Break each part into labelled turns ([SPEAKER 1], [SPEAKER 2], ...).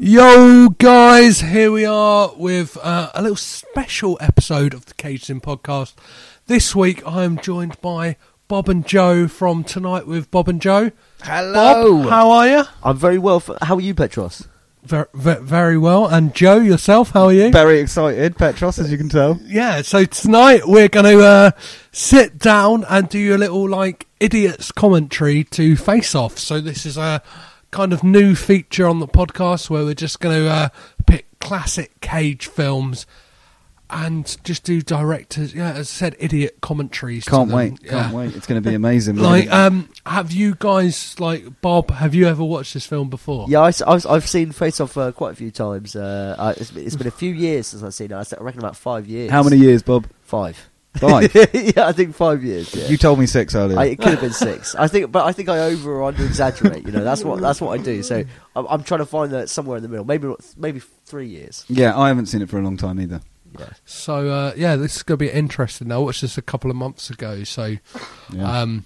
[SPEAKER 1] Yo, guys, here we are with uh, a little special episode of the Cages in podcast. This week I am joined by Bob and Joe from Tonight with Bob and Joe.
[SPEAKER 2] Hello.
[SPEAKER 1] Bob, how are you?
[SPEAKER 2] I'm very well. f how are you, Petros?
[SPEAKER 1] Very, very well. And Joe, yourself, how are you?
[SPEAKER 2] Very excited, Petros, as you can tell.
[SPEAKER 1] yeah, so tonight we're going to uh, sit down and do a little like idiots commentary to Face Off. So this is a kind of new feature on the podcast where we're just going to uh, pick classic Cage films and just do directors. Yeah, as I said, idiot commentaries. to
[SPEAKER 3] Can't
[SPEAKER 1] them.
[SPEAKER 3] wait!
[SPEAKER 1] Yeah.
[SPEAKER 3] Can't wait! It's going to be amazing.
[SPEAKER 1] Like, um, have you guys like Bob? Have you ever watched this film before?
[SPEAKER 2] Yeah, I, have seen Face Off uh, quite a few times. Uh, I, it's, been- it's been a few years since I've seen it. I s- I reckon about five years.
[SPEAKER 3] How many years, Bob?
[SPEAKER 2] Five.
[SPEAKER 3] Five.
[SPEAKER 2] yeah, I think five years. Yeah.
[SPEAKER 3] You told me six earlier.
[SPEAKER 2] I, it could have been six. I think, but I think I over or under exaggerate. You know, that's what that's what I do. So I'm, I'm trying to find that somewhere in the middle. Maybe not- maybe three years.
[SPEAKER 3] yeah, I haven't seen it for a long time either.
[SPEAKER 1] So uh, yeah, this is going to be interesting. I watched this a couple of months ago, so
[SPEAKER 3] Yeah.
[SPEAKER 1] um,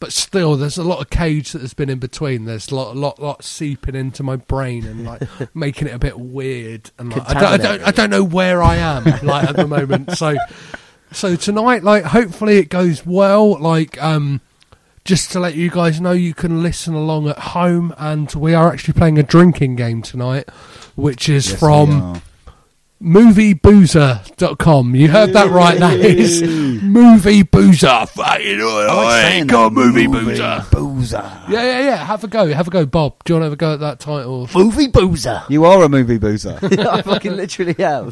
[SPEAKER 1] but still, there's a lot of cage that has been in between. There's a lot, lot, lot seeping into my brain and like making it a bit weird. And like, I, don't, I don't, I don't know where I am like at the moment. So, so tonight, like, hopefully it goes well. Like, um, just to let you guys know, you can listen along at home, and we are actually playing a drinking game tonight, which is
[SPEAKER 3] Yes, we
[SPEAKER 1] from
[SPEAKER 3] are.
[SPEAKER 1] movieboozer.com. You heard that right. That is movie boozer. Fucking
[SPEAKER 3] I like saying
[SPEAKER 1] go
[SPEAKER 3] that.
[SPEAKER 1] movie boozer.
[SPEAKER 3] boozer.
[SPEAKER 1] Yeah, yeah, yeah. Have a go. Have a go, Bob. Do you want to have a go at that title?
[SPEAKER 2] Movie boozer.
[SPEAKER 3] You are a movie boozer.
[SPEAKER 2] I fucking literally am.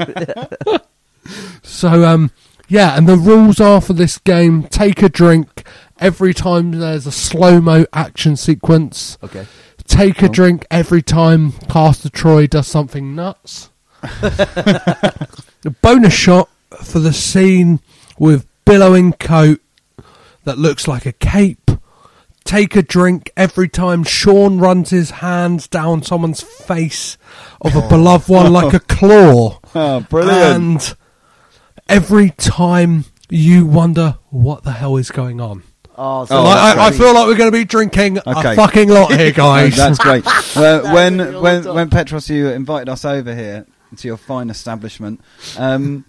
[SPEAKER 1] So, um, yeah, and the rules are for this game take a drink every time there's a slow mo action sequence,
[SPEAKER 2] okay.
[SPEAKER 1] take
[SPEAKER 3] Oh.
[SPEAKER 1] a drink every time Caster Troy does something nuts. the bonus shot for the scene with billowing coat that looks like a cape. Take a drink every time Sean runs his hands down someone's face of a beloved one like a claw.
[SPEAKER 3] oh, brilliant!
[SPEAKER 1] And every time you wonder what the hell is going on.
[SPEAKER 2] Oh, so
[SPEAKER 3] Oh,
[SPEAKER 1] Like,
[SPEAKER 3] that's
[SPEAKER 1] I, I
[SPEAKER 3] great.
[SPEAKER 1] feel like we're going to be drinking a
[SPEAKER 3] Okay.
[SPEAKER 1] fucking lot here,
[SPEAKER 3] Oh,
[SPEAKER 1] guys.
[SPEAKER 3] that's great. Well,
[SPEAKER 2] That's
[SPEAKER 3] when
[SPEAKER 2] all
[SPEAKER 3] when
[SPEAKER 2] done.
[SPEAKER 3] when Petros you invited us over here to your fine establishment, um,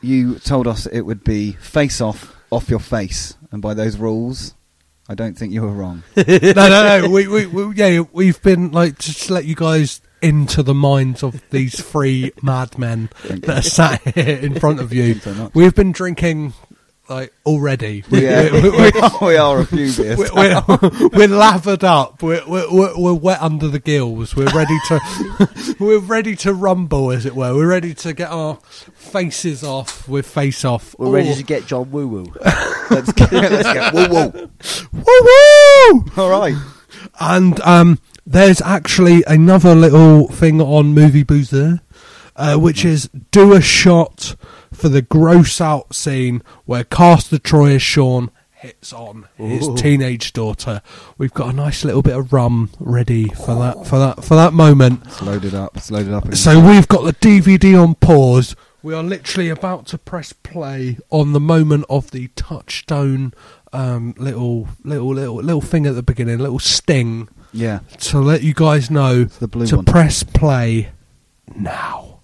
[SPEAKER 3] you told us it would be face off off your face, and by those rules, I don't think you were wrong.
[SPEAKER 1] no, no, no. We, we, we, yeah, we've been like just to let you guys into the minds of these three madmen
[SPEAKER 3] Thank
[SPEAKER 1] that are sat here in front of you.
[SPEAKER 3] Thank you so much.
[SPEAKER 1] We've been drinking like already. We, uh,
[SPEAKER 3] Yeah,
[SPEAKER 1] we, we,
[SPEAKER 3] we are- we are a few beers.
[SPEAKER 1] we, we're, we're lathered up. We're, we're, we're, we're wet under the gills. We're ready to we're ready to rumble, as it were. We're ready to get our faces off with face off.
[SPEAKER 2] We're ready to get John Woo Woo.
[SPEAKER 3] let's get, let's get woo woo.
[SPEAKER 1] woo woo.
[SPEAKER 3] All right.
[SPEAKER 1] And um, there's actually another little thing on Movie Boozer, uh, which is do a shot for the gross out scene where Caster Troy as Sean hits on his
[SPEAKER 2] Ooh.
[SPEAKER 1] teenage daughter. We've got a nice little bit of rum ready for that for that for that moment.
[SPEAKER 3] It's loaded up. It's loaded up. Again.
[SPEAKER 1] So we've got the DVD on pause. We are literally about to press play on the moment of the touchstone um, little little little little thing at the beginning, little sting
[SPEAKER 3] yeah,
[SPEAKER 1] to let you guys know
[SPEAKER 3] the blue
[SPEAKER 1] to
[SPEAKER 3] one.
[SPEAKER 1] press play now.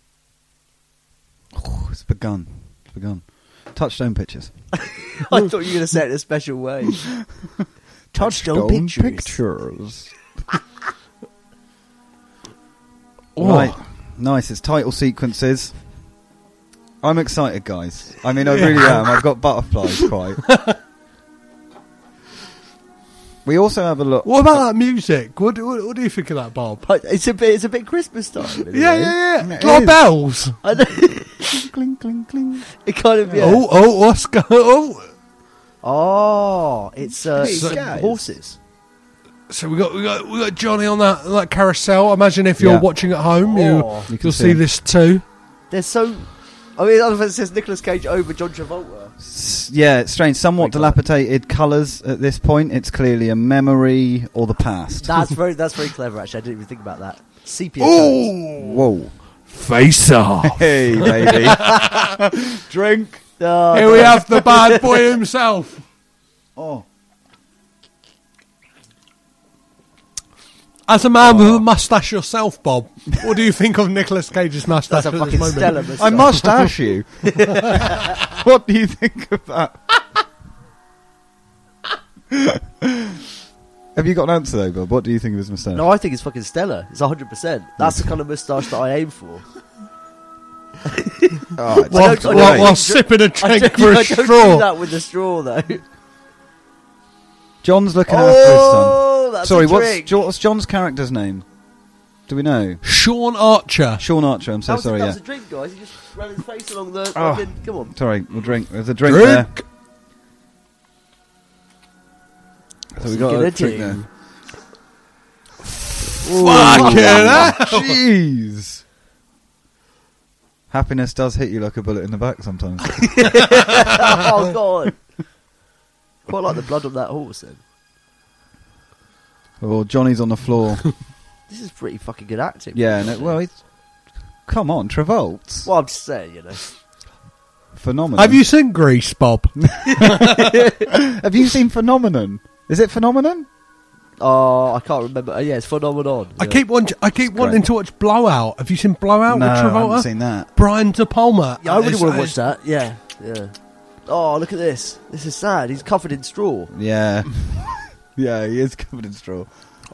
[SPEAKER 3] Oh, it's begun. It's begun. Touchstone pictures.
[SPEAKER 2] I thought you were going to say it in a special way. Touchstone pictures.
[SPEAKER 3] pictures.
[SPEAKER 1] Oh,
[SPEAKER 3] Right. Nice. It's title sequences. I'm excited, guys. I mean, I really am. I've got butterflies. Quite. we also have a look.
[SPEAKER 1] What about that music? What, what, what do you think of that, Bob?
[SPEAKER 2] But It's a bit. It's a bit Christmas time. isn't
[SPEAKER 1] Yeah,
[SPEAKER 2] it?
[SPEAKER 1] yeah, yeah.
[SPEAKER 3] It
[SPEAKER 1] Like
[SPEAKER 3] is. Oh,
[SPEAKER 1] bells.
[SPEAKER 2] I don't-
[SPEAKER 3] Cling, cling, cling.
[SPEAKER 2] it kind of. Yeah.
[SPEAKER 1] Oh,
[SPEAKER 2] Oh,
[SPEAKER 1] oh, what's going? Oh,
[SPEAKER 2] it's uh,
[SPEAKER 3] Hey,
[SPEAKER 2] some
[SPEAKER 3] guys.
[SPEAKER 2] horses.
[SPEAKER 1] so we got we got we got Johnny on that that carousel. I imagine if you're
[SPEAKER 3] Yeah.
[SPEAKER 1] watching at home,
[SPEAKER 2] Oh.
[SPEAKER 1] you
[SPEAKER 3] You can
[SPEAKER 1] you'll
[SPEAKER 3] see
[SPEAKER 1] see
[SPEAKER 3] him.
[SPEAKER 1] this too.
[SPEAKER 2] They're so. I mean, other than it says Nicolas Cage over John Travolta.
[SPEAKER 3] S- yeah, it's strange. Somewhat
[SPEAKER 2] Thank God.
[SPEAKER 3] dilapidated colours at this point. It's clearly a memory or the past.
[SPEAKER 2] That's very. That's very clever. Actually, I didn't even think about that. Sepia. tones.
[SPEAKER 1] Oh,
[SPEAKER 3] Whoa.
[SPEAKER 1] face off.
[SPEAKER 3] Hey, baby. Drink.
[SPEAKER 2] Oh,
[SPEAKER 1] Here we have the bad boy himself.
[SPEAKER 3] Oh.
[SPEAKER 1] As a man with a mustache yourself, Bob, what do you think of Nicolas Cage's mustache
[SPEAKER 2] That's a
[SPEAKER 1] at this
[SPEAKER 2] fucking
[SPEAKER 1] moment?
[SPEAKER 2] stellar
[SPEAKER 3] I mustache
[SPEAKER 2] moustache.
[SPEAKER 3] you. what do you think of that? Have you got an answer though, Bob? What do you think of his moustache?
[SPEAKER 2] No, I think it's fucking stellar. It's 100%. That's the kind of moustache that I aim for.
[SPEAKER 3] Oh,
[SPEAKER 1] While,
[SPEAKER 3] it's
[SPEAKER 2] don't- I
[SPEAKER 1] while,
[SPEAKER 2] don't
[SPEAKER 1] while
[SPEAKER 2] drink-
[SPEAKER 1] sipping a
[SPEAKER 2] I
[SPEAKER 1] drink
[SPEAKER 2] don't,
[SPEAKER 1] for a
[SPEAKER 2] I don't do
[SPEAKER 1] straw.
[SPEAKER 2] that with a straw, though.
[SPEAKER 3] John's looking after his son.
[SPEAKER 2] Oh, that's
[SPEAKER 3] Sorry,
[SPEAKER 2] a
[SPEAKER 3] what's,
[SPEAKER 2] drink.
[SPEAKER 3] Jo- what's John's character's name? Do we know?
[SPEAKER 1] Sean Archer.
[SPEAKER 3] Sean Archer. I'm
[SPEAKER 2] That
[SPEAKER 3] so
[SPEAKER 2] was,
[SPEAKER 3] sorry.
[SPEAKER 2] that
[SPEAKER 3] Yeah.
[SPEAKER 2] was a drink, guys. He just ran his face along the
[SPEAKER 3] Oh.
[SPEAKER 2] fucking... Come on.
[SPEAKER 3] Sorry, we'll drink. There's a drink,
[SPEAKER 1] Drink.
[SPEAKER 3] there. So we got a
[SPEAKER 2] Gonna
[SPEAKER 3] drink
[SPEAKER 2] do.
[SPEAKER 3] there.
[SPEAKER 1] Fucking hell.
[SPEAKER 3] Jeez. Happiness does hit you like a bullet in the back sometimes.
[SPEAKER 2] oh, God. Quite like the blood on that horse, then.
[SPEAKER 3] or Johnny's on the floor.
[SPEAKER 2] This is pretty fucking good acting.
[SPEAKER 3] Yeah, no, well, he's, come on, Travolta's
[SPEAKER 2] Well, I'm just saying, you know.
[SPEAKER 3] phenomenon.
[SPEAKER 1] Have you seen Grease, Bob?
[SPEAKER 3] have you seen Phenomenon? Is it Phenomenon?
[SPEAKER 2] Oh, I can't remember. Oh, yeah, it's phenomenon.
[SPEAKER 1] I
[SPEAKER 2] Yeah.
[SPEAKER 1] keep want, I keep
[SPEAKER 3] It's
[SPEAKER 1] wanting
[SPEAKER 3] great.
[SPEAKER 1] to watch Blowout. Have you seen Blowout with
[SPEAKER 3] I
[SPEAKER 1] Travolta?
[SPEAKER 3] haven't seen that.
[SPEAKER 1] Brian De Palma.
[SPEAKER 2] Yeah, I really
[SPEAKER 1] It's-
[SPEAKER 2] want to watch
[SPEAKER 1] it's-
[SPEAKER 2] that. Yeah, yeah. Oh, look at this. This is sad. He's covered in straw.
[SPEAKER 3] Yeah, yeah, he is covered in straw.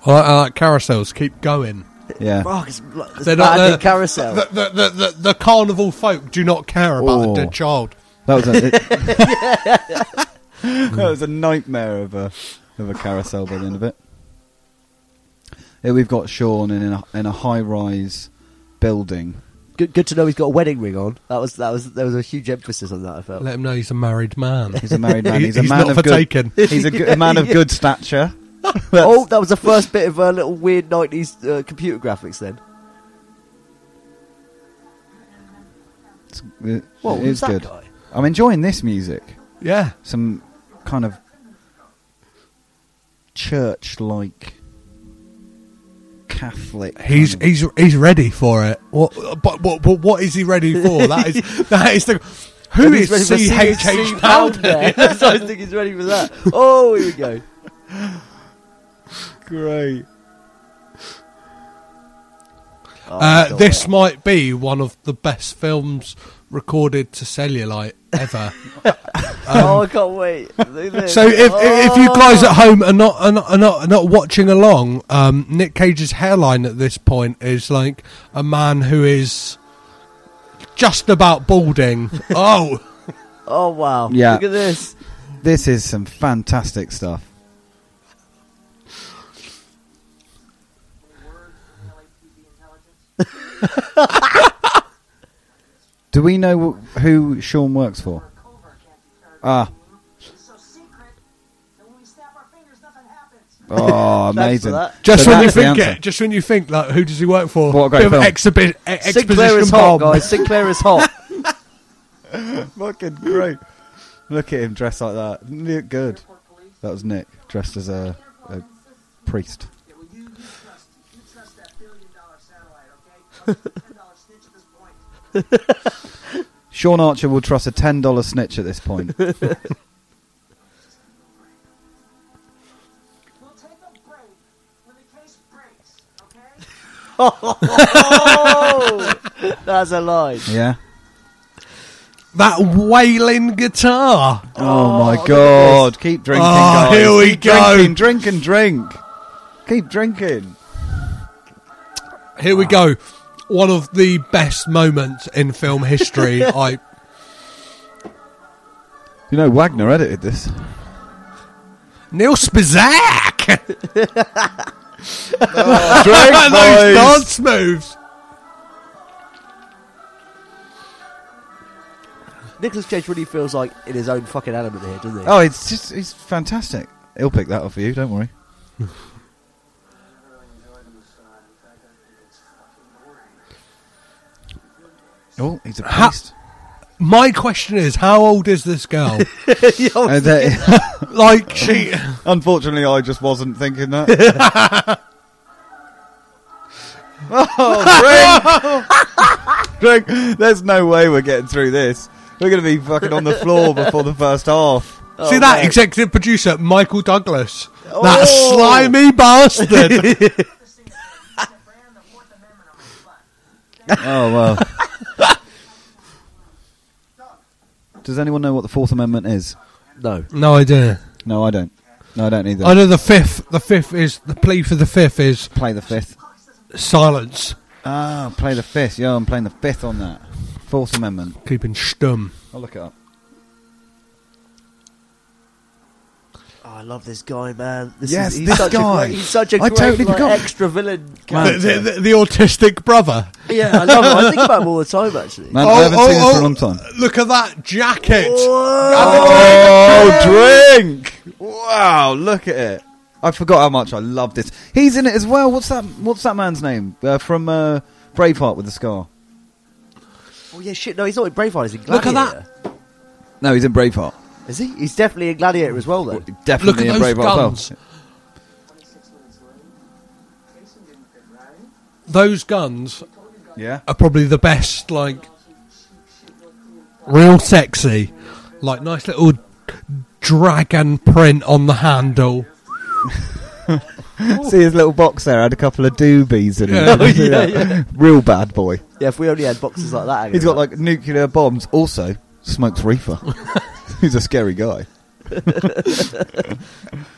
[SPEAKER 1] I like, I like carousels. Keep going.
[SPEAKER 3] Yeah,
[SPEAKER 2] Fuck, it's, like, this
[SPEAKER 1] They're not-
[SPEAKER 2] bandit
[SPEAKER 1] they're-
[SPEAKER 2] carousel.
[SPEAKER 1] The, the, the, the, the carnival folk do not care about
[SPEAKER 3] Oh.
[SPEAKER 1] a dead child.
[SPEAKER 3] that was a, it- that was a nightmare of a of a carousel by the end of it. Here we've got Sean in a, in a high rise building.
[SPEAKER 2] good, good to know he's got a wedding ring on. That was that was there was a huge emphasis on that. I felt.
[SPEAKER 1] Let him know he's a married man.
[SPEAKER 3] He's a married man.
[SPEAKER 1] He-
[SPEAKER 3] He's a
[SPEAKER 1] he's
[SPEAKER 3] man
[SPEAKER 1] not
[SPEAKER 3] of
[SPEAKER 1] partaken.
[SPEAKER 3] good. He's a, good, a man of good stature.
[SPEAKER 2] oh, that was the first bit of a little weird nineties uh, computer graphics. Then
[SPEAKER 3] It's, it-
[SPEAKER 2] what
[SPEAKER 3] it
[SPEAKER 2] was
[SPEAKER 3] is
[SPEAKER 2] that
[SPEAKER 3] good.
[SPEAKER 2] guy?
[SPEAKER 3] I'm enjoying this music.
[SPEAKER 1] Yeah.
[SPEAKER 3] Some kind of church-like Catholic.
[SPEAKER 1] He's
[SPEAKER 3] kind of-
[SPEAKER 1] he's he's ready for it. What but, but, but what is he ready for? That is that is the who
[SPEAKER 2] And he's
[SPEAKER 1] is
[SPEAKER 2] ready for
[SPEAKER 1] C H Uh, H
[SPEAKER 2] CHC
[SPEAKER 1] Powder?
[SPEAKER 2] Powder. That's why I think he's ready for that. Oh, here we go.
[SPEAKER 3] great.
[SPEAKER 2] Oh,
[SPEAKER 1] Uh,
[SPEAKER 2] God.
[SPEAKER 1] this might be one of the best films recorded to cellulite ever.
[SPEAKER 2] oh, I can't wait. Look at this.
[SPEAKER 1] so if, if if you
[SPEAKER 2] Oh.
[SPEAKER 1] guys at home are not are not are not, are not watching along, um, Nick Cage's hairline at this point is like a man who is just about balding. oh,
[SPEAKER 2] Oh wow!
[SPEAKER 3] Yeah.
[SPEAKER 2] Look at this.
[SPEAKER 3] This is some fantastic stuff. Do we know wh- who Sean works for? Ah, oh,
[SPEAKER 2] Thanks for
[SPEAKER 3] amazing!
[SPEAKER 2] that.
[SPEAKER 1] Just
[SPEAKER 3] So
[SPEAKER 1] when you
[SPEAKER 3] that's the
[SPEAKER 1] think
[SPEAKER 3] answer.
[SPEAKER 1] it, just when you think like, who does he work for?
[SPEAKER 3] What a great
[SPEAKER 1] Bit of
[SPEAKER 3] film.
[SPEAKER 1] exhibi- e-
[SPEAKER 2] Sinclair
[SPEAKER 1] exposition
[SPEAKER 2] is hot,
[SPEAKER 1] bomb.
[SPEAKER 2] guys. Sinclair is hot.
[SPEAKER 3] Fucking great. Look at him dressed like that. Look good. That was Nick dressed as a, a priest. Sean Archer will trust a ten dollar snitch at this point.
[SPEAKER 2] oh, that's a line.
[SPEAKER 3] Yeah.
[SPEAKER 1] That wailing guitar.
[SPEAKER 3] Oh, my god! Keep drinking,
[SPEAKER 1] Ah,
[SPEAKER 3] guys.
[SPEAKER 1] here we
[SPEAKER 3] Keep
[SPEAKER 1] go.
[SPEAKER 3] Drinking, drink and drink. Keep drinking.
[SPEAKER 1] Here we go. One of the best moments in film history. I
[SPEAKER 3] You know Wagner edited this.
[SPEAKER 1] Neil Spizak.
[SPEAKER 3] Drink,
[SPEAKER 1] Those
[SPEAKER 3] boys.
[SPEAKER 1] dance moves.
[SPEAKER 2] Nicholas Cage really feels like in his own fucking element here, doesn't he?
[SPEAKER 3] Oh, it's just it's fantastic. He'll pick that up for you. Don't worry. Oh, he's a
[SPEAKER 1] Ha-
[SPEAKER 3] priest.
[SPEAKER 1] My question is, how old is this girl?
[SPEAKER 2] Oh,
[SPEAKER 3] Uh, that-
[SPEAKER 1] like she,
[SPEAKER 3] unfortunately, I just wasn't thinking that. oh, drink! drink! Oh, There's no way we're getting through this. We're going to be fucking on the floor before the first half.
[SPEAKER 2] oh,
[SPEAKER 1] see that
[SPEAKER 2] man.
[SPEAKER 1] executive producer Michael Douglas, that
[SPEAKER 2] Oh.
[SPEAKER 1] slimy bastard.
[SPEAKER 3] Oh well. Does anyone know what the Fourth Amendment is?
[SPEAKER 2] No.
[SPEAKER 1] No idea.
[SPEAKER 3] No, I don't. No, I don't either.
[SPEAKER 1] I know Oh, the fifth. The fifth is the plea for the fifth is
[SPEAKER 3] play the fifth.
[SPEAKER 1] silence.
[SPEAKER 3] Ah, play the fifth. Yeah, I'm playing the fifth on that. Fourth Amendment.
[SPEAKER 1] Keeping stum.
[SPEAKER 3] I'll look it up.
[SPEAKER 2] Oh, I love this guy, man. This
[SPEAKER 3] Yes,
[SPEAKER 2] is, he's
[SPEAKER 3] this
[SPEAKER 2] such
[SPEAKER 3] guy.
[SPEAKER 2] A great, he's such a
[SPEAKER 3] I
[SPEAKER 2] great
[SPEAKER 3] totally
[SPEAKER 2] like,
[SPEAKER 3] forgot.
[SPEAKER 2] extra villain.
[SPEAKER 3] Wow.
[SPEAKER 1] The,
[SPEAKER 2] character.
[SPEAKER 1] the- the autistic brother. Oh,
[SPEAKER 2] Yeah, I love him. I think about him all the time, actually.
[SPEAKER 3] Man, I haven't seen this for a long time.
[SPEAKER 1] Look at that jacket.
[SPEAKER 3] Oh, drink! Wow, look at it. I forgot how much I loved it. He's in it as well. What's that? What's that man's name uh, from uh, Braveheart with the scar?
[SPEAKER 2] Oh yeah, shit. No, he's not in Braveheart. He's in
[SPEAKER 1] Look
[SPEAKER 2] Gladiator.
[SPEAKER 1] at
[SPEAKER 3] No, he's in Braveheart.
[SPEAKER 2] Is he? He's definitely in Gladiator as well, though.
[SPEAKER 1] Look
[SPEAKER 3] Definitely
[SPEAKER 1] at
[SPEAKER 3] in
[SPEAKER 1] those
[SPEAKER 3] Braveheart. as well.
[SPEAKER 1] guns. Those guns
[SPEAKER 3] Yeah.
[SPEAKER 1] are probably the best, like, real sexy. Like, nice little dragon print on the handle.
[SPEAKER 3] See his little box there had a couple of doobies in
[SPEAKER 1] Yeah.
[SPEAKER 3] it.
[SPEAKER 1] Oh,
[SPEAKER 2] yeah, yeah.
[SPEAKER 3] Real bad boy.
[SPEAKER 2] Yeah, if we only had boxes like that.
[SPEAKER 3] He's got like nuclear bombs. Also, smokes reefer. he's a scary guy.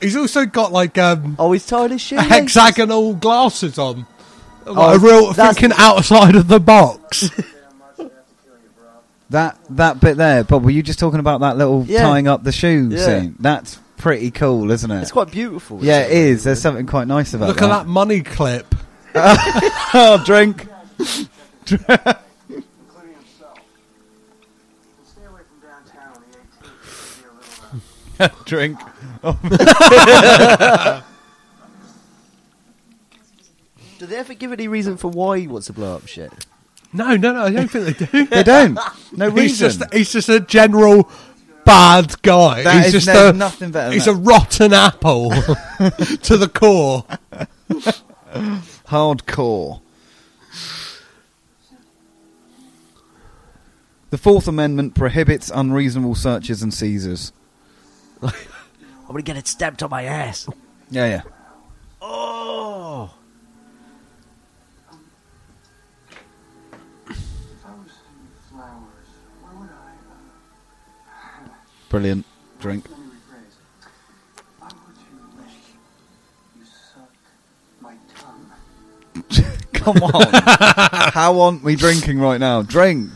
[SPEAKER 1] He's also got, like, um,
[SPEAKER 2] Oh, he's tied his shoes.
[SPEAKER 1] hexagonal glasses on.
[SPEAKER 2] Oh,
[SPEAKER 1] Like, a real
[SPEAKER 2] that's-
[SPEAKER 1] thinking outside of the box.
[SPEAKER 3] That that bit there, Bob. Were you just talking about that little
[SPEAKER 2] Yeah.
[SPEAKER 3] tying up the shoe
[SPEAKER 2] Yeah.
[SPEAKER 3] scene? That's pretty cool, isn't it?
[SPEAKER 2] It's quite beautiful.
[SPEAKER 3] yeah, it is. There's something quite nice about
[SPEAKER 1] Look
[SPEAKER 3] that.
[SPEAKER 1] at that money clip.
[SPEAKER 3] oh, drink.
[SPEAKER 4] including himself. We'll stay away from downtown on the 18th. Be a little, uh,
[SPEAKER 3] drink.
[SPEAKER 2] Do they ever give any reason for why he wants to blow up shit?
[SPEAKER 1] No, no, no, I don't think they do.
[SPEAKER 3] They don't. No
[SPEAKER 1] he's
[SPEAKER 3] reason.
[SPEAKER 1] just he's just a general bad guy.
[SPEAKER 3] That
[SPEAKER 1] he's
[SPEAKER 3] is-
[SPEAKER 1] just
[SPEAKER 3] there's
[SPEAKER 1] a,
[SPEAKER 3] nothing better than
[SPEAKER 1] He's
[SPEAKER 3] that.
[SPEAKER 1] a rotten apple to the core.
[SPEAKER 3] Hardcore. The Fourth Amendment prohibits unreasonable searches and seizures.
[SPEAKER 2] I'm gonna get it stamped on my ass.
[SPEAKER 3] Yeah, yeah.
[SPEAKER 2] Oh.
[SPEAKER 4] Toast and flowers. Where would I? uh,
[SPEAKER 3] Brilliant. Drink.
[SPEAKER 4] Let me rephrase. I would you wish you suck my tongue.
[SPEAKER 3] Come on. How aren't we drinking right now? Drink.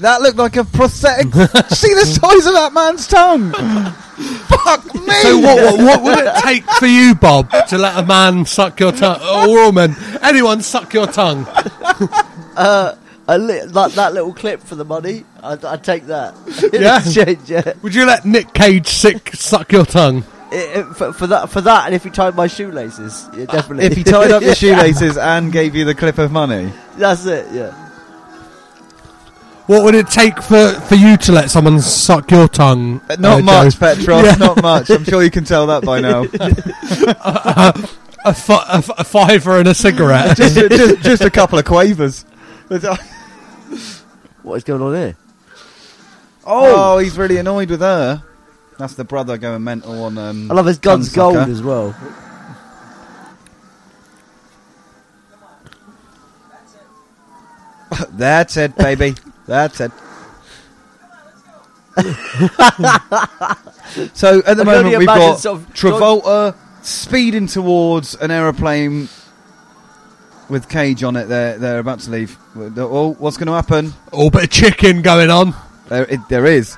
[SPEAKER 3] That looked like a prosthetic. See the size of that man's tongue. Fuck me.
[SPEAKER 1] So what, what what would it take for you, Bob, to let a man suck your tongue or a woman, anyone suck your tongue?
[SPEAKER 2] A li- that, that little clip for the money, I'd, I'd take that.
[SPEAKER 1] Yeah.
[SPEAKER 2] Change, yeah.
[SPEAKER 1] Would you let Nick Cage sick suck your tongue?
[SPEAKER 2] It- it- for, for that, for that, and if he tied my shoelaces, yeah, definitely.
[SPEAKER 3] Uh, If he tied up your
[SPEAKER 2] Yeah,
[SPEAKER 3] shoelaces and gave you the clip of money.
[SPEAKER 2] that's it. Yeah,
[SPEAKER 1] What would it take for, for you to let someone suck your tongue?
[SPEAKER 3] Uh, Not
[SPEAKER 1] uh,
[SPEAKER 3] much,
[SPEAKER 1] Joe?
[SPEAKER 3] Petros.
[SPEAKER 1] Yeah.
[SPEAKER 3] Not much. I'm sure you can tell that by now.
[SPEAKER 1] A, fi- a, f- a fiver and a cigarette.
[SPEAKER 3] just, just, just a couple of quavers. Oh,
[SPEAKER 2] what is going on here? Oh!
[SPEAKER 3] Oh, he's really annoyed with her. That's the brother going mental on. Um,
[SPEAKER 2] I love his guns
[SPEAKER 3] Gunsucker.
[SPEAKER 2] gold as well.
[SPEAKER 3] That's it, baby. That's it. so at the
[SPEAKER 2] I can
[SPEAKER 3] moment
[SPEAKER 2] only
[SPEAKER 3] we've
[SPEAKER 2] imagine
[SPEAKER 3] got
[SPEAKER 2] sort of
[SPEAKER 3] Travolta speeding towards an aeroplane with Cage on it. They're they're about to leave. Oh, what's going to happen?
[SPEAKER 1] All bit of chicken going on.
[SPEAKER 3] There, it, there is.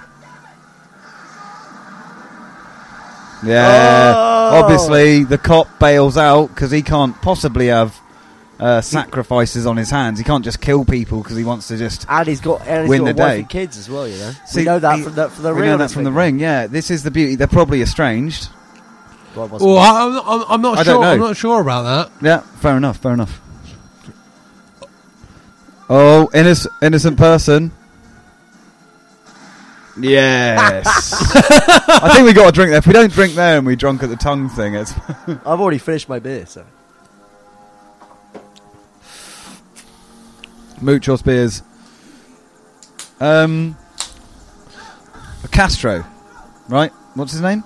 [SPEAKER 3] Yeah,
[SPEAKER 2] Oh.
[SPEAKER 3] obviously the cop bails out because he can't possibly have uh, sacrifices on his hands. He can't just kill people because he wants to just
[SPEAKER 2] And he's got and he's
[SPEAKER 3] Win
[SPEAKER 2] got a
[SPEAKER 3] the
[SPEAKER 2] wife
[SPEAKER 3] day.
[SPEAKER 2] and kids as well. You know,
[SPEAKER 3] See,
[SPEAKER 2] we know that
[SPEAKER 3] he-
[SPEAKER 2] from the, from the
[SPEAKER 3] we
[SPEAKER 2] ring.
[SPEAKER 3] know that from the ring. Yeah, this is the beauty. They're probably estranged.
[SPEAKER 2] God, must
[SPEAKER 1] Well, I, I'm, not- I'm, I'm not
[SPEAKER 3] I don't
[SPEAKER 1] sure.
[SPEAKER 3] know.
[SPEAKER 1] I'm not sure about that.
[SPEAKER 3] Yeah, fair enough. Fair enough. Oh, innocent, innocent person. Yes. I think we got to drink there. If we don't drink there and we drunk at the tongue thing, it's
[SPEAKER 2] be- I've already finished my beer, so
[SPEAKER 3] Muchos beers. Um, Castro, right? What's his name?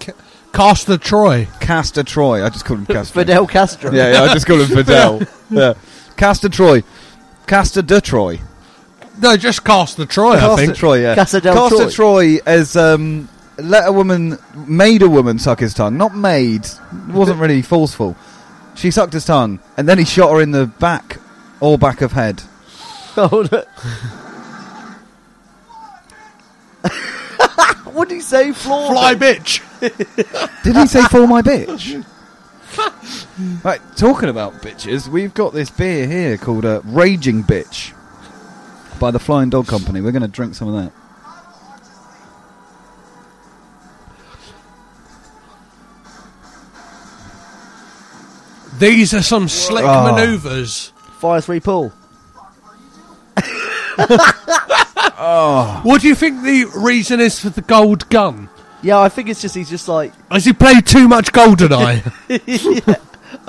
[SPEAKER 1] Ca- Caster Troy.
[SPEAKER 3] Castor Troy. I just call him Castor.
[SPEAKER 2] Fidel Castro.
[SPEAKER 3] Yeah, yeah, I just call him Fidel. yeah. Castor Troy. Castor de Troy.
[SPEAKER 1] No, just Caster Troy. I
[SPEAKER 3] Castor
[SPEAKER 1] think.
[SPEAKER 3] Troy, yeah.
[SPEAKER 2] Castor del
[SPEAKER 3] Castor Troy as um, let a woman, made a woman suck his tongue. Not made. It wasn't really forceful. She sucked his tongue, and then he shot her in the back or back of head.
[SPEAKER 2] Hold it. what did he say? Floor.
[SPEAKER 1] Fly bitch.
[SPEAKER 3] Did he say for my bitch? right, talking about bitches, we've got this beer here called uh, Raging Bitch by the Flying Dog Company. We're going to drink some of that.
[SPEAKER 1] These are some slick
[SPEAKER 3] Oh.
[SPEAKER 1] manoeuvres.
[SPEAKER 2] Fire three pool.
[SPEAKER 1] What do you think the reason is for the gold gun?
[SPEAKER 2] Yeah, I think it's just he's just like.
[SPEAKER 1] Has he played too much Goldeneye?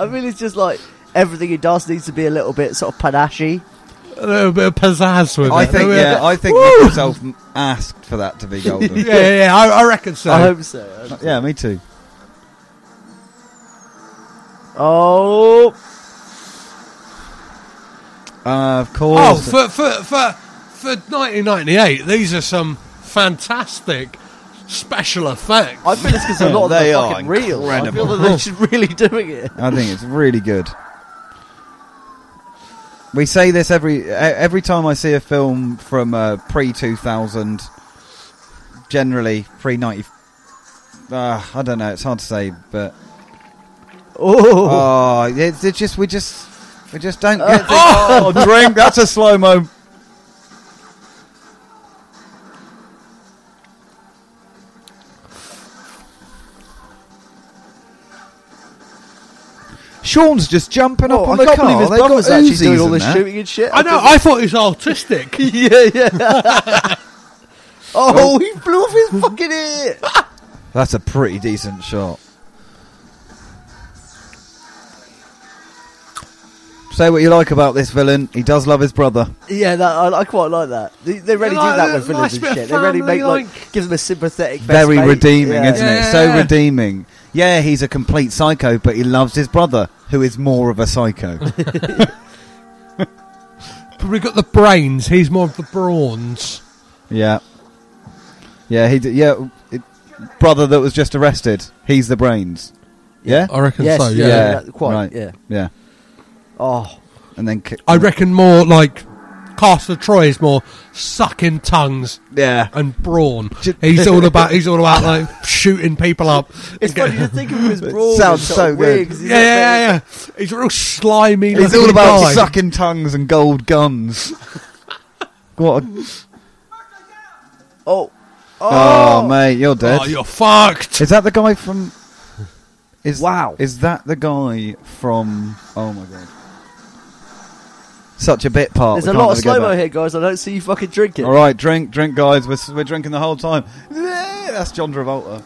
[SPEAKER 2] I mean, it's just like everything he does needs to be a little bit sort of panache.
[SPEAKER 1] a little bit of pizzazz with
[SPEAKER 3] I
[SPEAKER 1] it.
[SPEAKER 3] think, yeah, I think
[SPEAKER 1] Woo!
[SPEAKER 3] himself asked for that to be golden.
[SPEAKER 1] yeah, yeah, yeah, I, I reckon so.
[SPEAKER 2] I hope so.
[SPEAKER 3] yeah, me too.
[SPEAKER 2] Oh,
[SPEAKER 3] Uh, of
[SPEAKER 1] oh,
[SPEAKER 3] course.
[SPEAKER 1] for, for, for, for 1998, these are some fantastic special effects.
[SPEAKER 2] I feel it's because a lot of them
[SPEAKER 3] They
[SPEAKER 2] are
[SPEAKER 3] are
[SPEAKER 2] fucking real. I feel
[SPEAKER 3] incredible.
[SPEAKER 2] that they should really doing it.
[SPEAKER 1] Oh,
[SPEAKER 3] I think it's really good. We say this every e- every time I see a film from uh, pre two thousand, generally pre ninety. Uh, I don't know. It's hard to say, but
[SPEAKER 2] Oh,
[SPEAKER 3] oh, it's, it's just we just we just don't get. The, oh, drink. That's a slow mo. Sean's just jumping up
[SPEAKER 2] Oh,
[SPEAKER 3] on the
[SPEAKER 2] I can't
[SPEAKER 3] car.
[SPEAKER 2] believe his
[SPEAKER 3] They've got
[SPEAKER 2] brother's actually
[SPEAKER 3] Uzis
[SPEAKER 2] doing all
[SPEAKER 3] and
[SPEAKER 2] this
[SPEAKER 3] that.
[SPEAKER 2] shooting and shit.
[SPEAKER 1] I know, I thought it was artistic.
[SPEAKER 2] yeah, yeah. oh, he blew off his fucking ear.
[SPEAKER 3] That's a pretty decent shot. Say what you like about this villain. He does love his brother.
[SPEAKER 2] Yeah, that, I, I quite like that. They, they really
[SPEAKER 1] like
[SPEAKER 2] do that
[SPEAKER 1] a
[SPEAKER 2] with villains
[SPEAKER 1] nice
[SPEAKER 2] and
[SPEAKER 1] bit of
[SPEAKER 2] shit. They really
[SPEAKER 1] family,
[SPEAKER 2] make like,
[SPEAKER 1] like-
[SPEAKER 2] give them a sympathetic, best
[SPEAKER 3] Very
[SPEAKER 2] mate.
[SPEAKER 3] redeeming,
[SPEAKER 2] Yeah.
[SPEAKER 3] isn't
[SPEAKER 1] Yeah.
[SPEAKER 3] it? So redeeming. Yeah, he's a complete psycho, but he loves his brother, who is more of a psycho.
[SPEAKER 1] Probably got the brains, he's more of the brawns.
[SPEAKER 3] yeah, yeah, he. d- Yeah, it, brother that was just arrested. He's the brains. Yeah,
[SPEAKER 1] I reckon
[SPEAKER 2] Yes,
[SPEAKER 1] so, yeah.
[SPEAKER 2] yeah. that- quite,
[SPEAKER 3] right.
[SPEAKER 2] yeah.
[SPEAKER 3] yeah,
[SPEAKER 2] Oh,
[SPEAKER 3] and then ki-
[SPEAKER 1] I reckon more like Caster Troy is more sucking tongues
[SPEAKER 3] yeah.
[SPEAKER 1] and brawn. He's all about he's all about like shooting people up.
[SPEAKER 2] it's funny to think of him as broad.
[SPEAKER 3] sounds
[SPEAKER 2] and sort
[SPEAKER 3] so
[SPEAKER 2] of
[SPEAKER 3] good.
[SPEAKER 2] weird 'cause he's
[SPEAKER 1] Yeah,
[SPEAKER 2] like
[SPEAKER 1] yeah, yeah. He's a real slimy.
[SPEAKER 3] He's
[SPEAKER 1] looking
[SPEAKER 3] all about
[SPEAKER 1] guy.
[SPEAKER 3] sucking tongues and gold guns. what? A,
[SPEAKER 2] Oh,
[SPEAKER 3] oh, mate, you're dead.
[SPEAKER 1] Oh, you're fucked.
[SPEAKER 3] Is that the guy from? Is
[SPEAKER 2] Wow.
[SPEAKER 3] Is that the guy from? Oh my god! Such a bit part.
[SPEAKER 2] there's
[SPEAKER 3] we
[SPEAKER 2] a
[SPEAKER 3] can't
[SPEAKER 2] lot of
[SPEAKER 3] ever go
[SPEAKER 2] slow mo
[SPEAKER 3] back.
[SPEAKER 2] here, guys. I don't see you fucking drinking.
[SPEAKER 3] All right, drink, drink, guys. We're, s- we're drinking the whole time. Yeah, That's John Travolta.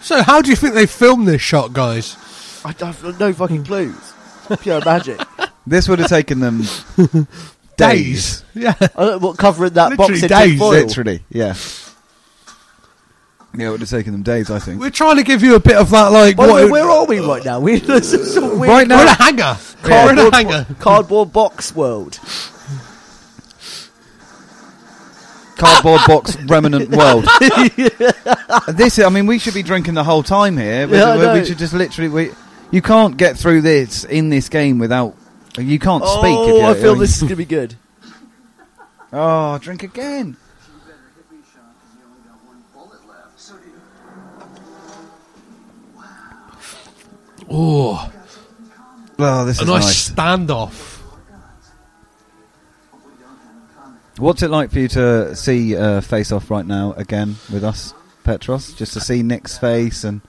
[SPEAKER 1] So, how do you think they filmed this shot, guys?
[SPEAKER 2] I have no fucking clues. Pure magic.
[SPEAKER 3] This would have taken them days.
[SPEAKER 1] Days. Yeah.
[SPEAKER 2] I don't know what covering that box
[SPEAKER 1] Literally
[SPEAKER 2] in
[SPEAKER 1] days,
[SPEAKER 2] tin foil.
[SPEAKER 3] Literally, yeah. Yeah, it would have taken them days. I think.
[SPEAKER 1] We're trying to give you a bit of that, like,
[SPEAKER 2] By the
[SPEAKER 1] what.
[SPEAKER 2] way, where are we right now? We're in some sort of weird
[SPEAKER 3] Right
[SPEAKER 1] We're in a
[SPEAKER 3] now,
[SPEAKER 1] hangar. We're in a
[SPEAKER 2] cardboard,
[SPEAKER 1] hangar.
[SPEAKER 2] cardboard box world.
[SPEAKER 3] cardboard box remnant world. this, I mean, we should be drinking the whole time here. We,
[SPEAKER 2] Yeah, I
[SPEAKER 3] we- we
[SPEAKER 2] know.
[SPEAKER 3] should just literally. We, you can't get through this in this game without. You can't speak. if
[SPEAKER 2] Oh,
[SPEAKER 3] you-
[SPEAKER 2] I feel this is gonna be good.
[SPEAKER 3] Oh, drink again.
[SPEAKER 4] You better hit me, Sean, 'cause you only got one bullet left. So do you.
[SPEAKER 1] Oh,
[SPEAKER 3] Oh, this
[SPEAKER 1] a
[SPEAKER 3] is
[SPEAKER 1] nice,
[SPEAKER 3] nice.
[SPEAKER 1] standoff.
[SPEAKER 4] But we don't have in common.
[SPEAKER 3] What's it like for you to see uh, Face Off right now again with us, Petros? Just to see Nick's face and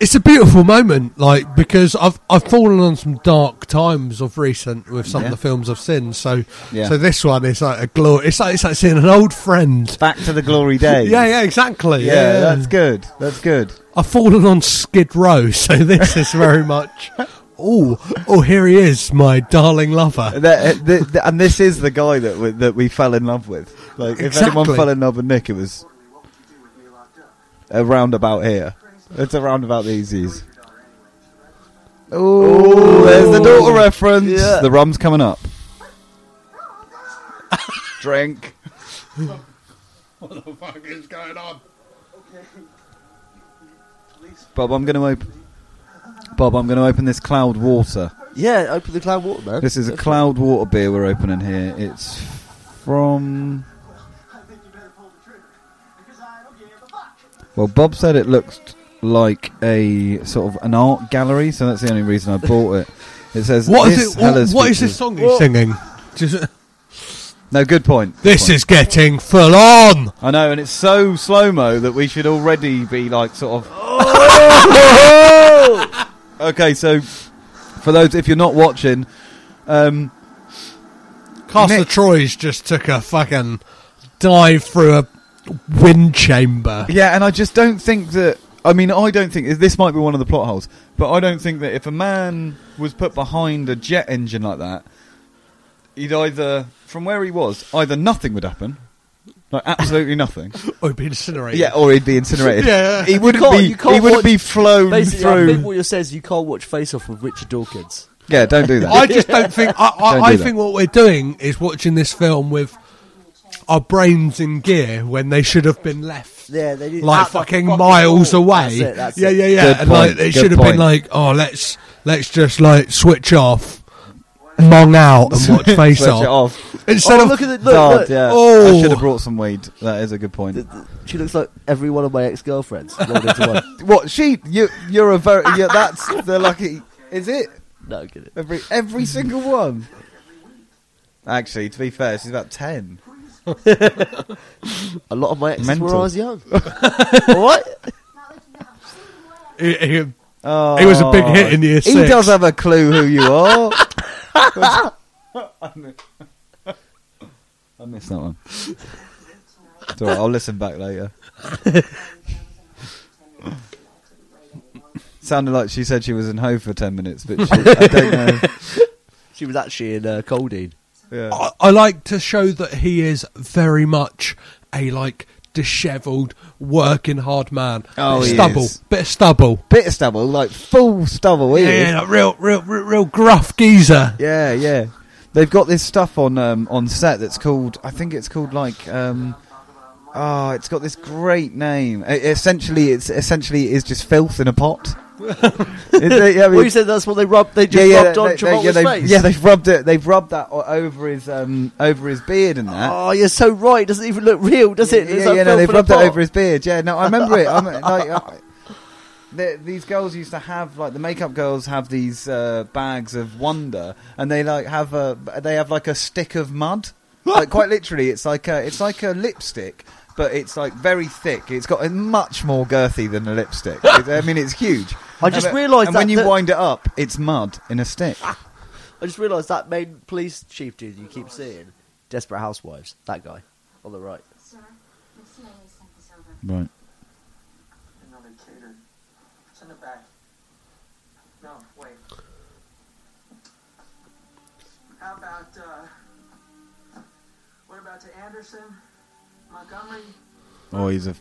[SPEAKER 1] It's a beautiful moment, like, because I've I've fallen on some dark times of recent with some
[SPEAKER 3] Yeah.
[SPEAKER 1] of the films I've seen. So,
[SPEAKER 3] Yeah.
[SPEAKER 1] so this one is like a glory. It's like it's like seeing an old friend.
[SPEAKER 3] back to the glory days.
[SPEAKER 1] Yeah, yeah, exactly.
[SPEAKER 3] yeah, That's good. That's good.
[SPEAKER 1] I've fallen on Skid Row, so this is very much. Oh, oh, here he is, my darling lover.
[SPEAKER 3] That- uh, th- th- and this is the guy that we, that we fell in love with. Like if
[SPEAKER 1] Exactly.
[SPEAKER 3] anyone fell in love with Nick, it was
[SPEAKER 4] Importantly, what would you do with me locked up?
[SPEAKER 3] a roundabout here. It's a roundabout these easies.
[SPEAKER 4] Your daughter anyway, so that was fun.
[SPEAKER 3] Oh, there's the daughter reference.
[SPEAKER 2] Yeah.
[SPEAKER 3] The rum's coming up. Drink.
[SPEAKER 1] What the fuck is going on?
[SPEAKER 4] Okay. At least
[SPEAKER 3] Bob, I'm going to open. Bob, I'm going to open this cloud water.
[SPEAKER 2] Yeah, open the cloud water, man.
[SPEAKER 3] This is a cloud water beer we're opening here. It's from.
[SPEAKER 4] I think you better pull the trigger. Because I don't give a fuck.
[SPEAKER 3] Well, Bob said it looked like a sort of an art gallery, so that's the only reason I bought it. It says
[SPEAKER 1] What
[SPEAKER 3] this
[SPEAKER 1] is it? What,
[SPEAKER 3] Hellas
[SPEAKER 1] what is
[SPEAKER 3] Victory-
[SPEAKER 1] this song he's singing? Just-
[SPEAKER 3] No, good point. good
[SPEAKER 1] this
[SPEAKER 3] point.
[SPEAKER 1] is getting full on.
[SPEAKER 3] I know, and it's so slow mo that we should already be like sort of.
[SPEAKER 1] Oh!
[SPEAKER 3] okay, so for those if you're not watching, um,
[SPEAKER 1] Castle
[SPEAKER 3] Nick-
[SPEAKER 1] Troy's just took a fucking dive through a wind chamber.
[SPEAKER 3] yeah, and I just don't think that. I mean, I don't think this might be one of the plot holes, but I don't think that if a man was put behind a jet engine like that, he'd either from where he was, either nothing would happen, like absolutely nothing,
[SPEAKER 1] Oh, it'd be incinerated.
[SPEAKER 3] yeah, or he'd be incinerated.
[SPEAKER 1] Yeah.
[SPEAKER 3] he wouldn't
[SPEAKER 2] You can't-
[SPEAKER 3] be.
[SPEAKER 2] you can't
[SPEAKER 3] he wouldn't
[SPEAKER 2] watch-
[SPEAKER 3] be flown
[SPEAKER 2] Basically, I
[SPEAKER 3] through.
[SPEAKER 2] think what you're saying is you can't watch Face Off with Richard Dawkins.
[SPEAKER 3] yeah, don't do that.
[SPEAKER 1] I just don't think. I, I,
[SPEAKER 3] Don't do
[SPEAKER 1] I
[SPEAKER 3] that.
[SPEAKER 1] think what we're doing is watching this film with our brains in gear when they should have been left.
[SPEAKER 2] Yeah, they did- at
[SPEAKER 1] like
[SPEAKER 2] the
[SPEAKER 1] fucking
[SPEAKER 2] fucking
[SPEAKER 1] miles
[SPEAKER 2] wall.
[SPEAKER 1] away.
[SPEAKER 2] That's it, that's
[SPEAKER 1] yeah,
[SPEAKER 2] it.
[SPEAKER 1] yeah, yeah,
[SPEAKER 3] Good
[SPEAKER 1] And like
[SPEAKER 3] point,
[SPEAKER 1] they
[SPEAKER 3] good
[SPEAKER 1] should have
[SPEAKER 3] point.
[SPEAKER 1] been like, oh, let's let's just like switch off, mong out, and watch Face
[SPEAKER 3] Switch
[SPEAKER 1] Off.
[SPEAKER 3] it off.
[SPEAKER 1] Instead
[SPEAKER 2] oh,
[SPEAKER 1] of
[SPEAKER 2] look at it! Look,
[SPEAKER 3] Dad,
[SPEAKER 2] look.
[SPEAKER 3] yeah.
[SPEAKER 1] Oh.
[SPEAKER 3] I should have brought some weed. That is a good point.
[SPEAKER 2] Th- th- She looks like every one of my ex-girlfriends. rolled into one.
[SPEAKER 3] What she? You, you're a very. Yeah, that's the lucky. Is it
[SPEAKER 2] No, I'm kidding.
[SPEAKER 3] every every single one? Actually, to be fair, she's about ten.
[SPEAKER 2] A lot of my exes were when
[SPEAKER 3] Mental.
[SPEAKER 2] I was young. what?
[SPEAKER 1] he, he,
[SPEAKER 3] Oh,
[SPEAKER 1] he was a big hit in year
[SPEAKER 3] He
[SPEAKER 1] six.
[SPEAKER 3] does have a clue who you are. I missed that one. It's all right, I'll listen back later. Sounded like she said she was in Hove for ten minutes, but she, I don't know.
[SPEAKER 2] She was actually in uh, Coldine.
[SPEAKER 3] Yeah.
[SPEAKER 1] I, I like to show that he is very much a like dishevelled, working hard man.
[SPEAKER 3] Oh,
[SPEAKER 1] bit
[SPEAKER 3] he
[SPEAKER 1] of stubble,
[SPEAKER 3] is.
[SPEAKER 1] bit of stubble.
[SPEAKER 3] bit of stubble, like full stubble.
[SPEAKER 1] Yeah,
[SPEAKER 3] Yeah, yeah,
[SPEAKER 1] yeah, like real, real, real, real gruff geezer.
[SPEAKER 3] yeah, They've got this stuff on um, on set that's called, I think it's called like, um, oh, it's got this great name. E- essentially, it's essentially it is just filth in a pot. Is it- yeah, I mean-
[SPEAKER 2] Well, you said that's what they rubbed. They just rubbed on
[SPEAKER 3] they- they-
[SPEAKER 2] Travolta's
[SPEAKER 3] yeah, they've-
[SPEAKER 2] face.
[SPEAKER 3] yeah, they've rubbed it. They've rubbed that o- over his um, over his beard and that.
[SPEAKER 2] Oh, you're so right. It doesn't even look real, does it?
[SPEAKER 3] Yeah, yeah, yeah, no, they've rubbed it over his beard. Yeah, no, I remember it. I'm, like, I, the, these girls used to have like the makeup girls have these uh, bags of wonder, and they like have a they have like a stick of mud. like quite literally, it's like a, it's like a lipstick. But it's like very thick. It's got a much more girthy than a lipstick. It- I mean, it's huge.
[SPEAKER 2] I just
[SPEAKER 3] And-
[SPEAKER 2] realised
[SPEAKER 3] And
[SPEAKER 2] that-
[SPEAKER 3] when you
[SPEAKER 2] that-
[SPEAKER 3] wind it up, it's mud in a stick.
[SPEAKER 2] I just realised that main police chief dude you keep seeing, Desperate Housewives, that guy on the right.
[SPEAKER 5] Sir, the CIA sent this over.
[SPEAKER 3] Right.
[SPEAKER 4] Another catered. Send it back. No, wait. How about, uh. What about to Anderson? Montgomery?
[SPEAKER 3] Oh, he's a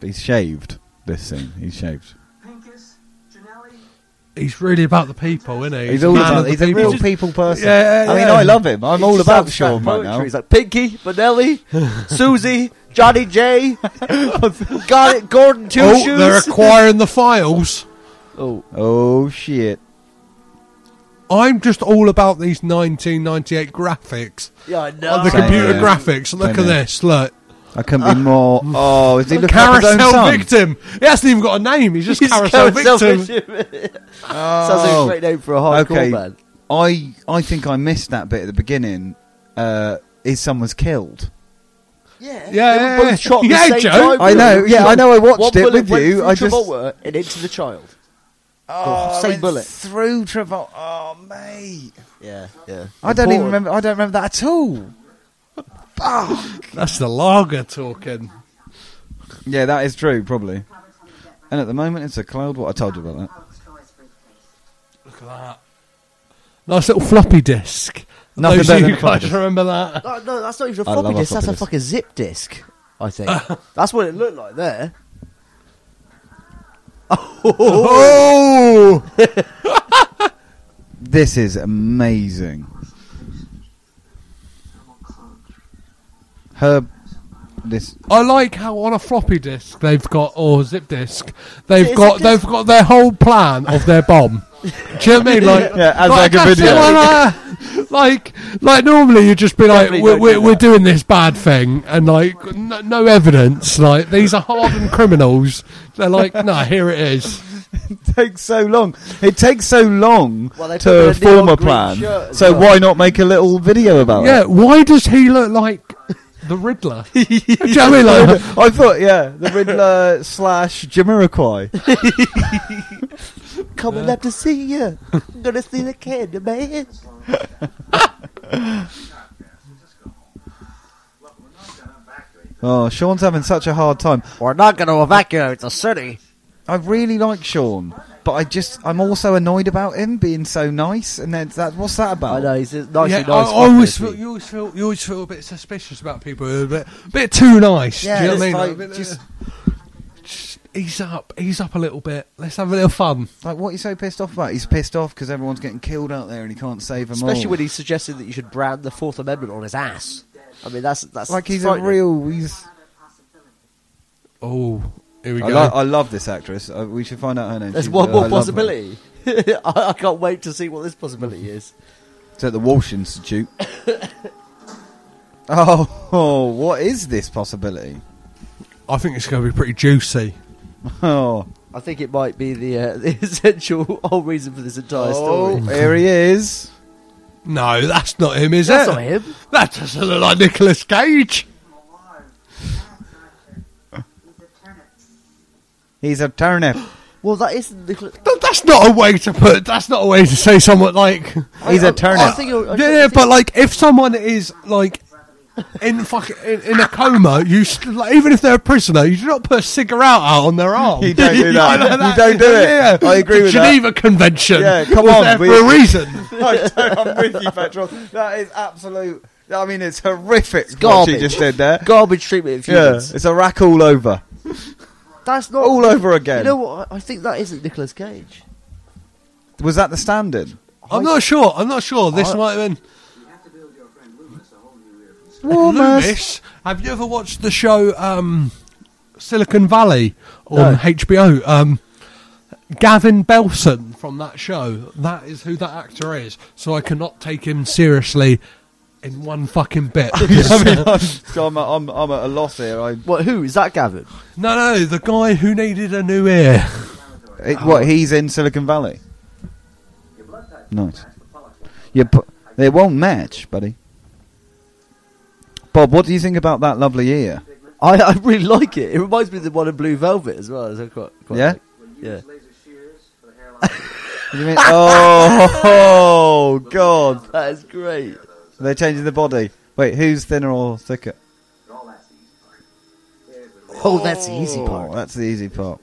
[SPEAKER 3] he's shaved. This scene, he's shaved.
[SPEAKER 4] Pincus? Janelli?
[SPEAKER 1] He's really about the people, isn't he?
[SPEAKER 3] He's, all
[SPEAKER 1] a man
[SPEAKER 3] about.
[SPEAKER 1] of the
[SPEAKER 3] He's a real
[SPEAKER 1] people.
[SPEAKER 3] people person.
[SPEAKER 1] Yeah, yeah,
[SPEAKER 3] I mean,
[SPEAKER 1] yeah.
[SPEAKER 3] I love him. I'm
[SPEAKER 2] He
[SPEAKER 3] all
[SPEAKER 2] just
[SPEAKER 3] about
[SPEAKER 2] sounds like
[SPEAKER 3] Sean right
[SPEAKER 2] poetry.
[SPEAKER 3] now.
[SPEAKER 2] He's like Pinky, Benelli, Susie, Johnny J, got it, Gordon Two
[SPEAKER 1] Oh,
[SPEAKER 2] Shoes.
[SPEAKER 1] they're acquiring the files.
[SPEAKER 2] oh,
[SPEAKER 3] oh shit!
[SPEAKER 1] I'm just all about these 1998 graphics.
[SPEAKER 2] yeah, I know.
[SPEAKER 1] Oh, the
[SPEAKER 3] Same
[SPEAKER 1] computer
[SPEAKER 3] here.
[SPEAKER 1] graphics. Look
[SPEAKER 3] Same
[SPEAKER 1] at
[SPEAKER 3] here.
[SPEAKER 1] this. Look.
[SPEAKER 3] I couldn't be more. Oh, is he looking at his
[SPEAKER 1] Ah. Mm.
[SPEAKER 3] own
[SPEAKER 1] Carousel
[SPEAKER 3] son?
[SPEAKER 1] victim. He hasn't even got a name. He's just
[SPEAKER 2] He's
[SPEAKER 1] carousel,
[SPEAKER 2] carousel
[SPEAKER 1] victim.
[SPEAKER 2] victim. Sounds like a
[SPEAKER 3] Oh,
[SPEAKER 2] great name for a hardcore
[SPEAKER 3] okay.
[SPEAKER 2] man.
[SPEAKER 3] I I think I missed that bit at the beginning. Uh, is someone's killed?
[SPEAKER 1] Yeah,
[SPEAKER 2] Yeah, they were
[SPEAKER 1] yeah, yeah.
[SPEAKER 2] both shot at
[SPEAKER 1] Yeah,
[SPEAKER 2] the same
[SPEAKER 1] Joe.
[SPEAKER 2] time.
[SPEAKER 3] I know,
[SPEAKER 2] weren't
[SPEAKER 3] yeah,
[SPEAKER 2] they?
[SPEAKER 3] I know, I watched
[SPEAKER 2] One
[SPEAKER 3] it
[SPEAKER 2] bullet
[SPEAKER 3] with
[SPEAKER 2] went
[SPEAKER 3] you,
[SPEAKER 2] through
[SPEAKER 3] I just-
[SPEAKER 2] Travolta and into the child. Oh, same
[SPEAKER 3] went
[SPEAKER 2] bullet.
[SPEAKER 3] through Travolta. Oh mate,
[SPEAKER 2] Yeah, yeah.
[SPEAKER 3] I don't even
[SPEAKER 2] Important.
[SPEAKER 3] remember. I don't remember that at all.
[SPEAKER 1] That's the lager talking.
[SPEAKER 3] Yeah, that is true, probably.
[SPEAKER 5] Robert's on the deck.
[SPEAKER 3] And at the moment, it's a cloud. What I told you about
[SPEAKER 5] I'll destroy his briefcase.
[SPEAKER 1] Look at that. Nice little floppy disk.
[SPEAKER 3] Nothing
[SPEAKER 1] Those
[SPEAKER 3] better
[SPEAKER 1] of
[SPEAKER 3] than
[SPEAKER 1] you
[SPEAKER 3] a
[SPEAKER 1] guys
[SPEAKER 3] flash.
[SPEAKER 1] remember that?
[SPEAKER 2] No, no, that's not even a
[SPEAKER 3] I love
[SPEAKER 2] floppy
[SPEAKER 3] our
[SPEAKER 2] disk. That's
[SPEAKER 3] floppy
[SPEAKER 2] a
[SPEAKER 3] disk.
[SPEAKER 2] fucking zip disk. I think that's what it looked like there.
[SPEAKER 3] Oh! this is amazing. Her, this
[SPEAKER 1] I like how on a floppy disk they've got or zip disk they've
[SPEAKER 2] It's
[SPEAKER 1] got
[SPEAKER 2] a
[SPEAKER 1] they've got their whole plan of their bomb. Do you know what I mean? Like,
[SPEAKER 3] Yeah, as like a
[SPEAKER 1] that's
[SPEAKER 3] video.
[SPEAKER 1] the one, uh, like, like normally you'd just be like,
[SPEAKER 2] Definitely
[SPEAKER 1] we're,
[SPEAKER 2] don't
[SPEAKER 1] we're,
[SPEAKER 2] do
[SPEAKER 1] we're
[SPEAKER 2] that.
[SPEAKER 1] doing this bad thing, and like, no, no evidence. Like, these are hardened criminals. They're like, no, here it is.
[SPEAKER 3] takes so long. It takes so long
[SPEAKER 2] Well, they put
[SPEAKER 3] to
[SPEAKER 2] the neon
[SPEAKER 3] form a
[SPEAKER 2] green
[SPEAKER 3] plan.
[SPEAKER 2] shirt as
[SPEAKER 3] So
[SPEAKER 2] well.
[SPEAKER 3] why not make a little video about
[SPEAKER 1] Yeah,
[SPEAKER 3] it?
[SPEAKER 1] why does he look like the Riddler? Do you know what I mean? Like,
[SPEAKER 3] I thought, yeah, the Riddler slash Jamiroquai.
[SPEAKER 2] Coming up to see you. I'm gonna see the candy man.
[SPEAKER 3] Oh, Sean's having such a hard time.
[SPEAKER 2] We're not gonna evacuate the city.
[SPEAKER 3] I really like Sean, but I just I'm also annoyed about him being so nice. And then that what's that about?
[SPEAKER 2] I know he's a
[SPEAKER 3] Oh,
[SPEAKER 2] nice,
[SPEAKER 1] yeah,
[SPEAKER 2] nice.
[SPEAKER 1] I, I
[SPEAKER 2] fucker,
[SPEAKER 1] always
[SPEAKER 2] isn't
[SPEAKER 1] feel,
[SPEAKER 2] he?
[SPEAKER 1] you always feel you always feel a bit suspicious about people who are a bit, bit too nice.
[SPEAKER 3] Yeah,
[SPEAKER 1] do you know
[SPEAKER 3] it's
[SPEAKER 1] what I mean?
[SPEAKER 3] like,
[SPEAKER 1] Like, a bit-
[SPEAKER 3] just-
[SPEAKER 1] just ease up, ease up a little bit. Let's have a little fun.
[SPEAKER 3] Like what are you so pissed off about? He's pissed off because everyone's getting killed out there and he can't save them
[SPEAKER 2] Especially
[SPEAKER 3] all.
[SPEAKER 2] when he suggested that you should brand the Fourth Amendment on his ass. I mean, that's that's
[SPEAKER 3] like he's a
[SPEAKER 2] frightening.
[SPEAKER 3] real. He's.
[SPEAKER 1] Oh, here we
[SPEAKER 3] I,
[SPEAKER 1] go.
[SPEAKER 3] lo- I love this actress. Uh, we should find out her name.
[SPEAKER 2] There's
[SPEAKER 3] She's-
[SPEAKER 2] one
[SPEAKER 3] uh, I
[SPEAKER 2] more
[SPEAKER 3] love her.
[SPEAKER 2] possibility. I, I can't wait to see what this possibility is.
[SPEAKER 3] It's at the Walsh Institute. oh, oh, what is this possibility?
[SPEAKER 1] I think it's going to be pretty juicy.
[SPEAKER 3] Oh,
[SPEAKER 2] I think it might be the, uh, the essential whole reason for this entire
[SPEAKER 3] oh
[SPEAKER 2] story.
[SPEAKER 3] here he is.
[SPEAKER 1] No, that's not him, is
[SPEAKER 2] That's
[SPEAKER 1] it?
[SPEAKER 2] not him.
[SPEAKER 1] That doesn't look like Nicolas Cage.
[SPEAKER 3] He's a turnip.
[SPEAKER 2] Well, that is Nicholas.
[SPEAKER 1] Th- That's not a way to put. That's not a way to say someone like.
[SPEAKER 3] He's
[SPEAKER 2] I-
[SPEAKER 3] a
[SPEAKER 2] I-
[SPEAKER 3] turnip.
[SPEAKER 2] I think you're- I
[SPEAKER 1] yeah,
[SPEAKER 2] think-
[SPEAKER 1] yeah, but like if someone is like in fucking in, in a coma, you st- like, even if they're a prisoner, you do not put a cigarette out on their arm.
[SPEAKER 3] You don't do that.
[SPEAKER 1] I know
[SPEAKER 3] You don't do it. I agree
[SPEAKER 1] the
[SPEAKER 3] with that.
[SPEAKER 1] Geneva Convention.
[SPEAKER 3] Yeah, come
[SPEAKER 1] was
[SPEAKER 3] on,
[SPEAKER 1] there
[SPEAKER 3] we-
[SPEAKER 1] for a reason.
[SPEAKER 3] I am with you, Petros. That is absolute. I mean, it's horrific what she
[SPEAKER 2] garbage.
[SPEAKER 3] just did there.
[SPEAKER 2] Garbage treatment of
[SPEAKER 3] Yeah,
[SPEAKER 2] humans.
[SPEAKER 3] it's a rack all over,
[SPEAKER 2] That's not
[SPEAKER 3] all over again.
[SPEAKER 2] You know what? I I think that isn't Nicolas Cage.
[SPEAKER 3] Was that the stand-in?
[SPEAKER 1] I'm not sure. I'm not sure. This
[SPEAKER 2] I-
[SPEAKER 1] might have been Loomis. Have you ever watched the show um, Silicon Valley on
[SPEAKER 2] No.
[SPEAKER 1] HBO? Um, Gavin Belson from that show. That is who that actor is. So I cannot take him seriously in one fucking bit.
[SPEAKER 3] I mean, I'm, so I'm, I'm, I'm at a loss here. I,
[SPEAKER 2] What? Who is that? Gavin?
[SPEAKER 1] no, no, the guy who needed a new ear.
[SPEAKER 3] it,
[SPEAKER 2] Oh.
[SPEAKER 3] what? He's in Silicon Valley. Nice. You put, they won't match, buddy. Bob, what do you think about that lovely ear?
[SPEAKER 2] I, I really like it. It reminds me of the one in Blue Velvet as well. So quite, quite
[SPEAKER 3] Yeah?
[SPEAKER 2] like- yeah.
[SPEAKER 3] What do you mean? oh, oh, God!
[SPEAKER 2] That is great.
[SPEAKER 3] They're changing the body. Wait, who's thinner or thicker?
[SPEAKER 2] Oh, that's the easy part.
[SPEAKER 3] Oh, that's the easy part.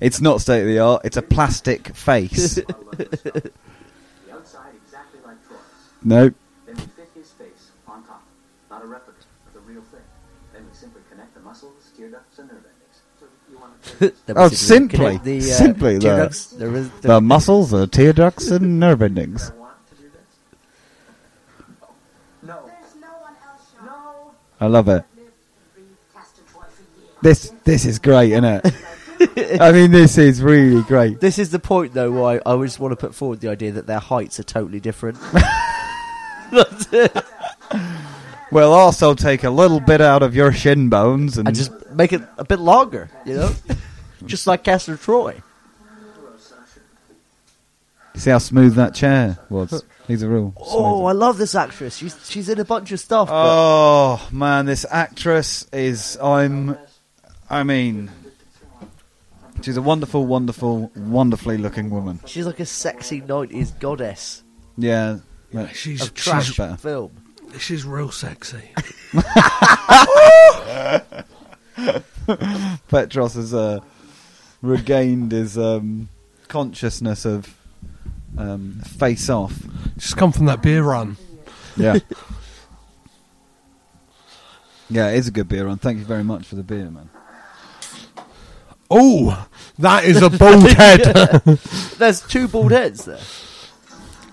[SPEAKER 3] It's not state of the art. It's a plastic face.
[SPEAKER 4] The outside exactly like Troy's.
[SPEAKER 3] no.
[SPEAKER 4] Then we fit his face on top. Not a replica, but the real thing. Then we simply connect the muscles, tear ducts, and nerve endings. So you want to
[SPEAKER 2] Then
[SPEAKER 3] Oh,
[SPEAKER 2] we
[SPEAKER 3] simply.
[SPEAKER 2] connect uh,
[SPEAKER 3] Simply
[SPEAKER 2] tear
[SPEAKER 3] the-
[SPEAKER 2] ducts. There is-
[SPEAKER 3] The muscles, the tear ducts, and nerve endings.
[SPEAKER 4] want to do this? No.
[SPEAKER 5] There's no one else, Sean. No.
[SPEAKER 3] I love it.
[SPEAKER 5] Lived and breathed Castor Troy for years.
[SPEAKER 3] This this is great, isn't it? I mean, this is really great.
[SPEAKER 2] This is the point, though, why I just want to put forward the idea that their heights are totally different. That's it.
[SPEAKER 3] We'll also take a little bit out of your shin bones and
[SPEAKER 2] and just make it a bit longer, you know? just like Castor Troy.
[SPEAKER 3] see how smooth that chair was. He's a real.
[SPEAKER 2] Oh,
[SPEAKER 3] smooth-
[SPEAKER 2] I love this actress. She's, she's in a bunch of stuff. but-
[SPEAKER 3] oh man, this actress is. I'm. I mean, she's a wonderful, wonderful, wonderfully looking woman.
[SPEAKER 2] She's like a sexy 90s goddess
[SPEAKER 3] Yeah. but-
[SPEAKER 1] She's
[SPEAKER 2] of trash
[SPEAKER 3] better.
[SPEAKER 2] film.
[SPEAKER 1] she's real sexy.
[SPEAKER 3] Petros has uh, regained his um, consciousness of um, face off.
[SPEAKER 1] Just come from that beer run.
[SPEAKER 3] Yeah. yeah, it is a good beer run. Thank you very much for the beer, man.
[SPEAKER 1] Oh, that is a bald head.
[SPEAKER 2] There's two bald heads there.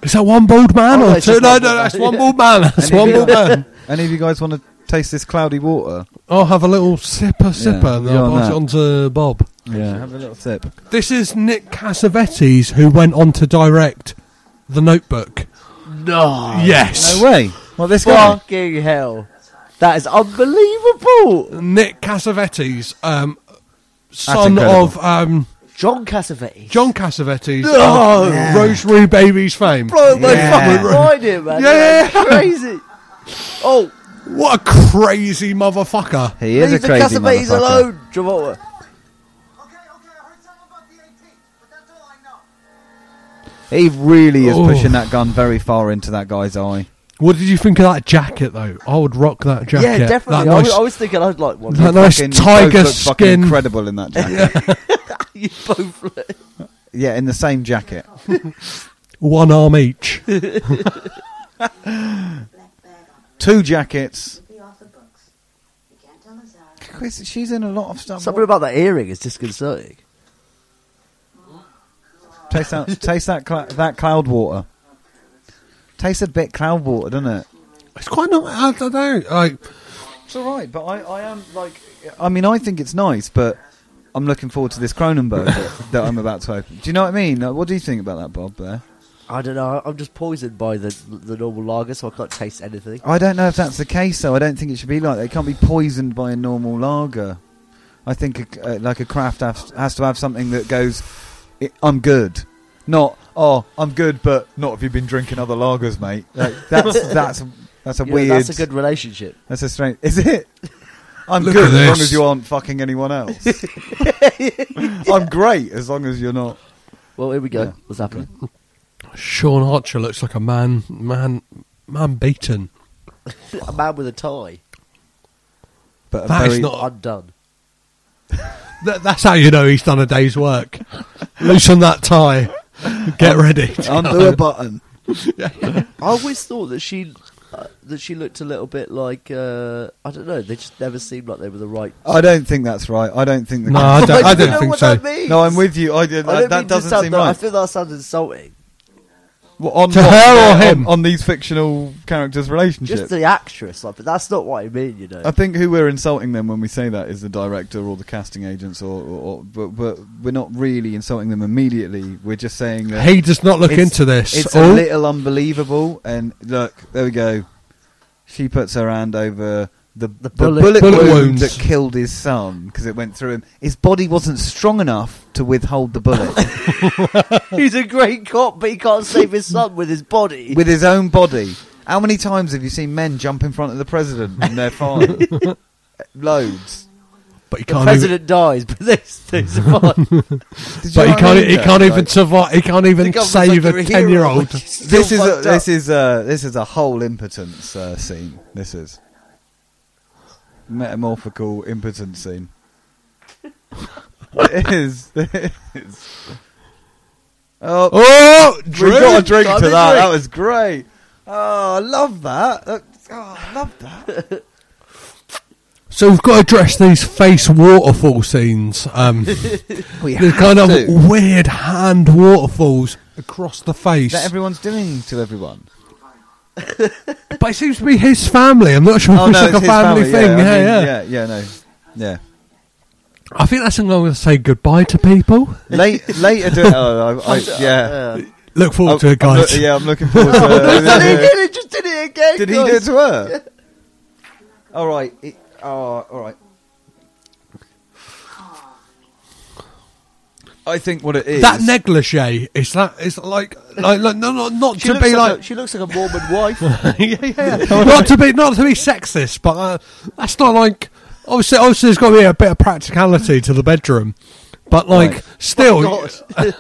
[SPEAKER 1] is that one bald man
[SPEAKER 2] Oh,
[SPEAKER 1] or
[SPEAKER 2] that's
[SPEAKER 1] two?
[SPEAKER 2] just
[SPEAKER 1] No,
[SPEAKER 2] one
[SPEAKER 1] no,
[SPEAKER 2] bald
[SPEAKER 1] that's
[SPEAKER 2] man.
[SPEAKER 1] one bald man. That's
[SPEAKER 3] Any of
[SPEAKER 1] one
[SPEAKER 3] you
[SPEAKER 1] bald
[SPEAKER 3] guys-
[SPEAKER 1] man.
[SPEAKER 3] Any of you guys want to taste this cloudy water?
[SPEAKER 1] I'll have a little sipper, sipper, and then
[SPEAKER 3] you're
[SPEAKER 1] I'll
[SPEAKER 3] on
[SPEAKER 1] pass
[SPEAKER 3] that.
[SPEAKER 1] it on to Bob.
[SPEAKER 3] Yeah. Have a little sip.
[SPEAKER 1] This is Nick Cassavetes, who went on to direct The Notebook.
[SPEAKER 2] No.
[SPEAKER 1] Yes.
[SPEAKER 3] No way. Well, this guy.
[SPEAKER 2] Fucking hell. That is unbelievable.
[SPEAKER 1] Nick Cassavetes, um, son
[SPEAKER 3] incredible.
[SPEAKER 1] of um,
[SPEAKER 2] John Cassavetes.
[SPEAKER 1] John Cassavetes,
[SPEAKER 2] No.
[SPEAKER 1] of
[SPEAKER 3] Oh,
[SPEAKER 1] Rosemary Baby's fame.
[SPEAKER 2] Blow my
[SPEAKER 3] Yeah.
[SPEAKER 2] fucking mind here, man.
[SPEAKER 1] Yeah,
[SPEAKER 2] That's
[SPEAKER 1] yeah, yeah.
[SPEAKER 2] crazy. Oh,
[SPEAKER 1] What a crazy motherfucker.
[SPEAKER 3] He is
[SPEAKER 2] leave
[SPEAKER 3] a
[SPEAKER 2] the
[SPEAKER 3] crazy
[SPEAKER 2] Cassavetes
[SPEAKER 3] motherfucker.
[SPEAKER 2] alone, Travolta.
[SPEAKER 5] Okay, okay, I heard something about the 18th, but that's all I know.
[SPEAKER 3] He really is
[SPEAKER 1] Oh.
[SPEAKER 3] pushing that gun very far into that guy's eye.
[SPEAKER 1] What did you think of that jacket, though? I would rock that jacket.
[SPEAKER 2] Yeah, definitely.
[SPEAKER 1] That
[SPEAKER 2] I,
[SPEAKER 1] nice,
[SPEAKER 2] was, I was thinking I'd like one.
[SPEAKER 1] that nice
[SPEAKER 3] Fucking- you
[SPEAKER 1] tiger
[SPEAKER 3] both look fucking
[SPEAKER 1] skin.
[SPEAKER 3] incredible in that jacket.
[SPEAKER 2] you both look-
[SPEAKER 3] yeah, in the same jacket.
[SPEAKER 1] One arm each.
[SPEAKER 5] Black bag on it.
[SPEAKER 3] Two jackets.
[SPEAKER 5] Be off the books. You can't tell us how.
[SPEAKER 3] Chris, she's in a lot of stuff.
[SPEAKER 2] Something about that earring is disconcerting.
[SPEAKER 3] Taste that, taste that, cl- that cloud water. Tastes a bit cloud water, doesn't it?
[SPEAKER 1] It's quite not. I don't know. Like,
[SPEAKER 3] It's all right, but I, I am like, I mean, I think it's nice, but I'm looking forward to this Cronenberg that, that I'm about to open. Do you know what I mean? Like, what do you think about that, Bob? There,
[SPEAKER 2] I don't know. I'm just poisoned by the the normal lager, so I can't taste anything.
[SPEAKER 3] I don't know if that's the case, though. I don't think it should be like that. It can't be poisoned by a normal lager. I think a, uh, like a craft has, has to have something that goes, "I- I'm good, not oh, I'm good, but not if you've been drinking other lagers, mate. Like, that's that's that's a
[SPEAKER 2] You know,
[SPEAKER 3] weird.
[SPEAKER 2] that's a good relationship.
[SPEAKER 3] That's a strange. Is it? I'm
[SPEAKER 1] Look at
[SPEAKER 3] good as long
[SPEAKER 1] this.
[SPEAKER 3] as you aren't fucking anyone else. I'm great as long as you're not.
[SPEAKER 2] Well, here we go.
[SPEAKER 3] Yeah.
[SPEAKER 2] What's happening?
[SPEAKER 1] Sean Archer looks like a man, man, man beaten.
[SPEAKER 2] a man with a tie,
[SPEAKER 3] But a
[SPEAKER 1] That is
[SPEAKER 3] very-
[SPEAKER 1] not-
[SPEAKER 2] undone.
[SPEAKER 1] That, that's how you know he's done a day's work. Loosen that tie. Get
[SPEAKER 3] Um,
[SPEAKER 1] ready.
[SPEAKER 3] Undo a button.
[SPEAKER 2] I always thought that she uh, that she looked a little bit like uh, I don't know. They just never seemed like they were the right.
[SPEAKER 3] I don't think that's right. I don't think. That
[SPEAKER 1] No, I don't, I
[SPEAKER 2] you
[SPEAKER 1] don't
[SPEAKER 2] know
[SPEAKER 1] think
[SPEAKER 2] what
[SPEAKER 1] so.
[SPEAKER 2] That means.
[SPEAKER 3] No, I'm with you. I, did- that
[SPEAKER 2] I don't mean
[SPEAKER 3] that
[SPEAKER 2] to
[SPEAKER 3] doesn't
[SPEAKER 2] sound
[SPEAKER 3] seem
[SPEAKER 2] that- I
[SPEAKER 3] right.
[SPEAKER 2] feel that sounds insulting.
[SPEAKER 3] Well, on
[SPEAKER 1] To
[SPEAKER 3] what?
[SPEAKER 1] her or
[SPEAKER 3] Yeah,
[SPEAKER 1] him?
[SPEAKER 3] On, on these fictional characters' relationship.
[SPEAKER 2] Just the actress, like, but that's not what I mean. You know,
[SPEAKER 3] I think who we're insulting then when we say that is the director or the casting agents, or, or, or but, but we're not really insulting them immediately. We're just saying that
[SPEAKER 1] He does not look
[SPEAKER 3] It's-
[SPEAKER 1] into this.
[SPEAKER 3] It's
[SPEAKER 1] Oh,
[SPEAKER 3] a little unbelievable. And look, there we go. She puts her hand over the, the
[SPEAKER 2] bullet-
[SPEAKER 3] bullet,
[SPEAKER 1] Bullet
[SPEAKER 3] wound
[SPEAKER 1] wounds.
[SPEAKER 3] that killed his son because it went through him. His body wasn't strong enough to withhold the bullet.
[SPEAKER 2] he's a great cop, but he can't save his son with his body.
[SPEAKER 3] With his own body. How many times have you seen men jump in front of the president and they're fine? Loads.
[SPEAKER 1] but he
[SPEAKER 2] the
[SPEAKER 1] can't even.
[SPEAKER 2] president dies, but they, they survive.
[SPEAKER 3] Did
[SPEAKER 1] But
[SPEAKER 3] you know
[SPEAKER 1] he
[SPEAKER 3] what I
[SPEAKER 1] can't. e-,
[SPEAKER 3] mean,
[SPEAKER 1] He
[SPEAKER 3] though?
[SPEAKER 1] can't even
[SPEAKER 3] Like,
[SPEAKER 1] survive. He can't even save a ten-year-old.
[SPEAKER 3] this is a, this is a this is a whole impotence uh, scene. This is metamorphical impotence scene. it is. It is. Oh,
[SPEAKER 1] Oh,
[SPEAKER 3] we got
[SPEAKER 1] Drew!
[SPEAKER 3] a drink
[SPEAKER 2] Got
[SPEAKER 3] to
[SPEAKER 2] a
[SPEAKER 3] that.
[SPEAKER 2] drink.
[SPEAKER 3] That was great. Oh, I love that. That- Oh, I love that.
[SPEAKER 1] So we've got to address these face waterfall scenes. Um,
[SPEAKER 3] We
[SPEAKER 1] the
[SPEAKER 3] have
[SPEAKER 1] kind of
[SPEAKER 3] to.
[SPEAKER 1] weird hand waterfalls across the face.
[SPEAKER 3] that everyone's doing to everyone.
[SPEAKER 1] But it seems to be his family. I'm not sure if
[SPEAKER 3] Oh
[SPEAKER 1] it's
[SPEAKER 3] no,
[SPEAKER 1] like
[SPEAKER 3] it's
[SPEAKER 1] a
[SPEAKER 3] his
[SPEAKER 1] family,
[SPEAKER 3] family.
[SPEAKER 1] thing. Yeah,
[SPEAKER 3] I mean,
[SPEAKER 1] yeah,
[SPEAKER 3] yeah, yeah. No, yeah.
[SPEAKER 1] I think that's when I'm going to say goodbye to people.
[SPEAKER 3] Late, later. Do, oh, I, I, yeah.
[SPEAKER 1] Look forward
[SPEAKER 3] I'm-
[SPEAKER 1] to it,
[SPEAKER 3] I'm
[SPEAKER 1] guys.
[SPEAKER 3] Oh, look- yeah, I'm looking forward to
[SPEAKER 2] he
[SPEAKER 3] it.
[SPEAKER 2] did it, just did it again.
[SPEAKER 3] Did he
[SPEAKER 2] guys.
[SPEAKER 3] do it to her? All right. It,
[SPEAKER 2] uh,
[SPEAKER 3] oh, all right. I think what it is.
[SPEAKER 1] That negligee is that it's like like, like no, no, not
[SPEAKER 2] She
[SPEAKER 1] to
[SPEAKER 2] looks
[SPEAKER 1] be
[SPEAKER 2] like
[SPEAKER 1] like
[SPEAKER 2] a, she looks like a Mormon wife.
[SPEAKER 1] yeah, yeah. not to be not to be sexist, but uh, that's not like obviously. Obviously, there's got to be a bit of practicality to the bedroom, but like
[SPEAKER 3] Right.
[SPEAKER 1] still,
[SPEAKER 2] God.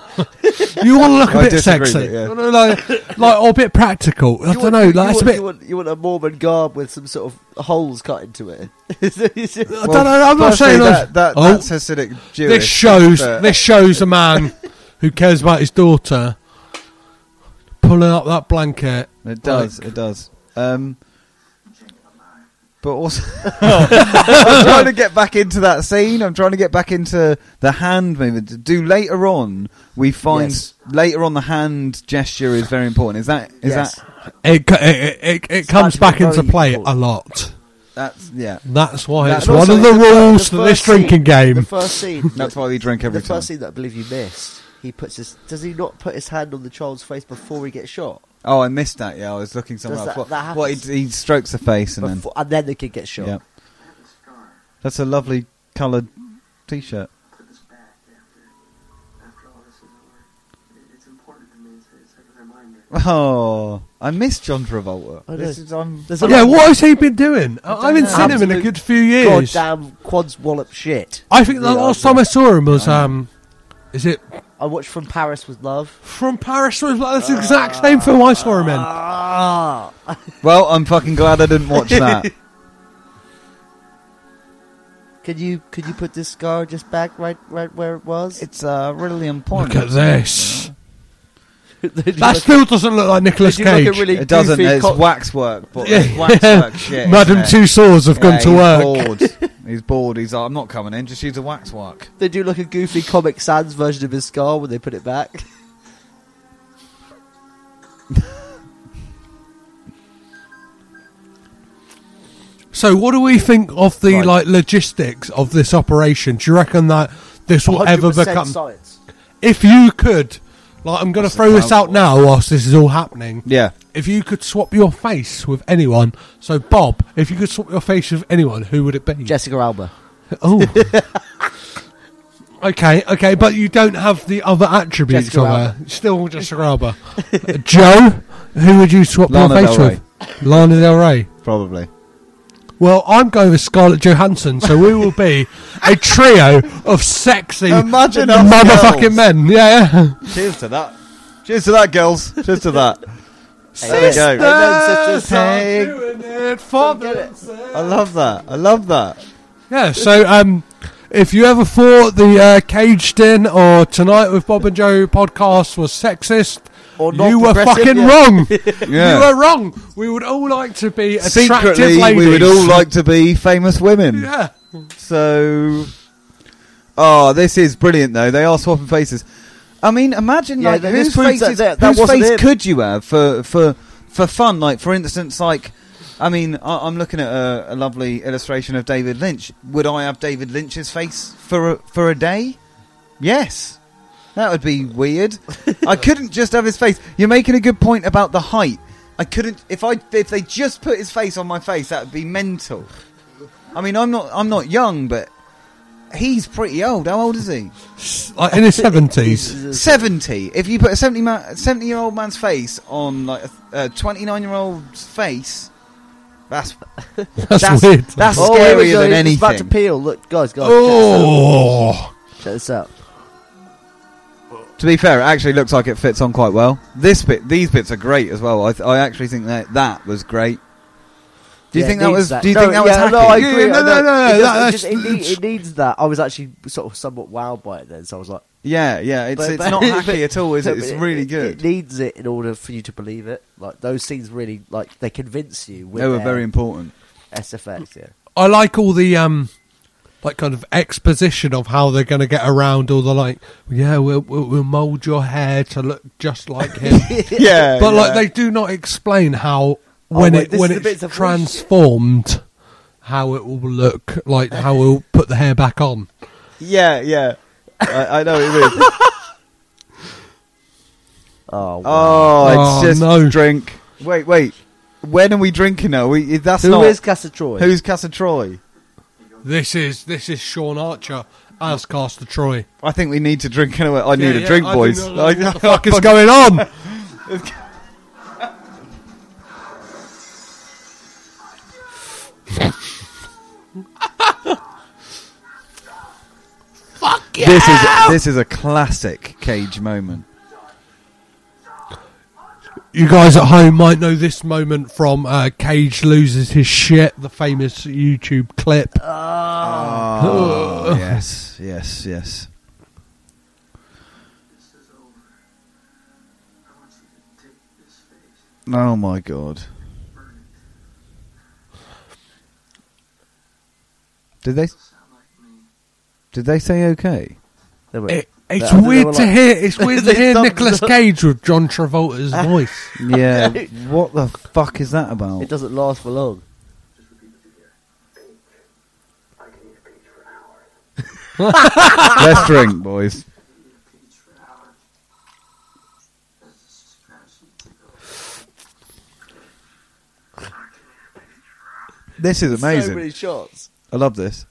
[SPEAKER 1] you want to look a
[SPEAKER 3] I
[SPEAKER 1] bit
[SPEAKER 3] disagree,
[SPEAKER 1] sexy,
[SPEAKER 3] but yeah.
[SPEAKER 1] You know, like, like or a bit practical. I
[SPEAKER 2] You
[SPEAKER 1] don't
[SPEAKER 2] want-
[SPEAKER 1] know,
[SPEAKER 2] You
[SPEAKER 1] like
[SPEAKER 2] want,
[SPEAKER 1] it's a
[SPEAKER 2] you
[SPEAKER 1] bit.
[SPEAKER 2] want, you want a Mormon garb with some sort of holes cut into it.
[SPEAKER 1] I don't know. I'm not
[SPEAKER 3] firstly,
[SPEAKER 1] saying I-
[SPEAKER 3] that, that,
[SPEAKER 1] oh,
[SPEAKER 3] that's Hasidic Jewish.
[SPEAKER 1] this shows
[SPEAKER 2] Uh,
[SPEAKER 3] but-
[SPEAKER 1] this shows a man who cares about his daughter. pulling up that blanket.
[SPEAKER 3] It does.
[SPEAKER 1] Like-
[SPEAKER 3] it does. Um, but also,
[SPEAKER 2] Oh.
[SPEAKER 3] I'm trying to get back into that scene. I'm trying to get back into the hand movement. Do later on we find
[SPEAKER 2] Yes.
[SPEAKER 3] later on the hand gesture is very important. Is that is
[SPEAKER 2] Yes.
[SPEAKER 3] that
[SPEAKER 1] It co- it, it, it comes
[SPEAKER 2] actually
[SPEAKER 1] back into
[SPEAKER 2] very
[SPEAKER 1] play a
[SPEAKER 2] important.
[SPEAKER 1] lot.
[SPEAKER 3] that's yeah?
[SPEAKER 1] That's why
[SPEAKER 3] That's
[SPEAKER 1] it's one
[SPEAKER 2] also
[SPEAKER 1] of the
[SPEAKER 2] fir-
[SPEAKER 1] rules
[SPEAKER 2] the
[SPEAKER 1] for this
[SPEAKER 2] first scene-
[SPEAKER 1] drinking
[SPEAKER 2] The
[SPEAKER 1] game.
[SPEAKER 2] first scene.
[SPEAKER 3] That's why we drink every
[SPEAKER 2] the
[SPEAKER 3] time.
[SPEAKER 2] first scene that I believe you missed. He puts his. Does he not put his hand on the child's face before he gets shot?
[SPEAKER 3] Oh, I missed that. Yeah, I was looking somewhere
[SPEAKER 2] Does
[SPEAKER 3] else.
[SPEAKER 2] that-
[SPEAKER 3] What,
[SPEAKER 2] that
[SPEAKER 3] what,
[SPEAKER 2] happens?
[SPEAKER 3] he, he strokes the face and
[SPEAKER 2] Before, and then the kid gets
[SPEAKER 3] then
[SPEAKER 2] shot.
[SPEAKER 3] yeah, that's a lovely coloured t-shirt.
[SPEAKER 4] put this back after after all this is over. It, it's important to me. It's, it's like a reminder.
[SPEAKER 3] Oh, I miss John Travolta.
[SPEAKER 2] I know.
[SPEAKER 3] This is, I'm,
[SPEAKER 2] There's a
[SPEAKER 1] Yeah,
[SPEAKER 2] lot of
[SPEAKER 1] what has he been doing? I,
[SPEAKER 3] don't
[SPEAKER 1] I haven't
[SPEAKER 3] know.
[SPEAKER 1] seen him in a
[SPEAKER 2] Absolute
[SPEAKER 1] good few years.
[SPEAKER 2] goddamn quads wallop shit.
[SPEAKER 1] I think the
[SPEAKER 2] Yeah,
[SPEAKER 1] last
[SPEAKER 2] I-
[SPEAKER 1] time I saw him was um, is it
[SPEAKER 2] I watched From Paris with Love.
[SPEAKER 1] from Paris? Or is that- That's the exact same film I saw him in.
[SPEAKER 2] Ah,
[SPEAKER 3] well, I'm fucking glad I didn't watch that.
[SPEAKER 2] could you could you put this scar just back right right where it was?
[SPEAKER 3] it's uh, really important.
[SPEAKER 1] Look at this.
[SPEAKER 2] Did you
[SPEAKER 1] That
[SPEAKER 2] look-
[SPEAKER 1] still doesn't look like Nicolas
[SPEAKER 2] did you look
[SPEAKER 1] Cage.
[SPEAKER 2] at really
[SPEAKER 3] It doesn't.
[SPEAKER 2] goofy
[SPEAKER 3] It's
[SPEAKER 2] co-
[SPEAKER 3] waxwork, but it's
[SPEAKER 1] Yeah.
[SPEAKER 3] waxwork shit.
[SPEAKER 1] Madam
[SPEAKER 3] isn't it?
[SPEAKER 1] Two Swords have gone
[SPEAKER 3] Yeah,
[SPEAKER 1] to work.
[SPEAKER 3] he's Bored. he's bored. He's like, I'm not coming in. Just use a waxwork.
[SPEAKER 2] They do like a goofy Comic Sans version of his scar when they put it back.
[SPEAKER 1] So, what do we think of the
[SPEAKER 2] Right.
[SPEAKER 1] like logistics of this operation? Do you reckon that this will ever
[SPEAKER 2] 100%
[SPEAKER 1] become?
[SPEAKER 2] science.
[SPEAKER 1] If you could, like, I'm going to throw this
[SPEAKER 3] plan?
[SPEAKER 1] out now whilst this is all happening.
[SPEAKER 3] Yeah.
[SPEAKER 1] If you could swap your face with anyone, so Bob, if you could swap your face with anyone, who would it be?
[SPEAKER 2] Jessica Alba.
[SPEAKER 1] Oh. okay, okay, but you don't have the other attributes
[SPEAKER 2] Jessica
[SPEAKER 1] of her. Still Jessica Alba. Uh, Joe, who would you swap
[SPEAKER 3] Lana
[SPEAKER 1] your face
[SPEAKER 3] Del Rey.
[SPEAKER 1] with? Lana Del Rey.
[SPEAKER 3] Probably.
[SPEAKER 1] Well, I'm going with Scarlett Johansson, so we will be a trio of sexy
[SPEAKER 3] Imagine us
[SPEAKER 1] motherfucking
[SPEAKER 3] girls.
[SPEAKER 1] men. Yeah, yeah.
[SPEAKER 3] Cheers to that. Cheers to that, girls. Cheers to that. There we
[SPEAKER 2] Hey,
[SPEAKER 3] go.
[SPEAKER 2] that's-
[SPEAKER 3] Hey.
[SPEAKER 1] doing it for themselves.
[SPEAKER 3] I love that. I love that.
[SPEAKER 1] Yeah, so um, if you ever thought the uh, Caged In or Tonight with Bob and Joe podcast was sexist,
[SPEAKER 2] Or not
[SPEAKER 1] you were
[SPEAKER 2] progressive,
[SPEAKER 1] fucking
[SPEAKER 2] yeah.
[SPEAKER 1] wrong.
[SPEAKER 3] Yeah.
[SPEAKER 1] You were wrong. We would all like to be attractive
[SPEAKER 3] Secretly,
[SPEAKER 1] ladies.
[SPEAKER 3] we would all like to be famous women.
[SPEAKER 1] Yeah.
[SPEAKER 3] So, oh, this is brilliant though. They are swapping faces. I mean, imagine
[SPEAKER 2] Yeah,
[SPEAKER 3] like
[SPEAKER 2] th-
[SPEAKER 3] whose
[SPEAKER 2] this proves
[SPEAKER 3] face,
[SPEAKER 2] that-
[SPEAKER 3] is-
[SPEAKER 2] that- that
[SPEAKER 3] whose
[SPEAKER 2] wasn't
[SPEAKER 3] face
[SPEAKER 2] him.
[SPEAKER 3] could you have for for for fun? Like for instance, like I mean, I, I'm looking at a, a lovely illustration of David Lynch. Would I have David Lynch's face for a, for a day? Yes. That would be weird. I couldn't just have his face. You're making a good point about the height. I couldn't if I if they just put his face on my face, that would be mental. I mean, I'm not I'm not young, but he's pretty old. How old is he?
[SPEAKER 1] Like in his 70s.
[SPEAKER 2] Jesus.
[SPEAKER 3] Seventy. If you put a seventy man, seventy year old man's face on like a twenty nine year old's face, that's
[SPEAKER 1] That's,
[SPEAKER 3] That's-
[SPEAKER 1] weird.
[SPEAKER 3] that's-
[SPEAKER 2] Oh, here we
[SPEAKER 3] Scarier
[SPEAKER 2] go,
[SPEAKER 3] than
[SPEAKER 2] it's about to
[SPEAKER 3] anything.
[SPEAKER 2] peel. Look, guys, guys.
[SPEAKER 1] oh.
[SPEAKER 2] Check this out. Check this out.
[SPEAKER 3] to be fair. It actually looks like it fits on quite well. This bit, these bits are great as well. I, th- I actually think that that was great. Do you
[SPEAKER 2] Yeah,
[SPEAKER 3] think
[SPEAKER 2] it
[SPEAKER 3] that
[SPEAKER 2] needs
[SPEAKER 3] was? Do you
[SPEAKER 2] No,
[SPEAKER 3] think that was?
[SPEAKER 2] yeah,
[SPEAKER 3] hacking?
[SPEAKER 2] No, I
[SPEAKER 1] Yeah,
[SPEAKER 2] agree.
[SPEAKER 1] no,
[SPEAKER 2] I
[SPEAKER 1] no,
[SPEAKER 2] know.
[SPEAKER 1] no,
[SPEAKER 2] It,
[SPEAKER 1] no,
[SPEAKER 2] does- it just, it,
[SPEAKER 1] that's-
[SPEAKER 2] need, it needs that. I was actually sort of somewhat wowed by it then, so I was like,
[SPEAKER 3] Yeah, yeah, it's,
[SPEAKER 2] But-
[SPEAKER 3] it's
[SPEAKER 2] but-
[SPEAKER 3] not hacky
[SPEAKER 2] but-
[SPEAKER 3] at all, is
[SPEAKER 2] no,
[SPEAKER 3] it?
[SPEAKER 2] but
[SPEAKER 3] It's really
[SPEAKER 2] It
[SPEAKER 3] good.
[SPEAKER 2] needs it in order for you to believe it. Like those scenes really, like they convince you. With
[SPEAKER 3] They were
[SPEAKER 2] their
[SPEAKER 3] very important.
[SPEAKER 2] SFX. Yeah.
[SPEAKER 1] I like all the um, like kind of exposition of how they're going to get around all the like, yeah, we'll, we'll, we'll mold your hair to look just like him.
[SPEAKER 3] Yeah,
[SPEAKER 1] but like they do not explain how
[SPEAKER 2] Oh,
[SPEAKER 1] when
[SPEAKER 2] wait,
[SPEAKER 1] it
[SPEAKER 2] this
[SPEAKER 1] when
[SPEAKER 2] is the bits
[SPEAKER 1] it's
[SPEAKER 2] I've watched.
[SPEAKER 1] transformed how it will look like how we'll put the hair back on
[SPEAKER 3] yeah, yeah. I, I know it is.
[SPEAKER 2] Oh, wow.
[SPEAKER 3] Oh,
[SPEAKER 1] Oh,
[SPEAKER 3] it's just
[SPEAKER 1] no.
[SPEAKER 3] drink. Wait, wait. When are we drinking now? We that's
[SPEAKER 2] who
[SPEAKER 3] not
[SPEAKER 2] is Casa Troy?
[SPEAKER 3] who's Casa Troy.
[SPEAKER 1] this is this is sean archer as Caster Troy.
[SPEAKER 3] I think we need to drink anyway. I need
[SPEAKER 1] Yeah,
[SPEAKER 3] a
[SPEAKER 1] yeah,
[SPEAKER 3] drink,
[SPEAKER 1] I do
[SPEAKER 3] boys.
[SPEAKER 1] not like
[SPEAKER 3] I-
[SPEAKER 1] what the fuck is going on?
[SPEAKER 3] this is this is a classic cage moment.
[SPEAKER 1] You guys at home might know this moment from uh, Cage loses his shit, the famous YouTube clip.
[SPEAKER 2] Uh,
[SPEAKER 3] Oh, yes, yes, yes.
[SPEAKER 4] This is over. I want you to take this
[SPEAKER 3] Oh my god. Did they? Did they say okay?
[SPEAKER 2] They were-
[SPEAKER 1] It,
[SPEAKER 2] I
[SPEAKER 1] it's
[SPEAKER 2] think they
[SPEAKER 1] weird
[SPEAKER 2] were
[SPEAKER 1] to
[SPEAKER 2] like-
[SPEAKER 1] hear. It's weird to
[SPEAKER 2] They
[SPEAKER 1] hear
[SPEAKER 2] thumbs
[SPEAKER 1] Nicolas
[SPEAKER 2] up.
[SPEAKER 1] Cage with John Travolta's voice.
[SPEAKER 3] Yeah. what the fuck is that about?
[SPEAKER 2] It doesn't last for long.
[SPEAKER 3] Let's drink, boys.
[SPEAKER 5] Oh,
[SPEAKER 3] This is
[SPEAKER 2] So many
[SPEAKER 3] amazing.
[SPEAKER 2] shots.
[SPEAKER 3] I love this.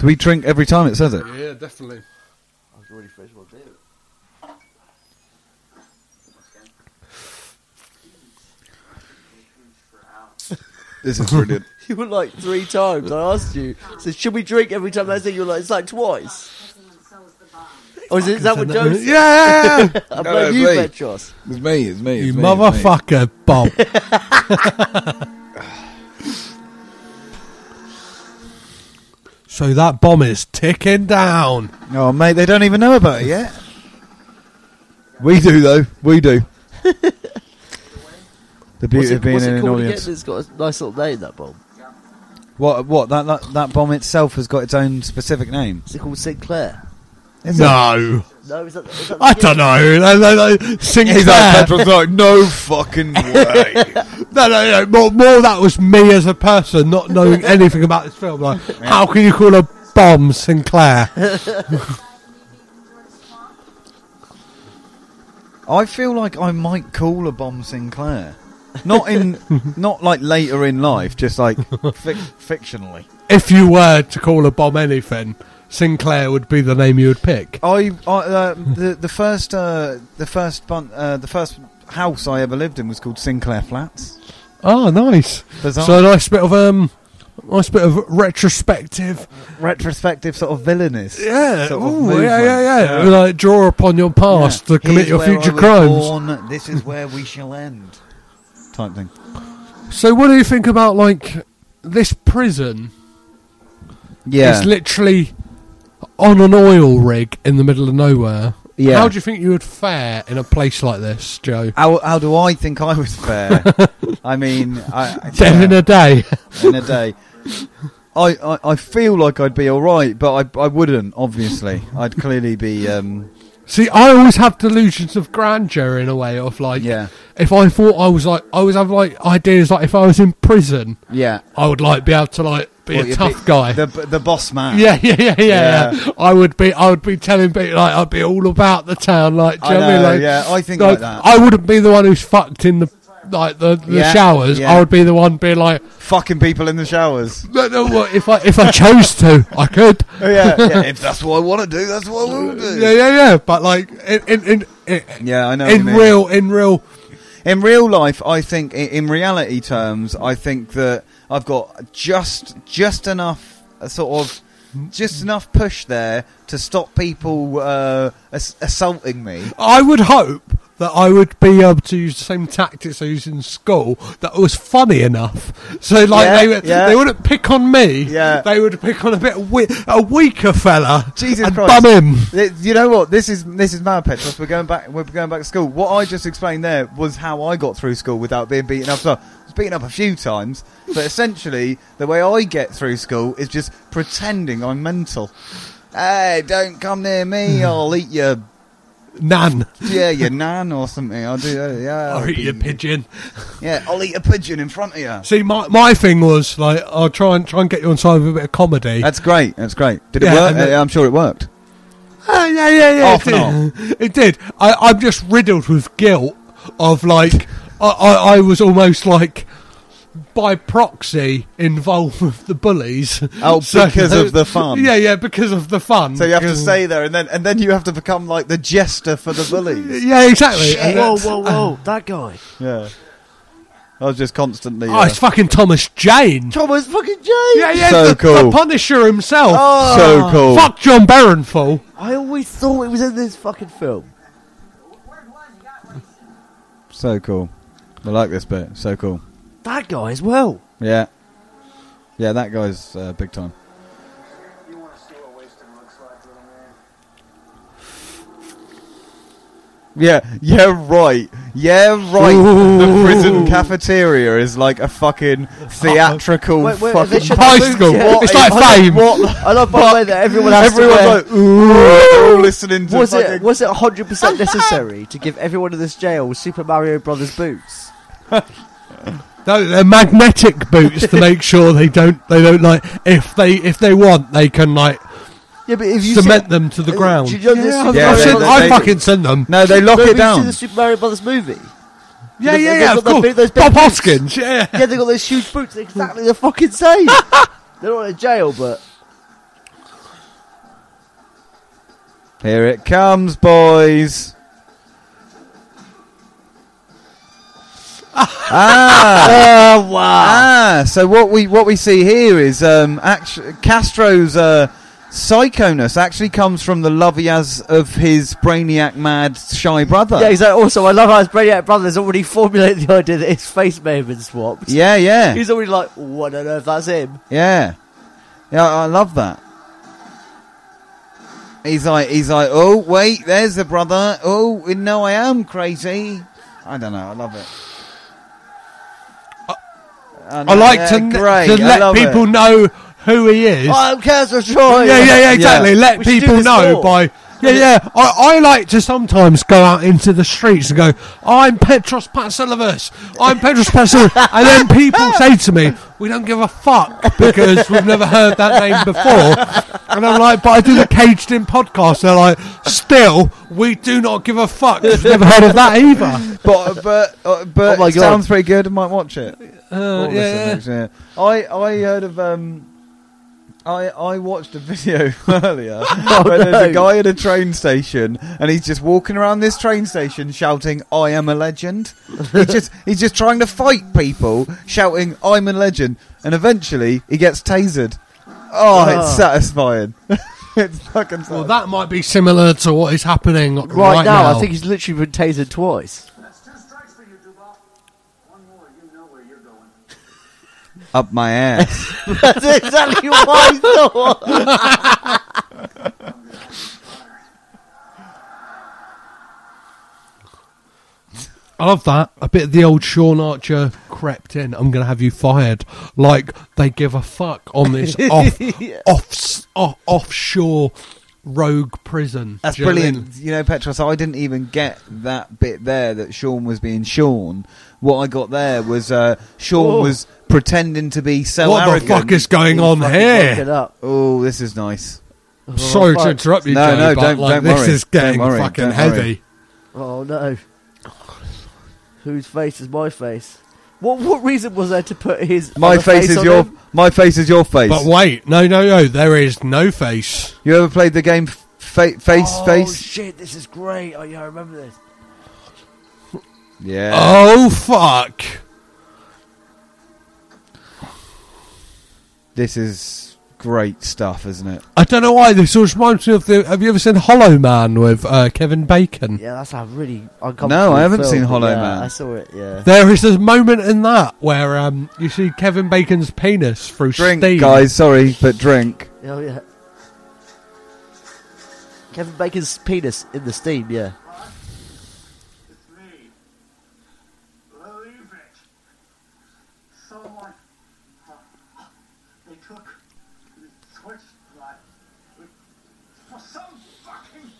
[SPEAKER 3] Do we drink every time it says it?
[SPEAKER 1] Yeah, definitely.
[SPEAKER 2] I've already finished one too.
[SPEAKER 3] This is brilliant.
[SPEAKER 2] You were like three times. I asked you. So should we drink every time I say you were like it's like twice. Oh, is, it, is that what Joe said?
[SPEAKER 1] Yeah,
[SPEAKER 3] No,
[SPEAKER 2] I blame you,
[SPEAKER 3] me.
[SPEAKER 2] Petros.
[SPEAKER 3] It's me, it's me.
[SPEAKER 1] you motherfucker, Bob. so that bomb is ticking down.
[SPEAKER 3] Oh, mate, they don't even know about it yet. We do, though. We do. the beauty
[SPEAKER 2] What's it,
[SPEAKER 3] of being
[SPEAKER 2] what's
[SPEAKER 3] in
[SPEAKER 2] it
[SPEAKER 3] an
[SPEAKER 2] called again?
[SPEAKER 3] audience.
[SPEAKER 2] It's got a nice little name, that bomb.
[SPEAKER 3] What? What? That, that that bomb itself has got its own specific name.
[SPEAKER 2] Is it called Sinclair?
[SPEAKER 3] Is it?
[SPEAKER 1] No,
[SPEAKER 2] No, is that, is that
[SPEAKER 1] I don't know. No, no, no.
[SPEAKER 3] He's
[SPEAKER 1] Sinclair.
[SPEAKER 3] like, Pedro's like, no fucking way.
[SPEAKER 1] No, no, no. More, more that was me as a person not knowing anything about this film. Like, how can you call a bomb Sinclair?
[SPEAKER 3] I feel like I might call a bomb Sinclair. Not in, not like later in life, just like fic- fictionally.
[SPEAKER 1] if you were to call a bomb anything, Sinclair would be the name you would pick.
[SPEAKER 3] I, I uh, the the first uh, the first bun- uh, the first house I ever lived in was called Sinclair Flats.
[SPEAKER 1] Oh, nice.
[SPEAKER 3] Bizarre.
[SPEAKER 1] So a nice bit of um, nice bit of retrospective.
[SPEAKER 3] retrospective sort of villainous.
[SPEAKER 1] Yeah,
[SPEAKER 3] sort of
[SPEAKER 1] ooh,
[SPEAKER 3] movement.
[SPEAKER 1] yeah, yeah, yeah. Like draw upon your past
[SPEAKER 3] Yeah.
[SPEAKER 1] to commit
[SPEAKER 3] Here's
[SPEAKER 1] your
[SPEAKER 3] where I
[SPEAKER 1] future
[SPEAKER 3] was
[SPEAKER 1] crimes.
[SPEAKER 3] born, this is where we shall end. Type thing.
[SPEAKER 1] So, what do you think about like this prison?
[SPEAKER 3] Yeah,
[SPEAKER 1] It's literally on an oil rig in the middle of nowhere.
[SPEAKER 3] Yeah.
[SPEAKER 1] How do you think you would fare in a place like this, Joe?
[SPEAKER 3] How, how do I think I was fair? I mean, I,
[SPEAKER 1] Dead in a day.
[SPEAKER 3] in a day. I, I, I feel like I'd be all right, but I, I wouldn't. Obviously, I'd clearly be. Um,
[SPEAKER 1] See, I always have delusions of grandeur in a way of like,
[SPEAKER 3] Yeah.
[SPEAKER 1] if I thought I was like, I always have like ideas like if I was in prison,
[SPEAKER 3] yeah,
[SPEAKER 1] I would like be able to like be
[SPEAKER 3] Well,
[SPEAKER 1] a
[SPEAKER 3] you'd
[SPEAKER 1] tough
[SPEAKER 3] be
[SPEAKER 1] guy.
[SPEAKER 3] the the boss man.
[SPEAKER 1] yeah, yeah, yeah, yeah,
[SPEAKER 3] Yeah.
[SPEAKER 1] yeah. I would be, I would be telling people like I'd be all about the town, like, do you
[SPEAKER 3] I
[SPEAKER 1] know, what I mean?
[SPEAKER 3] know,
[SPEAKER 1] Like,
[SPEAKER 3] yeah, I think like that.
[SPEAKER 1] I wouldn't be the one who's fucked in the like the, the
[SPEAKER 3] Yeah,
[SPEAKER 1] showers.
[SPEAKER 3] yeah.
[SPEAKER 1] I would be the one being like,
[SPEAKER 3] fucking people in the showers.
[SPEAKER 1] no, no, what if I if I chose to, I could.
[SPEAKER 3] Oh, yeah, yeah, if that's what I want to do, that's what I will do.
[SPEAKER 1] Yeah, yeah, yeah. But like in in in, in,
[SPEAKER 3] Yeah, I know. what you
[SPEAKER 1] in
[SPEAKER 3] mean.
[SPEAKER 1] real in real
[SPEAKER 3] in real life, I think i- in reality terms, I think that I've got just just enough uh, sort of just enough push there to stop people uh, ass- assaulting me.
[SPEAKER 1] I would hope that I would be able to use the same tactics I used in school that was funny enough. So like
[SPEAKER 3] Yeah,
[SPEAKER 1] they would,
[SPEAKER 3] yeah.
[SPEAKER 1] they wouldn't pick on me.
[SPEAKER 3] Yeah.
[SPEAKER 1] They would pick on a bit we- a weaker fella.
[SPEAKER 3] Jesus
[SPEAKER 1] and
[SPEAKER 3] Christ.
[SPEAKER 1] bum him.
[SPEAKER 3] Th- You know what? This is this is mad, Petros. We're going back. We're going back to school. What I just explained there was how I got through school without being beaten up. So I was beaten up a few times, but essentially the way I get through school is just pretending I'm mental. Hey, don't come near me. I'll eat your
[SPEAKER 1] Nan.
[SPEAKER 3] yeah, your nan or something. I'll do that. Yeah,
[SPEAKER 1] Or eat your
[SPEAKER 3] be-
[SPEAKER 1] pigeon.
[SPEAKER 3] Yeah, I'll eat a pigeon in front of you.
[SPEAKER 1] See, my, my thing was like, I'll try and try and get you on side with a bit of comedy.
[SPEAKER 3] That's great. That's great. Did
[SPEAKER 1] Yeah,
[SPEAKER 3] it work?
[SPEAKER 1] and then-
[SPEAKER 3] Uh, I'm sure it worked.
[SPEAKER 1] Oh, yeah, yeah, yeah.
[SPEAKER 3] Off
[SPEAKER 1] it
[SPEAKER 3] and
[SPEAKER 1] did. It did. I, I'm just riddled with guilt of like, I, I, I was almost like by proxy involved with the bullies.
[SPEAKER 3] Oh, because of the fun.
[SPEAKER 1] Yeah, yeah, because of the fun.
[SPEAKER 3] So you have to
[SPEAKER 1] Because-
[SPEAKER 3] stay there, and then and then you have to become like the jester for the bullies.
[SPEAKER 1] Yeah, exactly. And
[SPEAKER 2] Whoa,
[SPEAKER 1] that's-
[SPEAKER 2] whoa, whoa! that guy.
[SPEAKER 3] Yeah, I was just constantly.
[SPEAKER 1] Oh,
[SPEAKER 3] uh,
[SPEAKER 1] it's fucking Thomas Jane.
[SPEAKER 2] Thomas fucking James.
[SPEAKER 1] Yeah, yeah,
[SPEAKER 3] So
[SPEAKER 1] the, the
[SPEAKER 3] cool.
[SPEAKER 1] Punisher himself.
[SPEAKER 2] Oh,
[SPEAKER 3] so cool.
[SPEAKER 1] Fuck John Barenfall.
[SPEAKER 2] I always thought it was in this fucking film.
[SPEAKER 3] So cool. I like this bit. So cool.
[SPEAKER 2] That guy as well.
[SPEAKER 3] Yeah, yeah. That guy's uh, big time.
[SPEAKER 5] You want to see what wasting looks like, little
[SPEAKER 3] Yeah,
[SPEAKER 5] man?
[SPEAKER 3] yeah, right. Yeah, right. The
[SPEAKER 1] Ooh.
[SPEAKER 3] prison cafeteria is like a fucking theatrical
[SPEAKER 2] Wait, wait, they
[SPEAKER 3] fucking
[SPEAKER 2] should-
[SPEAKER 1] High school.
[SPEAKER 2] Yeah.
[SPEAKER 1] It's
[SPEAKER 3] a-
[SPEAKER 1] like
[SPEAKER 3] I don't-
[SPEAKER 1] fame.
[SPEAKER 3] What the
[SPEAKER 2] I love by the way that everyone has to
[SPEAKER 3] Everyone's
[SPEAKER 2] wear-
[SPEAKER 3] like, ooh, they're all listening to
[SPEAKER 2] was
[SPEAKER 3] fucking.
[SPEAKER 2] it was it 100 percent necessary to give everyone in this jail Super Mario Brothers boots?
[SPEAKER 1] No, they're magnetic boots to make sure they don't they don't like if they if they want they can like
[SPEAKER 2] Yeah, but if you
[SPEAKER 1] cement
[SPEAKER 2] see,
[SPEAKER 1] them to the
[SPEAKER 2] uh,
[SPEAKER 1] ground.
[SPEAKER 2] do you know this-
[SPEAKER 1] yeah,
[SPEAKER 3] Yeah,
[SPEAKER 1] I've
[SPEAKER 3] they-
[SPEAKER 1] seen-
[SPEAKER 3] they-
[SPEAKER 1] I
[SPEAKER 3] they-
[SPEAKER 1] fucking sent them.
[SPEAKER 3] no, they lock
[SPEAKER 2] no,
[SPEAKER 3] it
[SPEAKER 2] but you see
[SPEAKER 3] down.
[SPEAKER 2] the Super Mario Brothers movie.
[SPEAKER 1] yeah,
[SPEAKER 2] they-
[SPEAKER 1] yeah,
[SPEAKER 2] they've
[SPEAKER 1] yeah. Of
[SPEAKER 2] got those big-
[SPEAKER 1] course.
[SPEAKER 2] those big
[SPEAKER 1] Bob
[SPEAKER 2] boots.
[SPEAKER 1] Hoskins. Yeah.
[SPEAKER 2] Yeah, they got those huge boots. They're exactly the fucking same. They're not in jail, but
[SPEAKER 3] Here it comes, boys. ah,
[SPEAKER 2] oh wow.
[SPEAKER 3] ah. So what we what we see here is um, actu Castro's uh, psychoness actually comes from the lovias of his brainiac mad shy brother.
[SPEAKER 2] Yeah, exactly. Also, I love how his Brainiac brother's already formulated the idea that his face may have been swapped.
[SPEAKER 3] yeah, yeah.
[SPEAKER 2] He's already like, what on earth, that's him.
[SPEAKER 3] Yeah, yeah, I love that. He's like, he's like, oh wait, there's the brother. Oh no, I am crazy. I don't know. I love it.
[SPEAKER 1] I like to,
[SPEAKER 3] Yeah,
[SPEAKER 1] n-
[SPEAKER 3] uh, great,
[SPEAKER 1] to
[SPEAKER 3] I
[SPEAKER 1] let
[SPEAKER 3] love it.
[SPEAKER 1] people know who he is.
[SPEAKER 2] I'm Cancer Troy!
[SPEAKER 1] yeah, yeah, yeah, exactly.
[SPEAKER 3] Yeah.
[SPEAKER 1] Let
[SPEAKER 2] Oh, We should do
[SPEAKER 1] people
[SPEAKER 2] this
[SPEAKER 1] know
[SPEAKER 2] more.
[SPEAKER 1] by. Yeah, yeah. I, I like to sometimes go out into the streets and go, I'm Petros Patsilivas. I'm Petros Patsilivas. and then people say to me, we don't give a fuck because we've never heard that name before. And I'm like, but I do the Caged In podcast. They're like, still, we do not give a fuck. 'cause We've never heard of that
[SPEAKER 2] Uh,
[SPEAKER 1] either.
[SPEAKER 3] But but uh, but
[SPEAKER 2] Oh my
[SPEAKER 3] it
[SPEAKER 2] God.
[SPEAKER 3] sounds pretty good. I might watch it.
[SPEAKER 1] Uh,
[SPEAKER 3] Or listen,
[SPEAKER 1] yeah.
[SPEAKER 3] actually, yeah. I I heard of um. I, I watched a video earlier
[SPEAKER 1] Oh,
[SPEAKER 3] where there's a
[SPEAKER 2] no.
[SPEAKER 3] guy at a train station and he's just walking around this train station shouting "I am a legend." he's just he's just trying to fight people, shouting "I'm a legend," and eventually he gets tasered. Oh, it's
[SPEAKER 2] Ah.
[SPEAKER 3] satisfying. it's fucking
[SPEAKER 1] Well,
[SPEAKER 3] satisfying.
[SPEAKER 1] that might be similar to what is happening right,
[SPEAKER 2] Right, now, I think he's literally been tasered twice.
[SPEAKER 5] That's two strikes for you, Duval.
[SPEAKER 4] One more, you know where you're going.
[SPEAKER 3] up my ass.
[SPEAKER 2] That's exactly what I thought!
[SPEAKER 1] I love that. A bit of the old Sean Archer crept in. I'm going to have you fired. Like they give a fuck on this off, off, off offshore rogue prison.
[SPEAKER 3] That's
[SPEAKER 1] Do you know what I mean?
[SPEAKER 3] brilliant. You know, Petros, I didn't even get that bit there that Sean was being Sean. What I got there was uh, Sean
[SPEAKER 2] Oh.
[SPEAKER 3] was pretending to be so
[SPEAKER 1] what
[SPEAKER 3] arrogant.
[SPEAKER 1] the fuck is going on
[SPEAKER 2] Fucking look it
[SPEAKER 1] here?
[SPEAKER 2] up.
[SPEAKER 3] Oh, this is nice.
[SPEAKER 2] Oh,
[SPEAKER 1] Sorry
[SPEAKER 2] fuck.
[SPEAKER 1] to interrupt you,
[SPEAKER 3] No,
[SPEAKER 1] Joe,
[SPEAKER 3] no,
[SPEAKER 1] but
[SPEAKER 3] don't-
[SPEAKER 1] like,
[SPEAKER 3] don't
[SPEAKER 1] this
[SPEAKER 3] worry.
[SPEAKER 1] is getting
[SPEAKER 3] Don't worry,
[SPEAKER 1] fucking
[SPEAKER 3] don't worry.
[SPEAKER 1] heavy.
[SPEAKER 2] Oh no. Whose face is my face? What what reason was there to put his
[SPEAKER 3] My
[SPEAKER 2] other
[SPEAKER 3] face is
[SPEAKER 2] on
[SPEAKER 3] your
[SPEAKER 2] him?
[SPEAKER 3] my face is your face.
[SPEAKER 1] But wait, no, no, no. There is no face.
[SPEAKER 3] you ever played the game f- fa- Face
[SPEAKER 2] oh,
[SPEAKER 3] Face?
[SPEAKER 2] shit, this is great. Oh yeah, I remember this.
[SPEAKER 3] Yeah.
[SPEAKER 1] Oh fuck!
[SPEAKER 3] This is great stuff, isn't it?
[SPEAKER 1] I don't know why this always reminds me of the. Have you ever seen Hollow Man with uh, Kevin Bacon?
[SPEAKER 2] Yeah, that's a really uncomfortable.
[SPEAKER 3] Mm. No, I haven't
[SPEAKER 2] film,
[SPEAKER 3] seen
[SPEAKER 2] but
[SPEAKER 3] Hollow
[SPEAKER 2] yeah,
[SPEAKER 3] Man.
[SPEAKER 2] I saw it, yeah.
[SPEAKER 1] There is a moment in that where um, you see Kevin Bacon's penis through
[SPEAKER 3] Drink,
[SPEAKER 1] steam.
[SPEAKER 3] guys. Sorry, but drink.
[SPEAKER 2] Oh yeah. Kevin Bacon's penis in the steam, yeah.
[SPEAKER 5] It's me. Believe it. Someone. Uh, they took. Switchblade. For some fucking.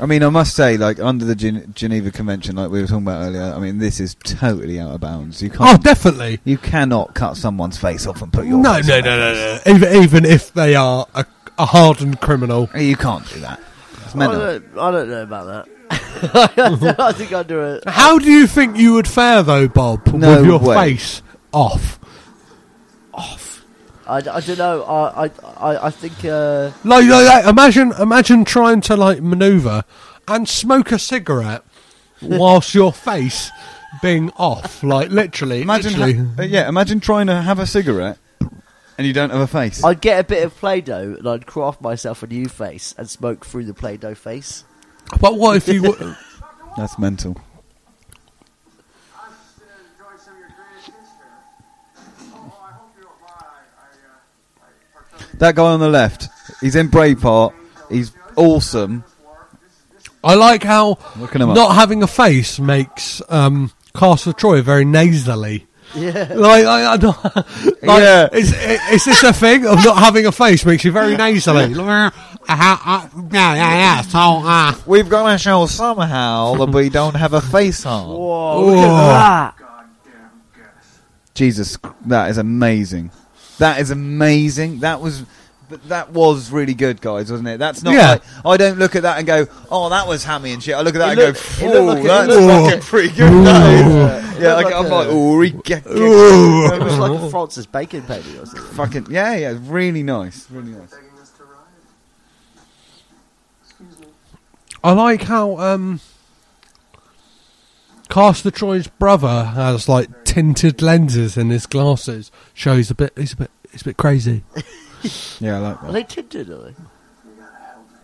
[SPEAKER 3] I mean, I must say, like under the Gen- Geneva Convention, like we were talking about earlier. I mean, this is totally out of bounds. You
[SPEAKER 1] Oh,
[SPEAKER 3] can't.
[SPEAKER 1] definitely.
[SPEAKER 3] You cannot cut someone's face off and put your
[SPEAKER 1] No, no,
[SPEAKER 3] face
[SPEAKER 1] no,
[SPEAKER 3] on their face.
[SPEAKER 1] no, no. Even, even if they are a, a hardened criminal.
[SPEAKER 3] Eh, You can't do that. It's
[SPEAKER 2] I
[SPEAKER 3] mental.
[SPEAKER 2] don't, I don't know about that. I think I'd do it.
[SPEAKER 1] How do you think you would fare, though, Bob,
[SPEAKER 3] No
[SPEAKER 1] with your
[SPEAKER 3] way.
[SPEAKER 1] face off?
[SPEAKER 2] I, I don't know. I I I, I think. Uh,
[SPEAKER 1] Like, like that. Imagine, imagine trying to like maneuver and smoke a cigarette whilst your face being off. Like literally,
[SPEAKER 3] Imagine,
[SPEAKER 1] literally.
[SPEAKER 3] ha- uh, yeah, imagine trying to have a cigarette and you don't have a face.
[SPEAKER 2] I'd get a bit of Play Doh and I'd craft myself a new face and smoke through the Play Doh face.
[SPEAKER 1] but what if you? w-
[SPEAKER 3] That's mental.
[SPEAKER 5] I just uh, enjoyed some of your greatest hits there. Oh, I hope you're alright. I, uh, I partook in
[SPEAKER 3] That guy on the left, he's in Braveheart. He's awesome.
[SPEAKER 5] this war. This, this is
[SPEAKER 1] I like how
[SPEAKER 3] Looking 'em up.
[SPEAKER 1] not having a face makes um, Castle Troy very nasally.
[SPEAKER 2] Yeah.
[SPEAKER 1] Like, I, I don't, like
[SPEAKER 3] Yeah.
[SPEAKER 1] is, i- is this a thing of not having a face makes you very nasally? yeah, yeah, yeah. So, uh,
[SPEAKER 6] We've got to show somehow that we don't have a face on.
[SPEAKER 2] Whoa, look at
[SPEAKER 1] Whoa.
[SPEAKER 2] that.
[SPEAKER 5] Goddamn guess.
[SPEAKER 3] Jesus, that is amazing. That is amazing. That was, but that was really good, guys, wasn't it? That's not.
[SPEAKER 1] Yeah.
[SPEAKER 3] Like, I don't look at that and go, "Oh, that was hammy and shit." I look at that and
[SPEAKER 2] It looked-
[SPEAKER 3] go,
[SPEAKER 2] it
[SPEAKER 3] "Oh,
[SPEAKER 2] looked like a- it
[SPEAKER 3] that's
[SPEAKER 1] looked-
[SPEAKER 3] fucking pretty good." That is.
[SPEAKER 2] It
[SPEAKER 3] Yeah, like,
[SPEAKER 2] looked like
[SPEAKER 3] I'm
[SPEAKER 2] a-
[SPEAKER 3] like, "Oh, we get,
[SPEAKER 2] It was like a Francis Bacon painting or something.
[SPEAKER 3] fucking yeah, yeah." Really nice, really nice.
[SPEAKER 5] Begging us to ride. Excuse me.
[SPEAKER 1] I like how um, Castor Troy's brother has like tinted lenses in his glasses. Shows a bit. He's a bit. He's a bit crazy.
[SPEAKER 3] Yeah, I like
[SPEAKER 2] Are
[SPEAKER 3] that.
[SPEAKER 2] they tinted, are they?
[SPEAKER 5] You gotta help me.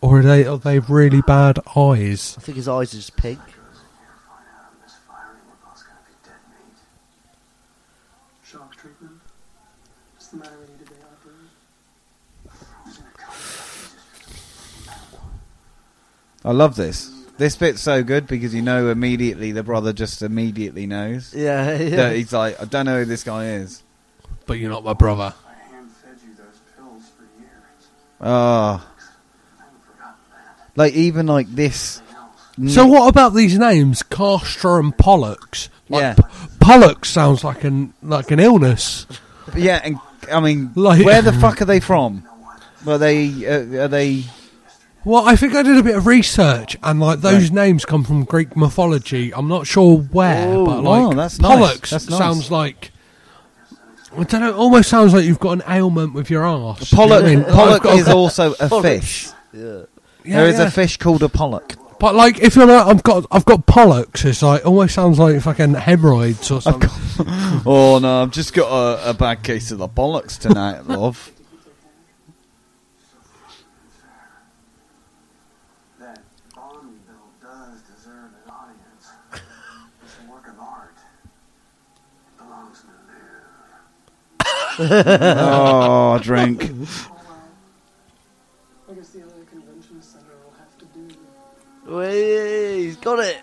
[SPEAKER 1] Or are they? Are they really bad eyes?
[SPEAKER 2] I think his eyes are just pink.
[SPEAKER 5] Because if you can't find out I'm this fiery, we're both gonna be dead meat. Shock treatment? What's the matter with you today, Arthur? Who's gonna come?
[SPEAKER 3] I love this. This bit's so good because you know immediately the brother just immediately knows.
[SPEAKER 2] Yeah,
[SPEAKER 3] That
[SPEAKER 2] yeah.
[SPEAKER 3] he's like, I don't know who this guy is.
[SPEAKER 1] But you're not my brother.
[SPEAKER 5] I hand fed you those pills for years.
[SPEAKER 3] Ah,
[SPEAKER 5] I haven't forgotten that.
[SPEAKER 3] like even like this. Mm.
[SPEAKER 1] So what about these names, Castor and Pollux? Like,
[SPEAKER 3] Yeah.
[SPEAKER 1] P- Pollux sounds like an like an illness.
[SPEAKER 3] Yeah, and I mean,
[SPEAKER 1] Like-
[SPEAKER 3] where the fuck are they from? Well, they uh, are they.
[SPEAKER 1] Well, I think I did a bit of research, and like those names come from Greek mythology. I'm not sure where,
[SPEAKER 3] Oh,
[SPEAKER 1] but like
[SPEAKER 3] oh, that's nice.
[SPEAKER 1] Pollux
[SPEAKER 3] That's nice.
[SPEAKER 1] sounds like I don't know. it Almost sounds like you've got an ailment with your arse. Do you know
[SPEAKER 3] Pollock,
[SPEAKER 1] what I mean?
[SPEAKER 3] pollock
[SPEAKER 1] I've got-
[SPEAKER 3] is also a
[SPEAKER 2] Pollock.
[SPEAKER 3] fish.
[SPEAKER 2] yeah.
[SPEAKER 1] Yeah,
[SPEAKER 3] there is
[SPEAKER 1] yeah.
[SPEAKER 3] a fish called a pollock.
[SPEAKER 1] But like, if you're like, I've got, I've got Pollux. It's like almost sounds like fucking hemorrhoids or something.
[SPEAKER 3] Oh no, I've just got a, a bad case of the bollocks tonight, love.
[SPEAKER 5] That Bonneville does deserve an audience. It's a work of art. It belongs in the Louvre.
[SPEAKER 3] oh, drink.
[SPEAKER 5] I guess the LA Convention Center will have to do.
[SPEAKER 2] Whee, he's got it.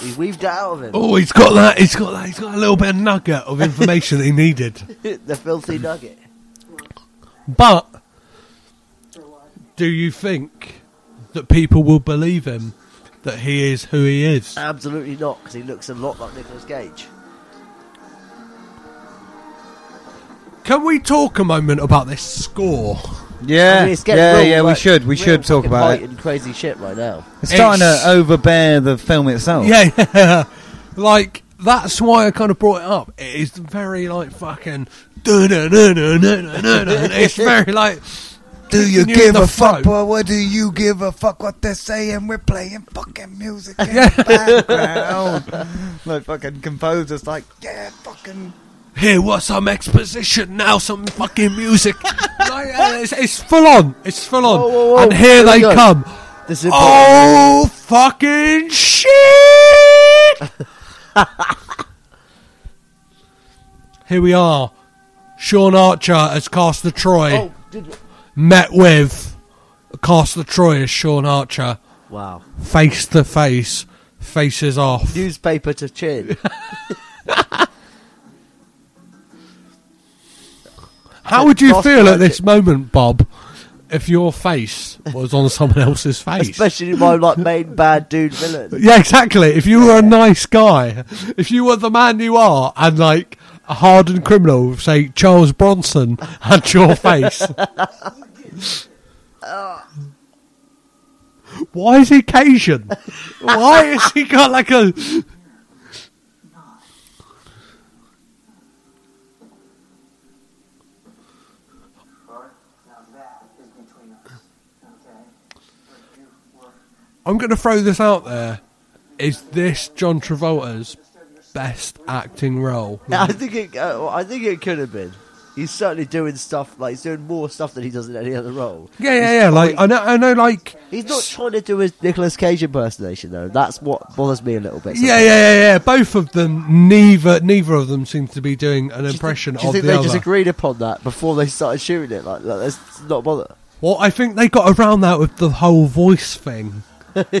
[SPEAKER 2] He's weaved it out of him.
[SPEAKER 1] Oh, he's got that. He's got that. He's got a little bit of nugget of information that he needed.
[SPEAKER 2] the filthy nugget.
[SPEAKER 1] But do you think that people will believe him that he is who he is?
[SPEAKER 2] Absolutely not, because he looks a lot like Nicolas Cage.
[SPEAKER 1] Can we talk a moment about this score?
[SPEAKER 3] Yeah,
[SPEAKER 2] I mean, it's getting
[SPEAKER 3] yeah,
[SPEAKER 2] real,
[SPEAKER 3] yeah. We
[SPEAKER 2] like,
[SPEAKER 3] should, we
[SPEAKER 2] real
[SPEAKER 3] should talk
[SPEAKER 2] fucking
[SPEAKER 3] about
[SPEAKER 2] white
[SPEAKER 3] it.
[SPEAKER 2] and crazy shit right now.
[SPEAKER 3] It's starting
[SPEAKER 1] It's-
[SPEAKER 3] to overbear the film itself.
[SPEAKER 1] Yeah, yeah. Like that's why I kind of brought it up. It is very like fucking. It's very like.
[SPEAKER 3] Do you
[SPEAKER 1] hitting in
[SPEAKER 3] give
[SPEAKER 1] the
[SPEAKER 3] a fuck,
[SPEAKER 1] throat.
[SPEAKER 3] boy? What do you give a fuck what they're saying? We're playing fucking music in the background. like fucking composers, like yeah, fucking.
[SPEAKER 1] Here, what's some exposition now? Some fucking music. like, uh, it's, it's full on. It's full on.
[SPEAKER 2] Whoa, whoa, whoa.
[SPEAKER 1] And here,
[SPEAKER 2] Here we
[SPEAKER 1] they
[SPEAKER 2] go.
[SPEAKER 1] come.
[SPEAKER 2] This is important.
[SPEAKER 1] Oh fucking shit! Here we are. Sean Archer as Castor Troy
[SPEAKER 2] Oh, did-
[SPEAKER 1] met with Castor Troy as Sean Archer
[SPEAKER 2] wow.
[SPEAKER 1] face to face, faces off.
[SPEAKER 2] Newspaper to chin.
[SPEAKER 1] How would you
[SPEAKER 2] Castor
[SPEAKER 1] feel at
[SPEAKER 2] Archer.
[SPEAKER 1] this moment, Bob, if your face was on someone else's face?
[SPEAKER 2] Especially my like main bad dude villain.
[SPEAKER 1] Yeah, exactly. If you were a nice guy, if you were the man you are, and like a hardened criminal, say Charles Bronson, had your face. Why is he Cajun? Why has he got like a?
[SPEAKER 5] Now that is between us. Okay? But you were
[SPEAKER 1] I'm going to throw this out there. Is this John Travolta's best acting role?
[SPEAKER 2] Yeah, I think it. Uh, I think it could have been. He's certainly doing stuff like he's doing more stuff than he does in any other role.
[SPEAKER 1] Yeah, yeah, yeah. Like I know, I know. Like
[SPEAKER 2] He's not trying to do his Nicolas Cage impersonation though. That's what bothers me a little bit.
[SPEAKER 1] Yeah,
[SPEAKER 2] sometimes.
[SPEAKER 1] yeah, yeah, yeah. Both of them, neither neither of them seems to be doing an
[SPEAKER 2] Do you
[SPEAKER 1] impression
[SPEAKER 2] think, do you
[SPEAKER 1] of
[SPEAKER 2] think
[SPEAKER 1] the
[SPEAKER 2] they
[SPEAKER 1] other.
[SPEAKER 2] just agreed upon that before they started shooting it? Like, like let's not bother.
[SPEAKER 1] Well, I think they got around that with the whole voice thing.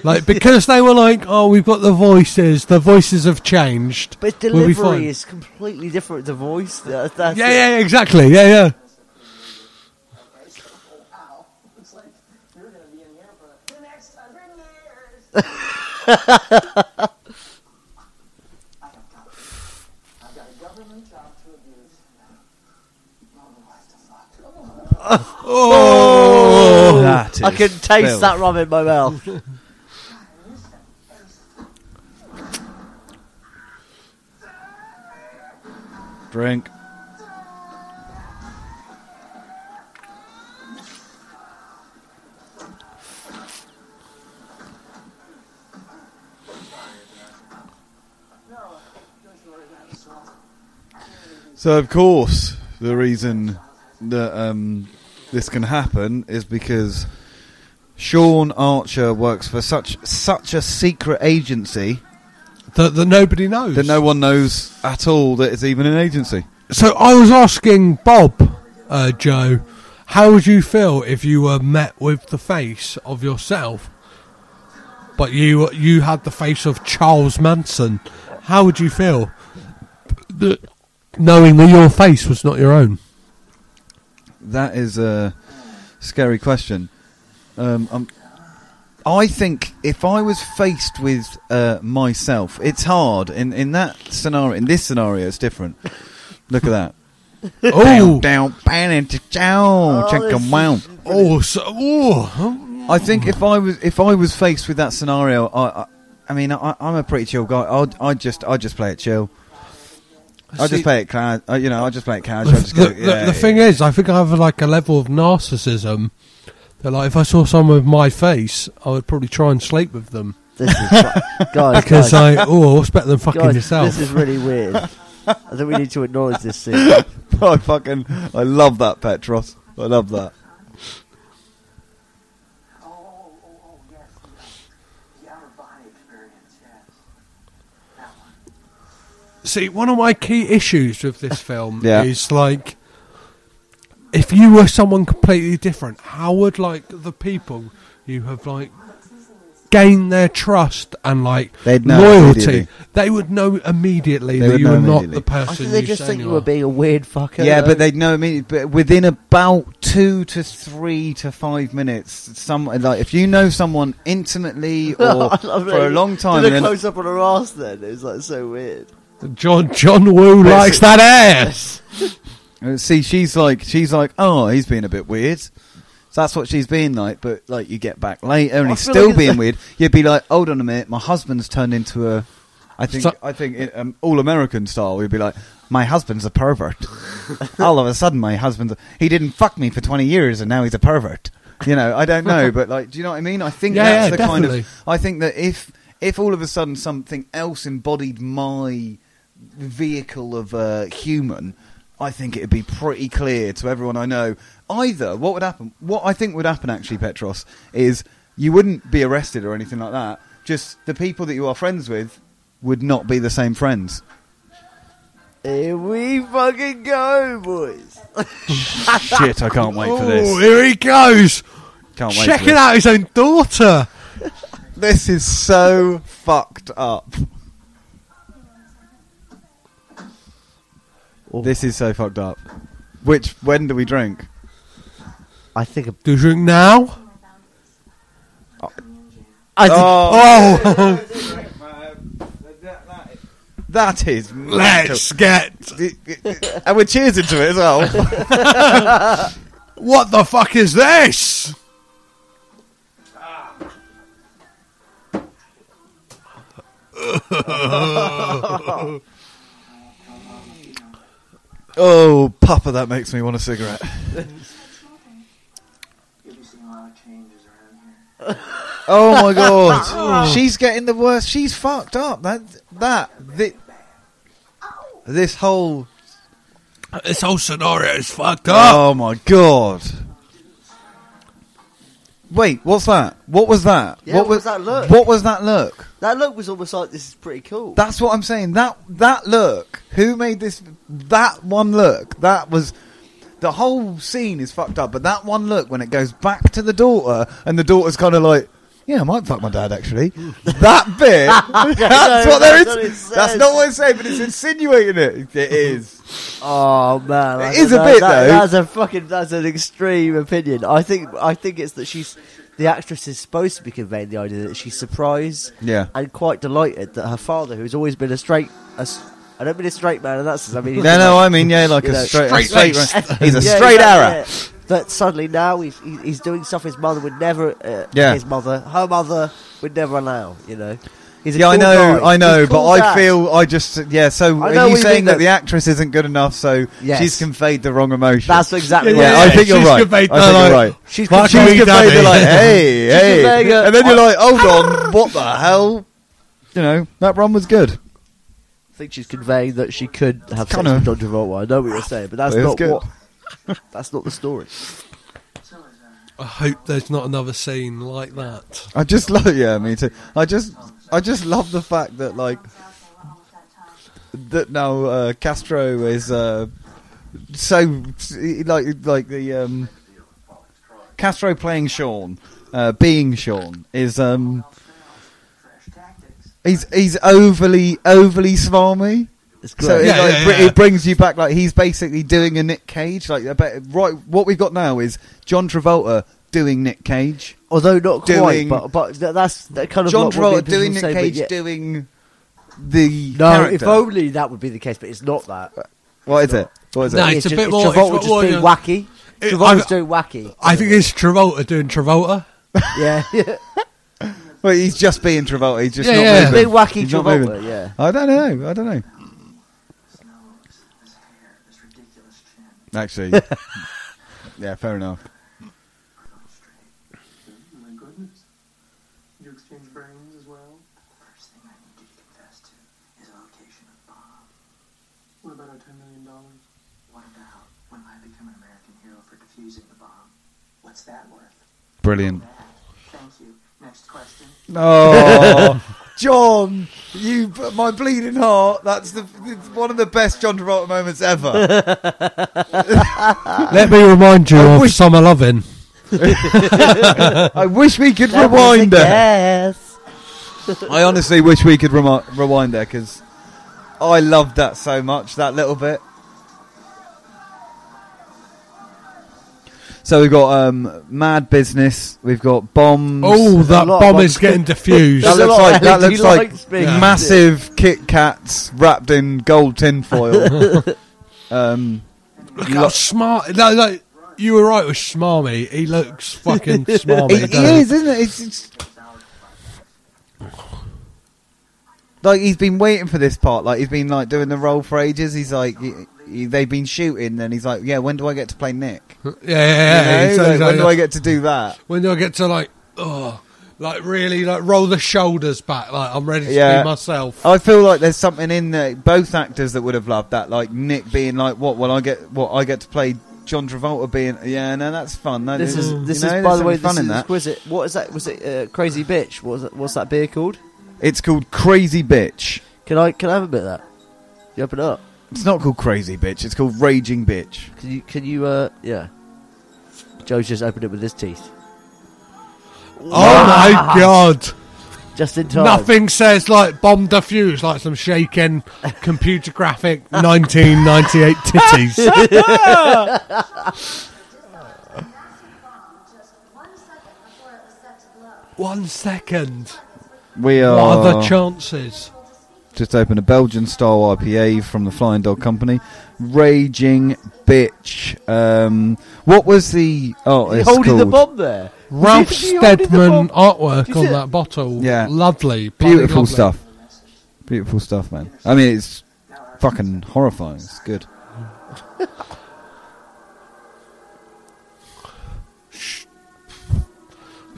[SPEAKER 1] like because they were like, oh, we've got the voices. The voices have changed.
[SPEAKER 2] But
[SPEAKER 1] We'll be fine.
[SPEAKER 2] delivery is completely different to voice. That, that's
[SPEAKER 1] Yeah, yeah, yeah, exactly. Yeah, yeah.
[SPEAKER 5] Okay, so, oh, wow. Looks like you're gonna be in here for the next hundred years. I have got I've got a government job to abuse. Not a wife to fuck.
[SPEAKER 3] Oh, that
[SPEAKER 2] I can taste
[SPEAKER 3] filth.
[SPEAKER 2] that rum in my mouth.
[SPEAKER 3] Drink. So of course, the reason that um, this can happen is because Sean Archer works for such such a secret agency
[SPEAKER 1] That, that nobody knows.
[SPEAKER 3] that no one knows at all that it's even an agency.
[SPEAKER 1] So I was asking Bob, uh, Joe, how would you feel if you were met with the face of yourself, but you you had the face of Charles Manson? How would you feel, that, knowing that your face was not your own?
[SPEAKER 3] That is a scary question. Um, um, I think if I was faced with uh, myself, it's hard in in that scenario. In this scenario, it's different. Look at that.
[SPEAKER 1] Oh,
[SPEAKER 3] Down, pan, and chow, check 'em out.
[SPEAKER 1] oh, so, oh,
[SPEAKER 3] I think if I was if I was faced with that scenario, I, I, I mean, I, I'm a pretty chill guy. I'd, I'd just I just play it chill. I
[SPEAKER 1] See-
[SPEAKER 3] just play it, cla- uh, you know. I just play it casual. I
[SPEAKER 1] The,
[SPEAKER 3] just go,
[SPEAKER 1] the- the-
[SPEAKER 3] yeah,
[SPEAKER 1] the thing is, I think I have like a level of narcissism that, like, if I saw someone with my face, I would probably try and sleep with them
[SPEAKER 2] This is fu- guys,
[SPEAKER 1] because
[SPEAKER 2] guys,
[SPEAKER 1] I oh, what's better than fucking
[SPEAKER 2] guys,
[SPEAKER 1] yourself?
[SPEAKER 2] This is really weird. I think we need to acknowledge this scene.
[SPEAKER 3] I fucking I love that Petros. I love that.
[SPEAKER 5] Oh, oh, oh, oh, yes, yes. The outer body experience, yes. That one.
[SPEAKER 1] See, one of my key issues with this film
[SPEAKER 3] Yeah.
[SPEAKER 1] is like, if you were someone completely different, how would like the people you have like gained their trust and like
[SPEAKER 3] They'd know
[SPEAKER 1] loyalty?
[SPEAKER 3] immediately.
[SPEAKER 1] They would know immediately
[SPEAKER 3] They
[SPEAKER 1] that
[SPEAKER 3] would
[SPEAKER 1] you
[SPEAKER 3] know
[SPEAKER 1] were not
[SPEAKER 3] immediately.
[SPEAKER 1] the
[SPEAKER 2] I
[SPEAKER 1] person.
[SPEAKER 2] think they
[SPEAKER 1] you
[SPEAKER 2] just
[SPEAKER 1] say
[SPEAKER 2] think
[SPEAKER 1] you
[SPEAKER 2] you were
[SPEAKER 1] are.
[SPEAKER 2] being a weird fucker.
[SPEAKER 3] Yeah,
[SPEAKER 2] though.
[SPEAKER 3] but they know me. But within about two to three to five minutes, some like if you know someone intimately or
[SPEAKER 2] I love
[SPEAKER 3] for a
[SPEAKER 2] it.
[SPEAKER 3] long time,
[SPEAKER 2] Did they
[SPEAKER 3] then-
[SPEAKER 2] close up on her ass then? It was like so weird.
[SPEAKER 1] John John Woo likes that ass.
[SPEAKER 3] Uh, see, she's like, she's like, oh, he's being a bit weird. So that's what she's being like. But like, you get back later, and
[SPEAKER 2] I
[SPEAKER 3] he's
[SPEAKER 2] feel
[SPEAKER 3] still
[SPEAKER 2] like it's
[SPEAKER 3] being
[SPEAKER 2] a-
[SPEAKER 3] weird. You'd be like, hold on a minute, my husband's turned into a. I think
[SPEAKER 1] So-
[SPEAKER 3] I think it, um, all American style. You'd be like, my husband's a pervert. all of a sudden, my husband's he didn't fuck me for twenty years, and now he's a pervert. You know, I don't know, but like, do you know what I mean? I think
[SPEAKER 1] Yeah,
[SPEAKER 3] that's
[SPEAKER 1] yeah,
[SPEAKER 3] the kind
[SPEAKER 1] definitely.
[SPEAKER 3] of. I think that if if all of a sudden something else embodied my vehicle of a human, I think it'd be pretty clear to everyone I know. Either what would happen, what I think would happen actually, Petros, is you wouldn't be arrested or anything like that. Just the people that you are friends with would not be the same friends.
[SPEAKER 2] Here we fucking go, boys.
[SPEAKER 3] Shit, I can't wait for
[SPEAKER 1] Oh,
[SPEAKER 3] this.
[SPEAKER 1] here he goes,
[SPEAKER 3] Can't wait. for
[SPEAKER 1] checking
[SPEAKER 3] this.
[SPEAKER 1] out his own daughter.
[SPEAKER 3] This is so fucked up. This is so fucked up. Which when do we drink?
[SPEAKER 2] I think.
[SPEAKER 1] Do you drink now?
[SPEAKER 3] Oh.
[SPEAKER 2] I think
[SPEAKER 1] Oh,
[SPEAKER 3] That is mental.
[SPEAKER 1] let's get
[SPEAKER 3] and we're cheers into it as well.
[SPEAKER 1] What the fuck is this?
[SPEAKER 3] oh, papa, that makes me want a cigarette.
[SPEAKER 5] You'll be seeing a lot of changes around here.
[SPEAKER 3] Oh my god, she's getting the worst. She's fucked up. That that thi- this whole.
[SPEAKER 1] This whole scenario is fucked up.
[SPEAKER 3] Oh my god. Wait, what's that? What was that?
[SPEAKER 2] Yeah, what was that look?
[SPEAKER 3] What was that look?
[SPEAKER 2] that look was almost like this is pretty cool.
[SPEAKER 3] That's what I'm saying. That that look. Who made this? That one look. That was. The whole scene is fucked up, but that one look when it goes back to the daughter and the daughter's kind of like,
[SPEAKER 7] Yeah, I might fuck my dad actually. that bit. That's what there
[SPEAKER 2] that's what it
[SPEAKER 7] is. That's
[SPEAKER 2] says.
[SPEAKER 7] not what it's saying, but it's insinuating it. It is.
[SPEAKER 2] Oh man, I
[SPEAKER 7] It is
[SPEAKER 2] don't
[SPEAKER 7] a
[SPEAKER 2] know.
[SPEAKER 7] bit,
[SPEAKER 2] That-
[SPEAKER 7] though.
[SPEAKER 2] That's a fucking that's an extreme opinion. I think I think it's that she's the actress is supposed to be conveying the idea that she's surprised
[SPEAKER 3] Yeah.
[SPEAKER 2] and quite delighted that her father, who's always been a straight, a s- I don't mean a straight man, and that's I mean he's
[SPEAKER 3] No,
[SPEAKER 2] been
[SPEAKER 3] no,
[SPEAKER 2] like-
[SPEAKER 3] I mean, yeah, like
[SPEAKER 2] You
[SPEAKER 3] a
[SPEAKER 2] know,
[SPEAKER 3] straight, a straight run. He's a
[SPEAKER 2] Yeah,
[SPEAKER 3] straight arrow.
[SPEAKER 2] exactly, yeah. That suddenly now he's he- he's doing stuff his mother would never, uh,
[SPEAKER 3] Yeah.
[SPEAKER 2] his mother, her mother would never allow. You know, he's a
[SPEAKER 3] Yeah, I
[SPEAKER 2] cool
[SPEAKER 3] know,
[SPEAKER 2] guy.
[SPEAKER 3] I know,
[SPEAKER 2] He's a
[SPEAKER 3] but
[SPEAKER 2] cool
[SPEAKER 3] I
[SPEAKER 2] dad.
[SPEAKER 3] feel I just yeah. So
[SPEAKER 2] I know
[SPEAKER 3] are
[SPEAKER 2] what
[SPEAKER 3] you
[SPEAKER 2] you mean,
[SPEAKER 3] saying that
[SPEAKER 2] though.
[SPEAKER 3] the actress isn't good enough? So
[SPEAKER 2] Yes.
[SPEAKER 3] she's conveyed the wrong emotion.
[SPEAKER 2] that's exactly
[SPEAKER 3] yeah,
[SPEAKER 2] what
[SPEAKER 3] I
[SPEAKER 2] it
[SPEAKER 3] think
[SPEAKER 2] is.
[SPEAKER 3] you're
[SPEAKER 1] she's
[SPEAKER 3] right. I
[SPEAKER 1] conveyed
[SPEAKER 3] think
[SPEAKER 1] the-
[SPEAKER 3] you're right.
[SPEAKER 2] She's
[SPEAKER 1] Fuck
[SPEAKER 2] confused.
[SPEAKER 1] me,
[SPEAKER 3] She's conveyed
[SPEAKER 1] daddy.
[SPEAKER 3] it like hey,
[SPEAKER 2] conveying
[SPEAKER 3] hey,
[SPEAKER 2] a-
[SPEAKER 3] and then you're like, hold on, what the hell? You know that run was good.
[SPEAKER 2] I think she's conveying that she could have sex
[SPEAKER 3] kinda-
[SPEAKER 2] with John Travolta. I know what you're saying, but that's
[SPEAKER 3] It was
[SPEAKER 2] not
[SPEAKER 3] good.
[SPEAKER 2] what. That's not the story.
[SPEAKER 1] I hope there's not another scene like that.
[SPEAKER 3] I just love yeah, me too. I just I just love the fact that like that now uh, Castro is uh, so like like the um, Castro playing Sean, uh, being Sean is um he's he's overly overly swarmy.
[SPEAKER 2] It's great.
[SPEAKER 3] So it,
[SPEAKER 1] Yeah,
[SPEAKER 3] like,
[SPEAKER 1] yeah,
[SPEAKER 3] br-
[SPEAKER 1] yeah.
[SPEAKER 3] it brings you back like he's basically doing a Nick Cage. Like I bet- right, what we've got now is John Travolta doing Nick Cage.
[SPEAKER 2] Although not quite,
[SPEAKER 3] doing-
[SPEAKER 2] but but th- that's that kind of
[SPEAKER 3] John
[SPEAKER 2] like what
[SPEAKER 3] Travolta
[SPEAKER 2] people
[SPEAKER 3] doing Nick
[SPEAKER 2] say, but
[SPEAKER 3] Cage
[SPEAKER 2] yeah-
[SPEAKER 3] doing the
[SPEAKER 2] No,
[SPEAKER 3] character.
[SPEAKER 2] if only that would be the case, but it's not that.
[SPEAKER 3] what is it? What is
[SPEAKER 1] No,
[SPEAKER 3] it?
[SPEAKER 1] it's a
[SPEAKER 2] ju-
[SPEAKER 1] bit more- it's
[SPEAKER 2] Travolta
[SPEAKER 1] what-
[SPEAKER 2] just
[SPEAKER 1] what-
[SPEAKER 2] being wacky.
[SPEAKER 1] It-
[SPEAKER 2] Travolta's
[SPEAKER 1] I've-
[SPEAKER 2] doing wacky.
[SPEAKER 1] I think it's Travolta doing Travolta.
[SPEAKER 2] yeah, yeah.
[SPEAKER 3] Well, he's just being Travolta. He's just
[SPEAKER 1] Yeah,
[SPEAKER 3] not
[SPEAKER 1] yeah.
[SPEAKER 3] moving.
[SPEAKER 2] Big wacky
[SPEAKER 3] He's not
[SPEAKER 2] Travolta,
[SPEAKER 3] moving.
[SPEAKER 2] yeah.
[SPEAKER 3] I don't know. I don't know.
[SPEAKER 5] His nose, his hair, his ridiculous chin.
[SPEAKER 3] Actually, yeah, fair enough.
[SPEAKER 5] Oh my goodness. You exchange brains as well?
[SPEAKER 4] First thing I need you to confess to is the location of Bob.
[SPEAKER 5] What about our ten million dollars?
[SPEAKER 4] What about when I become an American hero for defusing the bomb? What's that worth?
[SPEAKER 3] Brilliant.
[SPEAKER 4] That. Thank you. Next question.
[SPEAKER 3] Oh, John, you my bleeding heart. That's the it's one of the best John Travolta moments ever.
[SPEAKER 1] Let me remind you
[SPEAKER 3] I
[SPEAKER 1] of
[SPEAKER 3] wish-
[SPEAKER 1] Summer Lovin'.
[SPEAKER 3] I wish we could
[SPEAKER 2] That was a
[SPEAKER 3] rewind there.
[SPEAKER 2] guess.
[SPEAKER 3] I honestly wish we could remi- rewind there because I loved that so much. That little bit. So we've got um, Mad Business. We've got bombs.
[SPEAKER 1] Oh, that
[SPEAKER 2] a lot of
[SPEAKER 1] bomb
[SPEAKER 2] bombs.
[SPEAKER 1] is getting diffused.
[SPEAKER 3] that
[SPEAKER 2] there's a
[SPEAKER 3] looks
[SPEAKER 2] lot
[SPEAKER 3] like
[SPEAKER 2] of
[SPEAKER 3] that
[SPEAKER 2] LED
[SPEAKER 3] looks like
[SPEAKER 2] lights being used.
[SPEAKER 3] massive Kit Kats wrapped in gold tinfoil. um,
[SPEAKER 1] Look how smart. No, no, you were right with Smarmy. He looks fucking smarmy.
[SPEAKER 3] It, it
[SPEAKER 1] doesn't he?
[SPEAKER 3] is, isn't it? It's, it's like he's been waiting for this part. Like he's been like doing the role for ages. He's like, he, he- they've been shooting, and he's like, yeah, when do I get to play Nick?
[SPEAKER 1] Yeah, yeah, yeah.
[SPEAKER 3] You know?
[SPEAKER 1] So
[SPEAKER 3] Like,
[SPEAKER 1] he's like,
[SPEAKER 3] when do I get to do that?
[SPEAKER 1] when do I get to like, oh, like really, like roll the shoulders back? Like I'm ready to
[SPEAKER 3] Yeah.
[SPEAKER 1] be myself.
[SPEAKER 3] I feel like there's something in there. Both actors that would have loved that, like Nick being like, what? Well, I get what I get to play. John Travolta being, yeah, no, that's fun. No,
[SPEAKER 2] This is
[SPEAKER 3] you
[SPEAKER 2] this
[SPEAKER 3] know,
[SPEAKER 2] is
[SPEAKER 3] there's
[SPEAKER 2] by the way
[SPEAKER 3] something
[SPEAKER 2] this
[SPEAKER 3] fun in
[SPEAKER 2] is
[SPEAKER 3] that.
[SPEAKER 2] exquisite. What is that? Was it uh, Crazy Bitch? What was that, what's that beer called?
[SPEAKER 3] It's called Crazy Bitch.
[SPEAKER 2] Can I can I have a bit of that? You open it up.
[SPEAKER 3] It's not called Crazy Bitch. It's called Raging Bitch.
[SPEAKER 2] Can you can you uh yeah? Joe's just opened it with his teeth.
[SPEAKER 1] Oh my god!
[SPEAKER 2] Just in time.
[SPEAKER 1] Nothing says like bomb diffuse like some shaken computer graphic 1998 titties.
[SPEAKER 8] just one second before it was set to blow.
[SPEAKER 1] One second.
[SPEAKER 3] We are
[SPEAKER 1] What are
[SPEAKER 2] Oh.
[SPEAKER 1] the chances?
[SPEAKER 3] just opened a Belgian style IPA from the Flying Dog Company. Raging bitch. Um, what was the oh?
[SPEAKER 2] Is he
[SPEAKER 3] It's
[SPEAKER 2] holding
[SPEAKER 3] called
[SPEAKER 2] the bomb there?
[SPEAKER 1] Ralph
[SPEAKER 2] Is he holding the
[SPEAKER 1] Steadman
[SPEAKER 2] bomb?
[SPEAKER 1] artwork
[SPEAKER 2] you
[SPEAKER 1] on
[SPEAKER 2] see
[SPEAKER 1] that bottle.
[SPEAKER 3] Yeah.
[SPEAKER 1] Lovely. bloody
[SPEAKER 3] Beautiful
[SPEAKER 1] lovely.
[SPEAKER 3] stuff. Beautiful stuff, man. I mean, it's fucking horrifying. It's good.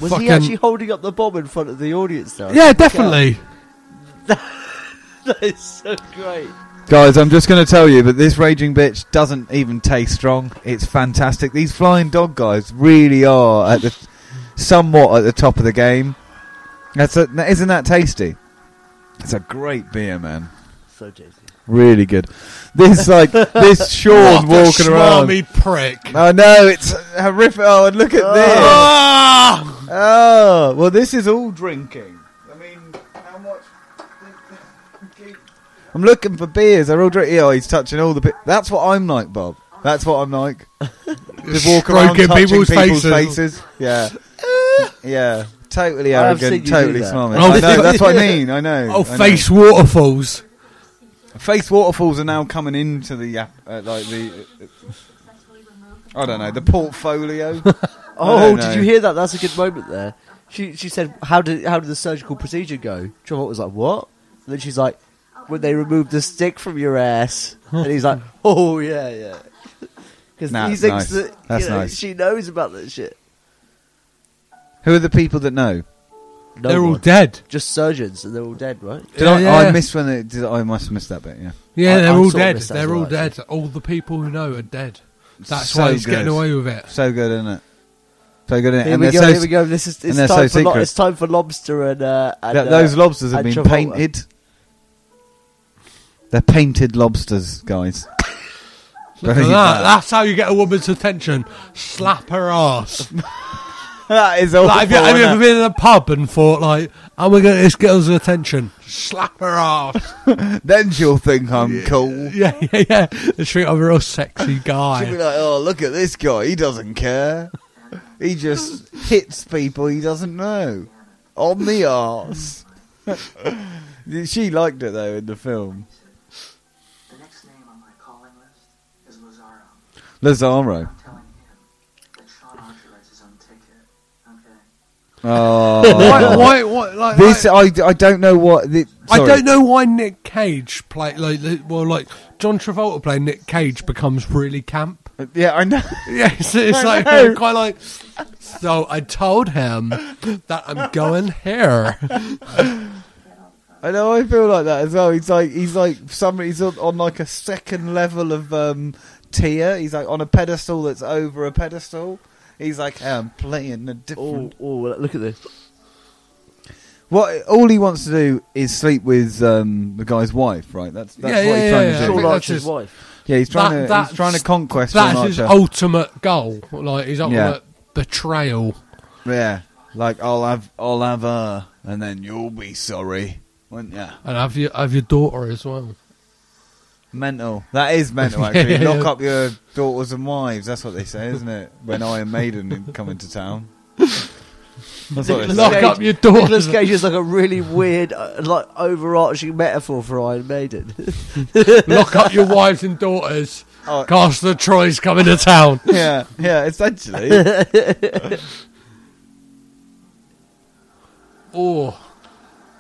[SPEAKER 2] Was
[SPEAKER 1] Fucking-
[SPEAKER 2] he actually holding up the bomb in front of the audience? Though?
[SPEAKER 1] Yeah, definitely.
[SPEAKER 2] that is so great.
[SPEAKER 3] Guys, I'm just going to tell you, but this raging bitch doesn't even taste strong. It's fantastic. These flying dog guys really are at the somewhat at the top of the game. That's a, isn't that tasty? It's a great beer, man.
[SPEAKER 2] So juicy.
[SPEAKER 3] Really good. This like this
[SPEAKER 1] What a
[SPEAKER 3] Sean walking around.
[SPEAKER 1] smarmy prick.
[SPEAKER 3] Oh no, it's horrific. Oh, and look at this.
[SPEAKER 1] Ah!
[SPEAKER 3] Oh, Oh, well, this is all drinking.
[SPEAKER 9] I mean, how much?
[SPEAKER 3] I'm looking for beers. They're all drinking. Oh, he's touching all the beers. That's what I'm like, Bob. That's what I'm like. Just walk around
[SPEAKER 1] Stroking
[SPEAKER 3] touching people's,
[SPEAKER 1] people's
[SPEAKER 3] faces.
[SPEAKER 1] faces.
[SPEAKER 3] Yeah. yeah. Totally
[SPEAKER 2] I have seen
[SPEAKER 3] arrogant,
[SPEAKER 2] you do
[SPEAKER 3] totally
[SPEAKER 2] that.
[SPEAKER 3] smarmy.
[SPEAKER 1] Oh,
[SPEAKER 3] I know, that's what I mean. I know.
[SPEAKER 1] Oh,
[SPEAKER 3] I know.
[SPEAKER 1] face waterfalls.
[SPEAKER 3] Face waterfalls are now coming into the app- uh, like the. I don't know the portfolio. know.
[SPEAKER 2] Oh, did you hear that? That's a good moment there. She she said, "How did how did the surgical procedure go?" Trevor was like, "What?" And then she's like, "When they removed the stick from your ass," and he's like, "Oh yeah, yeah." Because
[SPEAKER 3] Nah,
[SPEAKER 2] he
[SPEAKER 3] it's
[SPEAKER 2] thinks
[SPEAKER 3] nice.
[SPEAKER 2] that you
[SPEAKER 3] That's
[SPEAKER 2] know,
[SPEAKER 3] nice.
[SPEAKER 2] she knows about that shit.
[SPEAKER 3] Who are the people that know?
[SPEAKER 2] No
[SPEAKER 1] They're all
[SPEAKER 2] one.
[SPEAKER 1] dead.
[SPEAKER 2] just surgeons, and they're all dead, right?
[SPEAKER 3] Did
[SPEAKER 1] Yeah,
[SPEAKER 3] I?
[SPEAKER 1] yeah.
[SPEAKER 3] I missed when it. Did I I must have missed that bit. Yeah.
[SPEAKER 1] Yeah,
[SPEAKER 2] I-
[SPEAKER 1] they're
[SPEAKER 2] I
[SPEAKER 1] all
[SPEAKER 2] sort of
[SPEAKER 1] dead.
[SPEAKER 2] missed that
[SPEAKER 1] They're
[SPEAKER 2] as
[SPEAKER 1] all
[SPEAKER 2] well,
[SPEAKER 1] dead. All the people who know are dead. That's
[SPEAKER 3] So
[SPEAKER 1] why he's getting
[SPEAKER 3] good.
[SPEAKER 1] away with it.
[SPEAKER 3] So good, isn't it? So good, isn't it?
[SPEAKER 2] Here
[SPEAKER 3] and
[SPEAKER 2] we
[SPEAKER 3] they're
[SPEAKER 2] go.
[SPEAKER 3] so
[SPEAKER 2] here we go. This is it's
[SPEAKER 3] they're
[SPEAKER 2] time
[SPEAKER 3] so
[SPEAKER 2] for lo-
[SPEAKER 3] secret.
[SPEAKER 2] it's time for lobster and, uh, and
[SPEAKER 3] Th-
[SPEAKER 2] uh,
[SPEAKER 3] those lobsters have
[SPEAKER 2] and
[SPEAKER 3] been
[SPEAKER 2] Travolta.
[SPEAKER 3] painted. They're painted lobsters, guys.
[SPEAKER 1] Look at
[SPEAKER 3] Very
[SPEAKER 1] that.
[SPEAKER 3] bad.
[SPEAKER 1] That's how you get a woman's attention. Slap her ass.
[SPEAKER 3] that is awful.
[SPEAKER 1] Like, have you, have you
[SPEAKER 3] isn't
[SPEAKER 1] ever
[SPEAKER 3] it?
[SPEAKER 1] been in a pub and thought, like, how am I going to get this girl's attention? Slap her ass.
[SPEAKER 3] Then she'll think I'm cool.
[SPEAKER 1] yeah, yeah, yeah. The street, I'm a real sexy
[SPEAKER 3] She'll be
[SPEAKER 1] guy.
[SPEAKER 3] like, "Oh, look at this guy. He doesn't care. He just hits people he doesn't know on the arse." she liked it though in the film.
[SPEAKER 5] The next name on my calling list is Lazaro.
[SPEAKER 3] Lazaro.
[SPEAKER 5] Telling him that Sean Archer writes his own ticket. Okay.
[SPEAKER 1] why,
[SPEAKER 3] Oh,
[SPEAKER 1] why, why, like,
[SPEAKER 3] this
[SPEAKER 1] like-
[SPEAKER 3] I, I don't know what. The,
[SPEAKER 1] I
[SPEAKER 3] sorry.
[SPEAKER 1] don't know why Nick Cage play like, the- well, like, John Travolta playing Nick Cage becomes really camp.
[SPEAKER 3] Yeah, I know.
[SPEAKER 1] Yeah, it's, it's like
[SPEAKER 3] know.
[SPEAKER 1] quite like. So I told him that I'm going here.
[SPEAKER 3] I know. I feel like that as well. He's like he's like somebody. He's on, on like a second level of um, tier. He's like on a pedestal that's over a pedestal. He's like I'm playing a
[SPEAKER 2] Oh,
[SPEAKER 3] different.
[SPEAKER 2] oh, look at this.
[SPEAKER 3] What all he wants to do is sleep with um, the guy's wife, right? That's that's
[SPEAKER 1] Yeah,
[SPEAKER 3] what
[SPEAKER 1] yeah,
[SPEAKER 3] he's trying
[SPEAKER 1] yeah,
[SPEAKER 3] to
[SPEAKER 1] yeah.
[SPEAKER 3] do.
[SPEAKER 2] Sean
[SPEAKER 1] that's
[SPEAKER 2] Archer's
[SPEAKER 1] just-
[SPEAKER 2] wife.
[SPEAKER 3] Yeah, he's trying
[SPEAKER 1] That-
[SPEAKER 3] to
[SPEAKER 1] that's-
[SPEAKER 3] he's trying to conquest Sean
[SPEAKER 1] That's his
[SPEAKER 3] Archer.
[SPEAKER 1] ultimate goal. Like his ultimate betrayal.
[SPEAKER 3] Yeah, like I'll have I'll have her, and then you'll be sorry, won't ya?
[SPEAKER 1] And have your have your daughter as well.
[SPEAKER 3] Mental. That is mental. Actually,
[SPEAKER 1] Yeah.
[SPEAKER 3] lock up your daughters and wives. That's what they say, isn't it? When Iron Maiden come into town. That's what they
[SPEAKER 1] Lock
[SPEAKER 3] say.
[SPEAKER 1] up your daughter.
[SPEAKER 2] Nicolas Cage is like a really weird, uh, like overarching metaphor for Iron Maiden.
[SPEAKER 1] Lock up your wives and daughters.
[SPEAKER 3] Oh.
[SPEAKER 1] Cast the Troy's coming to town.
[SPEAKER 3] Yeah, yeah. Essentially,
[SPEAKER 1] Oh,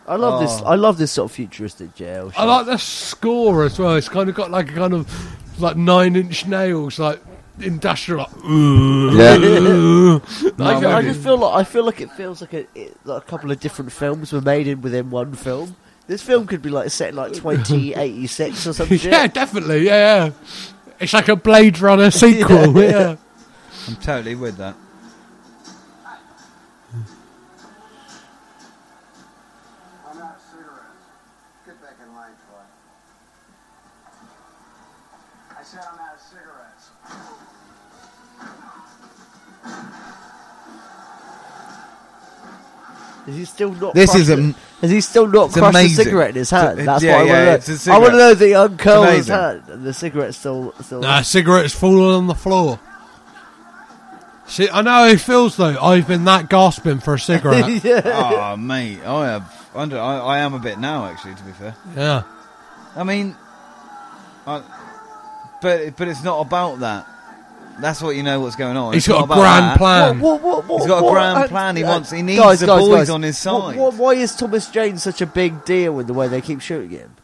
[SPEAKER 2] I love
[SPEAKER 3] Oh.
[SPEAKER 2] this. I love this sort of futuristic jail.
[SPEAKER 1] I
[SPEAKER 2] shot.
[SPEAKER 1] like the score as well. It's kind of got like a kind of like nine inch nails, like industrial. Like, yeah.
[SPEAKER 2] I, ju- I just feel like I feel like it feels like a, it, like a couple of different films were made in within one film. This film could be like set in like twenty eighty six or something.
[SPEAKER 1] yeah, definitely. Yeah, yeah. It's like a Blade Runner sequel. yeah.
[SPEAKER 3] I'm totally with that.
[SPEAKER 5] I'm out of cigarettes. Get back in line, Troy. I said I'm out of cigarettes.
[SPEAKER 2] Is he still not?
[SPEAKER 3] This
[SPEAKER 2] crushed
[SPEAKER 3] is am-
[SPEAKER 2] it? Has he still not
[SPEAKER 3] it's
[SPEAKER 2] crushed the
[SPEAKER 3] amazing.
[SPEAKER 2] cigarette in his hand?
[SPEAKER 3] It's-
[SPEAKER 2] That's
[SPEAKER 3] yeah,
[SPEAKER 2] what I
[SPEAKER 3] yeah,
[SPEAKER 2] want
[SPEAKER 3] it's
[SPEAKER 2] to
[SPEAKER 3] a
[SPEAKER 2] know. I want to know that he uncurled his
[SPEAKER 3] It's amazing.
[SPEAKER 2] hand and the cigarette's still still.
[SPEAKER 1] Nah, cigarette's falling on the floor. See, I know how it feels though. I've been that gasping for a cigarette.
[SPEAKER 2] yeah.
[SPEAKER 3] Oh, mate, I have. I, don't- I, I am a bit now, actually. To be fair,
[SPEAKER 1] yeah.
[SPEAKER 3] I mean, I, but but it's not about that. That's what you know what's going on.
[SPEAKER 1] He's
[SPEAKER 3] It's not
[SPEAKER 1] got a
[SPEAKER 3] about
[SPEAKER 1] grand
[SPEAKER 3] that.
[SPEAKER 1] plan.
[SPEAKER 2] What, what, what,
[SPEAKER 3] Um, He's got a
[SPEAKER 2] what-
[SPEAKER 3] grand
[SPEAKER 2] uh,
[SPEAKER 3] plan. He
[SPEAKER 2] uh,
[SPEAKER 3] wants- he needs
[SPEAKER 2] guys,
[SPEAKER 3] the
[SPEAKER 2] guys,
[SPEAKER 3] boys
[SPEAKER 2] guys.
[SPEAKER 3] on his
[SPEAKER 2] Wh-
[SPEAKER 3] side.
[SPEAKER 2] wh- why is Thomas Jane such a big deal with the way they keep shooting him?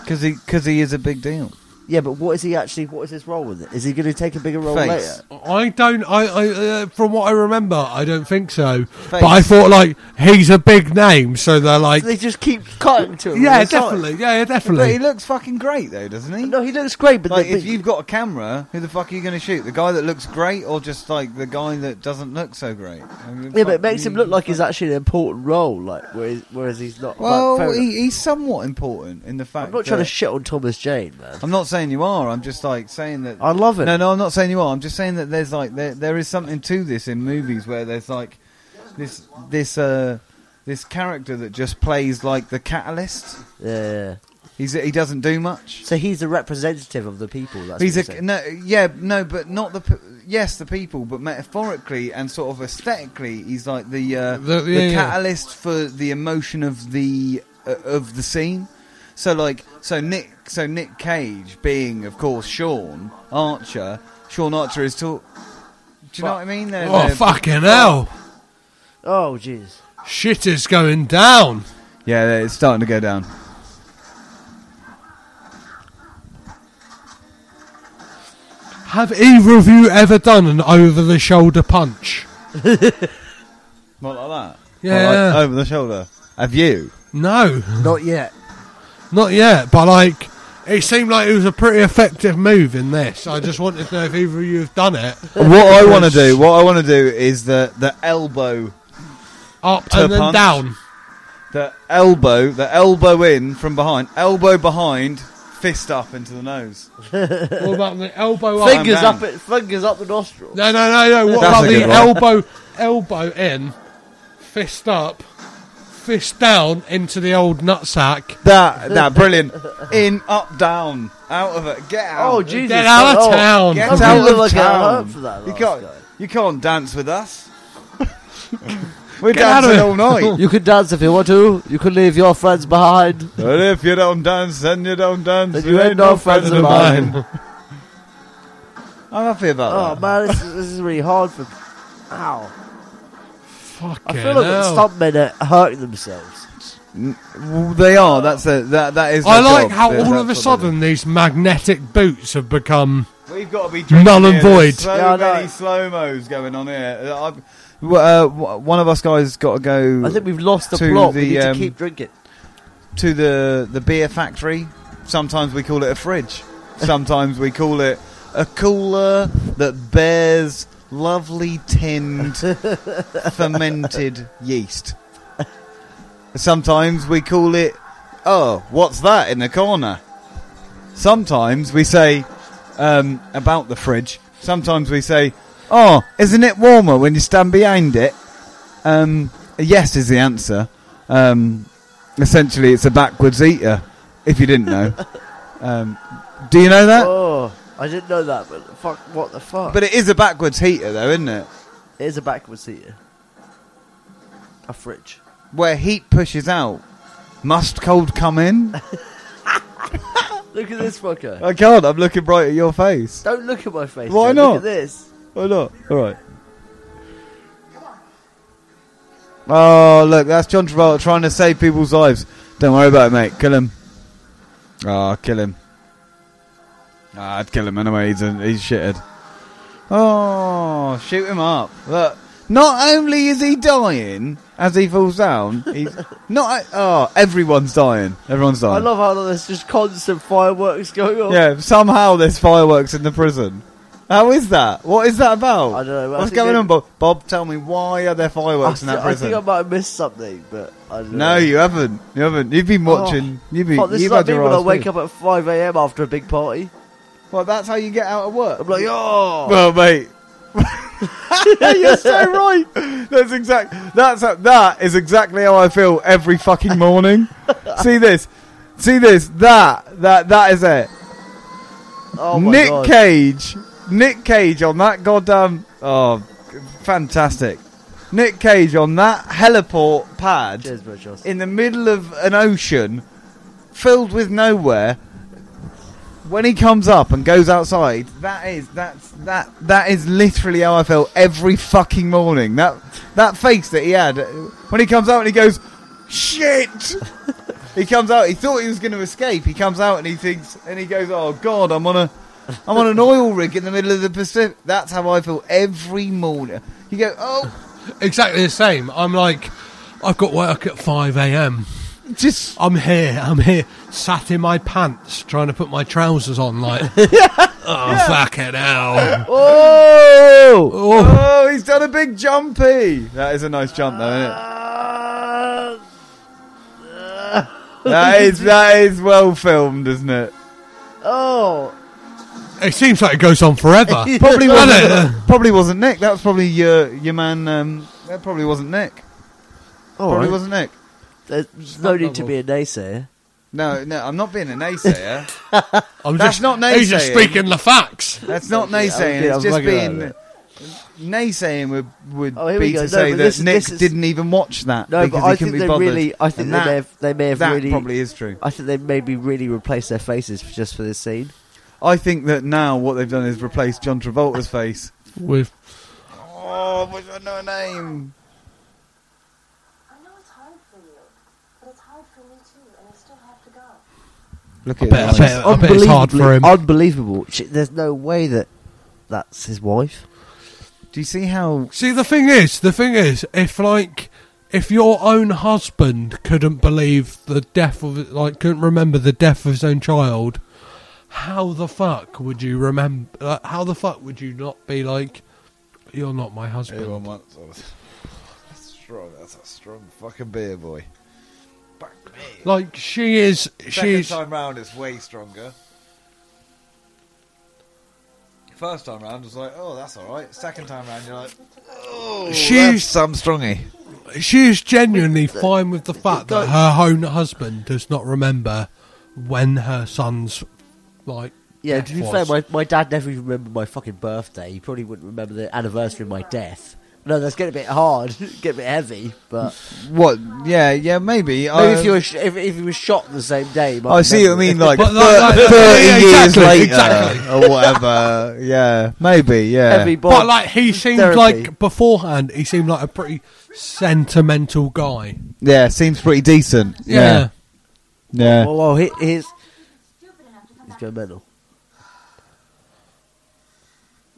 [SPEAKER 3] because he because he is a big deal.
[SPEAKER 2] Yeah, but what is he actually? What is his role with it? Is he going to take a bigger role
[SPEAKER 3] Face.
[SPEAKER 2] later?
[SPEAKER 1] I don't. I, I uh, from what I remember, I don't think so.
[SPEAKER 3] Face.
[SPEAKER 1] But I thought like he's a big name, so they're like,
[SPEAKER 2] They just keep cutting to him. all
[SPEAKER 1] yeah,
[SPEAKER 2] the time.
[SPEAKER 1] definitely, yeah, yeah,
[SPEAKER 3] But he
[SPEAKER 1] definitely.
[SPEAKER 3] looks fucking great though, doesn't he?
[SPEAKER 2] No, he looks great, but,
[SPEAKER 3] Like,
[SPEAKER 2] the,
[SPEAKER 3] if you've got a camera, who the fuck are you going to shoot? The guy that looks great, or just like the guy that doesn't look so great? I mean,
[SPEAKER 2] yeah, but it
[SPEAKER 3] fuck,
[SPEAKER 2] makes
[SPEAKER 3] you-
[SPEAKER 2] him look like he's actually an important role, like whereas, whereas he's not. like, fair
[SPEAKER 3] Well,
[SPEAKER 2] enough.
[SPEAKER 3] he, he's somewhat important in the fact.
[SPEAKER 2] I'm not trying
[SPEAKER 3] that-
[SPEAKER 2] to shit on Thomas Jane, man.
[SPEAKER 3] I'm not saying you are. I'm just like saying that.
[SPEAKER 2] I love it.
[SPEAKER 3] No, no, I'm not saying you are. I'm just saying that there's like there there is something to this in movies where there's like this this uh this character that just plays like the catalyst.
[SPEAKER 2] Yeah, yeah, yeah.
[SPEAKER 3] He's he doesn't do much.
[SPEAKER 2] So he's a representative of the people. That's
[SPEAKER 3] He's
[SPEAKER 2] what
[SPEAKER 3] a
[SPEAKER 2] you're saying.
[SPEAKER 3] no, yeah, no, but not the p- yes, the people, but metaphorically and sort of aesthetically, he's like the uh,
[SPEAKER 1] The-
[SPEAKER 3] the,
[SPEAKER 1] yeah, yeah.
[SPEAKER 3] catalyst for the emotion of the uh, of the scene. So like, so Nick, so Nick Cage being, of course, Sean Archer. Sean Archer is talk. Do you know what I mean? They're-
[SPEAKER 1] Oh,
[SPEAKER 3] they're-
[SPEAKER 1] fucking hell.
[SPEAKER 2] Oh, jeez.
[SPEAKER 1] Shit is going down.
[SPEAKER 3] Yeah, it's starting to go down.
[SPEAKER 1] Have either of you ever done an over the shoulder punch?
[SPEAKER 3] Not like that.
[SPEAKER 1] Yeah.
[SPEAKER 3] Like, over the shoulder. Have you?
[SPEAKER 1] No,
[SPEAKER 2] Not yet.
[SPEAKER 1] not yet, but like. It seemed like it was a pretty effective move in this. I just wanted to know if either of you have done it.
[SPEAKER 3] what I want to do, what I want to do is the the elbow
[SPEAKER 1] Up
[SPEAKER 3] To
[SPEAKER 1] and then
[SPEAKER 3] punch.
[SPEAKER 1] down.
[SPEAKER 3] The elbow, the elbow in from behind, elbow behind, fist up into the nose.
[SPEAKER 1] What about the elbow up?
[SPEAKER 2] Fingers
[SPEAKER 3] down.
[SPEAKER 2] up, it, fingers up the nostril.
[SPEAKER 1] No, no, no, no. What
[SPEAKER 3] That's
[SPEAKER 1] about
[SPEAKER 3] a
[SPEAKER 1] the
[SPEAKER 3] good one.
[SPEAKER 1] elbow, elbow in, fist up, fist down into the old nutsack?
[SPEAKER 3] That, that, brilliant. In, up, down, out of it, get out.
[SPEAKER 2] Oh, Jesus.
[SPEAKER 1] Get out of
[SPEAKER 2] oh,
[SPEAKER 1] town.
[SPEAKER 3] get
[SPEAKER 2] I'm
[SPEAKER 3] out
[SPEAKER 2] gonna
[SPEAKER 3] of
[SPEAKER 2] look at
[SPEAKER 3] town.
[SPEAKER 2] her for that
[SPEAKER 3] you
[SPEAKER 2] last
[SPEAKER 3] can't,
[SPEAKER 2] guy.
[SPEAKER 3] you can't dance with us. We're
[SPEAKER 1] Get out of
[SPEAKER 3] dancing all
[SPEAKER 1] here.
[SPEAKER 3] night.
[SPEAKER 2] You can dance if you want to. You can leave your friends behind.
[SPEAKER 3] but if you don't dance, then you don't dance.
[SPEAKER 2] Then you ain't no friends of mine.
[SPEAKER 3] I'm happy
[SPEAKER 2] Oh
[SPEAKER 3] about that.
[SPEAKER 2] man, this, is- this is really hard for. Ow!
[SPEAKER 1] Fucking
[SPEAKER 2] I feel like
[SPEAKER 1] hell.
[SPEAKER 2] some men are hurting themselves.
[SPEAKER 3] Well, They are. That's a, that. That is.
[SPEAKER 1] I
[SPEAKER 3] their
[SPEAKER 1] like
[SPEAKER 3] job.
[SPEAKER 1] how
[SPEAKER 3] Yeah,
[SPEAKER 1] all
[SPEAKER 3] that's
[SPEAKER 1] of a
[SPEAKER 3] what they do.
[SPEAKER 1] sudden these magnetic boots have become.
[SPEAKER 3] We've got to be drinking
[SPEAKER 1] Null and
[SPEAKER 3] here.
[SPEAKER 1] void.
[SPEAKER 3] There's So
[SPEAKER 2] Yeah, I know.
[SPEAKER 3] many slow mos going on here. Uh, I've, w- uh, w- one of us guys got to go
[SPEAKER 2] I think we've lost the
[SPEAKER 3] To
[SPEAKER 2] plot. we
[SPEAKER 3] the,
[SPEAKER 2] need
[SPEAKER 3] um,
[SPEAKER 2] to keep drinking.
[SPEAKER 3] to the the beer factory. Sometimes we call it a fridge. Sometimes we call it a cooler that bears lovely tinned fermented yeast. Sometimes we call it, oh, what's that in the corner? Sometimes we say um, about the fridge. Sometimes we say, oh, isn't it warmer when you stand behind it? Um, yes is the answer. Um, Essentially, it's a backwards eater. If you didn't know, um, do you know that?
[SPEAKER 2] Oh, I didn't know that, but fuck, what the fuck?
[SPEAKER 3] But it is a backwards heater, though, isn't it?
[SPEAKER 2] it is a backwards seater. A fridge.
[SPEAKER 3] Where heat pushes out, must cold come in?
[SPEAKER 2] Look at this fucker.
[SPEAKER 3] I can't. I'm looking right at your face.
[SPEAKER 2] Don't look at my face.
[SPEAKER 3] Why
[SPEAKER 2] dude.
[SPEAKER 3] not?
[SPEAKER 2] Look at this.
[SPEAKER 3] Why not? All right. Oh look, that's John Travolta trying to save people's lives. Don't worry about it, mate. Kill him. Ah, kill him. Ah, I'd kill him anyway. He's a, he's shitted. Oh, shoot him up! Look, not only is he dying as he falls down, he's not. Oh, everyone's dying. Everyone's dying.
[SPEAKER 2] I love how there's just constant fireworks going on.
[SPEAKER 3] Yeah, somehow there's fireworks in the prison. How is that? What is that about?
[SPEAKER 2] I don't know, but I
[SPEAKER 3] What's
[SPEAKER 2] think
[SPEAKER 3] going
[SPEAKER 2] they-
[SPEAKER 3] on, Bob? Bob, tell me why are there
[SPEAKER 2] I,
[SPEAKER 3] fireworks in
[SPEAKER 2] thi-
[SPEAKER 3] that
[SPEAKER 2] I
[SPEAKER 3] prison?
[SPEAKER 2] think I might have missed something, but I don't
[SPEAKER 3] no,
[SPEAKER 2] know.
[SPEAKER 3] you haven't. You haven't. You've been watching. you've been.
[SPEAKER 2] Fuck, this
[SPEAKER 3] you've
[SPEAKER 2] is like
[SPEAKER 3] had
[SPEAKER 2] me
[SPEAKER 3] your
[SPEAKER 2] when I
[SPEAKER 3] eyes
[SPEAKER 2] wake
[SPEAKER 3] peeled.
[SPEAKER 2] up at 5 a.m. after a big party.
[SPEAKER 3] Well, that's how you get out of work.
[SPEAKER 2] I'm like, oh!
[SPEAKER 3] Well, mate. You're so right. That's exact. That's that is exactly how I feel every fucking morning. See this, see this. That that that is it.
[SPEAKER 2] oh my
[SPEAKER 3] Nick
[SPEAKER 2] God.
[SPEAKER 3] Cage. Nick Cage on that goddamn. Oh, fantastic. Nick Cage on that heliport pad
[SPEAKER 2] Cheers, bro, Joss.
[SPEAKER 3] in the middle of an ocean filled with nowhere. When he comes up and goes outside, that is that's that that is literally how I feel every fucking morning. That that face that he had uh, when he comes out and he goes, "Shit!" he comes out. He thought he was going to escape. He comes out and he thinks, and he goes, "Oh God, I'm on a, I'm on an oil rig in the middle of the Pacific." That's how I feel every morning. You go, "Oh,
[SPEAKER 1] exactly the same. I'm like, I've got work at 5 a.m.
[SPEAKER 3] just
[SPEAKER 1] I'm here, I'm here, sat in my pants trying to put my trousers on, like, oh, fucking hell.
[SPEAKER 3] oh,
[SPEAKER 1] Oh.
[SPEAKER 3] oh, he's done a big jumpy." That is a nice jump, though, isn't it?
[SPEAKER 2] Uh,
[SPEAKER 3] That is that is well filmed, isn't it?
[SPEAKER 2] oh!
[SPEAKER 1] It seems like it goes on forever.
[SPEAKER 3] Probably
[SPEAKER 1] Doesn't
[SPEAKER 3] wasn't.
[SPEAKER 1] it?
[SPEAKER 3] probably wasn't Nick. That was probably your your man um, That probably wasn't Nick.
[SPEAKER 2] All
[SPEAKER 3] probably
[SPEAKER 2] right.
[SPEAKER 3] wasn't Nick.
[SPEAKER 2] There's no need to
[SPEAKER 1] level.
[SPEAKER 2] be a naysayer.
[SPEAKER 3] No, no, I'm not being a naysayer.
[SPEAKER 1] I'm
[SPEAKER 3] That's
[SPEAKER 1] just,
[SPEAKER 3] not
[SPEAKER 1] He's just
[SPEAKER 3] naysaying.
[SPEAKER 1] speaking the facts.
[SPEAKER 3] That's not
[SPEAKER 2] Yeah, I was
[SPEAKER 3] naysaying.
[SPEAKER 2] kidding, I
[SPEAKER 3] it's
[SPEAKER 2] was
[SPEAKER 3] just
[SPEAKER 2] mugging out of
[SPEAKER 3] being
[SPEAKER 2] it.
[SPEAKER 3] naysaying would would
[SPEAKER 2] Oh, here we
[SPEAKER 3] be
[SPEAKER 2] go.
[SPEAKER 3] to
[SPEAKER 2] No,
[SPEAKER 3] say
[SPEAKER 2] but
[SPEAKER 3] that
[SPEAKER 2] this is-
[SPEAKER 3] Nick
[SPEAKER 2] this is-
[SPEAKER 3] didn't even watch that.
[SPEAKER 2] No,
[SPEAKER 3] because
[SPEAKER 2] but
[SPEAKER 3] he
[SPEAKER 2] I
[SPEAKER 3] couldn't
[SPEAKER 2] think
[SPEAKER 3] be
[SPEAKER 2] they
[SPEAKER 3] bothered.
[SPEAKER 2] really. I think
[SPEAKER 3] And
[SPEAKER 2] they
[SPEAKER 3] that,
[SPEAKER 2] may have. They may have
[SPEAKER 3] that
[SPEAKER 2] really.
[SPEAKER 3] probably is true.
[SPEAKER 2] I think they maybe really replaced their faces for- just for this scene.
[SPEAKER 3] I think that now what they've done is replaced John Travolta's face.
[SPEAKER 1] With
[SPEAKER 3] Oh, I wish I know her name.
[SPEAKER 8] I know it's hard for you, but it's hard for me too, and I still have to go.
[SPEAKER 3] Look
[SPEAKER 1] I
[SPEAKER 3] at
[SPEAKER 1] bet, I,
[SPEAKER 3] that.
[SPEAKER 1] bet, I bet it's hard for him.
[SPEAKER 2] Unbelievable. Sh- There's no way that that's his wife.
[SPEAKER 3] Do you see how?
[SPEAKER 1] See, the thing is, the thing is, if like, if your own husband couldn't believe the death of, like, couldn't remember the death of his own child, how the fuck would you remember? Like, how the fuck would you not be like, you're not my husband?
[SPEAKER 10] wants That's strong. That's a strong fucking beer, boy. Back me.
[SPEAKER 1] Like, she is,
[SPEAKER 10] Second
[SPEAKER 1] she's.
[SPEAKER 10] time round, it's way stronger. First time round, was like, oh, that's all right. Second time round, you're like, oh,
[SPEAKER 1] She's-
[SPEAKER 10] that's Sam Strongy.
[SPEAKER 1] She is genuinely fine with the fact that her own husband does not remember when her son's like.
[SPEAKER 2] Yeah,
[SPEAKER 1] death
[SPEAKER 2] to be
[SPEAKER 1] was.
[SPEAKER 2] fair, my, my dad never even remembered my fucking birthday. He probably wouldn't remember the anniversary of my death. No, that's getting a bit hard, get a bit heavy. But
[SPEAKER 3] What? Yeah, yeah, maybe.
[SPEAKER 2] maybe
[SPEAKER 3] I,
[SPEAKER 2] if you were sh- if, if you were shot the same day, you might
[SPEAKER 3] Um, I see what I
[SPEAKER 2] remember
[SPEAKER 3] mean.
[SPEAKER 2] it.
[SPEAKER 3] Like
[SPEAKER 1] But like- like-
[SPEAKER 3] thir-
[SPEAKER 1] yeah,
[SPEAKER 3] thirty years
[SPEAKER 1] exactly,
[SPEAKER 3] later,
[SPEAKER 1] exactly.
[SPEAKER 3] or whatever. yeah, maybe. Yeah.
[SPEAKER 2] Every boy-
[SPEAKER 1] But like he seemed
[SPEAKER 2] therapy.
[SPEAKER 1] like beforehand, he seemed like a pretty sentimental guy.
[SPEAKER 3] Yeah, seems pretty decent.
[SPEAKER 1] Yeah.
[SPEAKER 3] Yeah, yeah.
[SPEAKER 2] Well, well, he, he's
[SPEAKER 8] Stupid enough to come
[SPEAKER 2] he's
[SPEAKER 8] back.
[SPEAKER 2] going mental.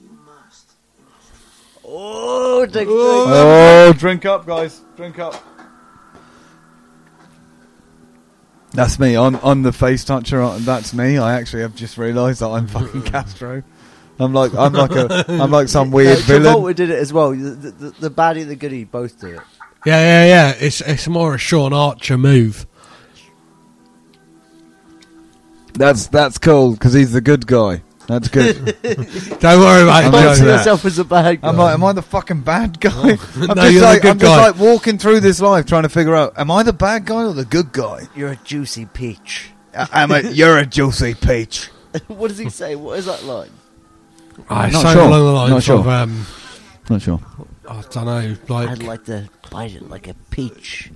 [SPEAKER 5] You must.
[SPEAKER 2] Oh, take, take.
[SPEAKER 3] Oh, drink up, guys. Drink up. That's me. I'm, I'm the face toucher. I- That's me. I actually have just realised that I'm fucking Castro. I'm like I'm like a I'm like some weird
[SPEAKER 2] No,
[SPEAKER 3] villain.
[SPEAKER 2] Travolta did it as well. The, the, the, the baddie and the goodie both do it.
[SPEAKER 1] Yeah, yeah, yeah. It's it's more a Sean Archer move.
[SPEAKER 3] That's that's cool because he's the good guy. That's good.
[SPEAKER 1] Don't worry
[SPEAKER 3] I'm
[SPEAKER 1] about
[SPEAKER 3] not
[SPEAKER 1] it,
[SPEAKER 2] Fancy
[SPEAKER 3] into
[SPEAKER 1] Joe.
[SPEAKER 3] that.
[SPEAKER 2] yourself as a bad guy.
[SPEAKER 3] I'm like, am I the fucking bad guy? I'm
[SPEAKER 1] No,
[SPEAKER 3] just
[SPEAKER 1] you're the
[SPEAKER 3] like
[SPEAKER 1] good
[SPEAKER 3] I'm
[SPEAKER 1] guy.
[SPEAKER 3] just like walking through this life trying to figure out: am I the bad guy or the good guy? Uh,
[SPEAKER 2] You're a juicy peach.
[SPEAKER 3] I- I'm a, you're a juicy peach.
[SPEAKER 2] what does he say? What is that line?
[SPEAKER 1] Right,
[SPEAKER 3] Not
[SPEAKER 1] so
[SPEAKER 3] sure.
[SPEAKER 1] along the lines
[SPEAKER 3] Not sure.
[SPEAKER 1] of um,
[SPEAKER 3] Not sure.
[SPEAKER 1] I don't know, like,
[SPEAKER 2] I'd like to bite it like a peach.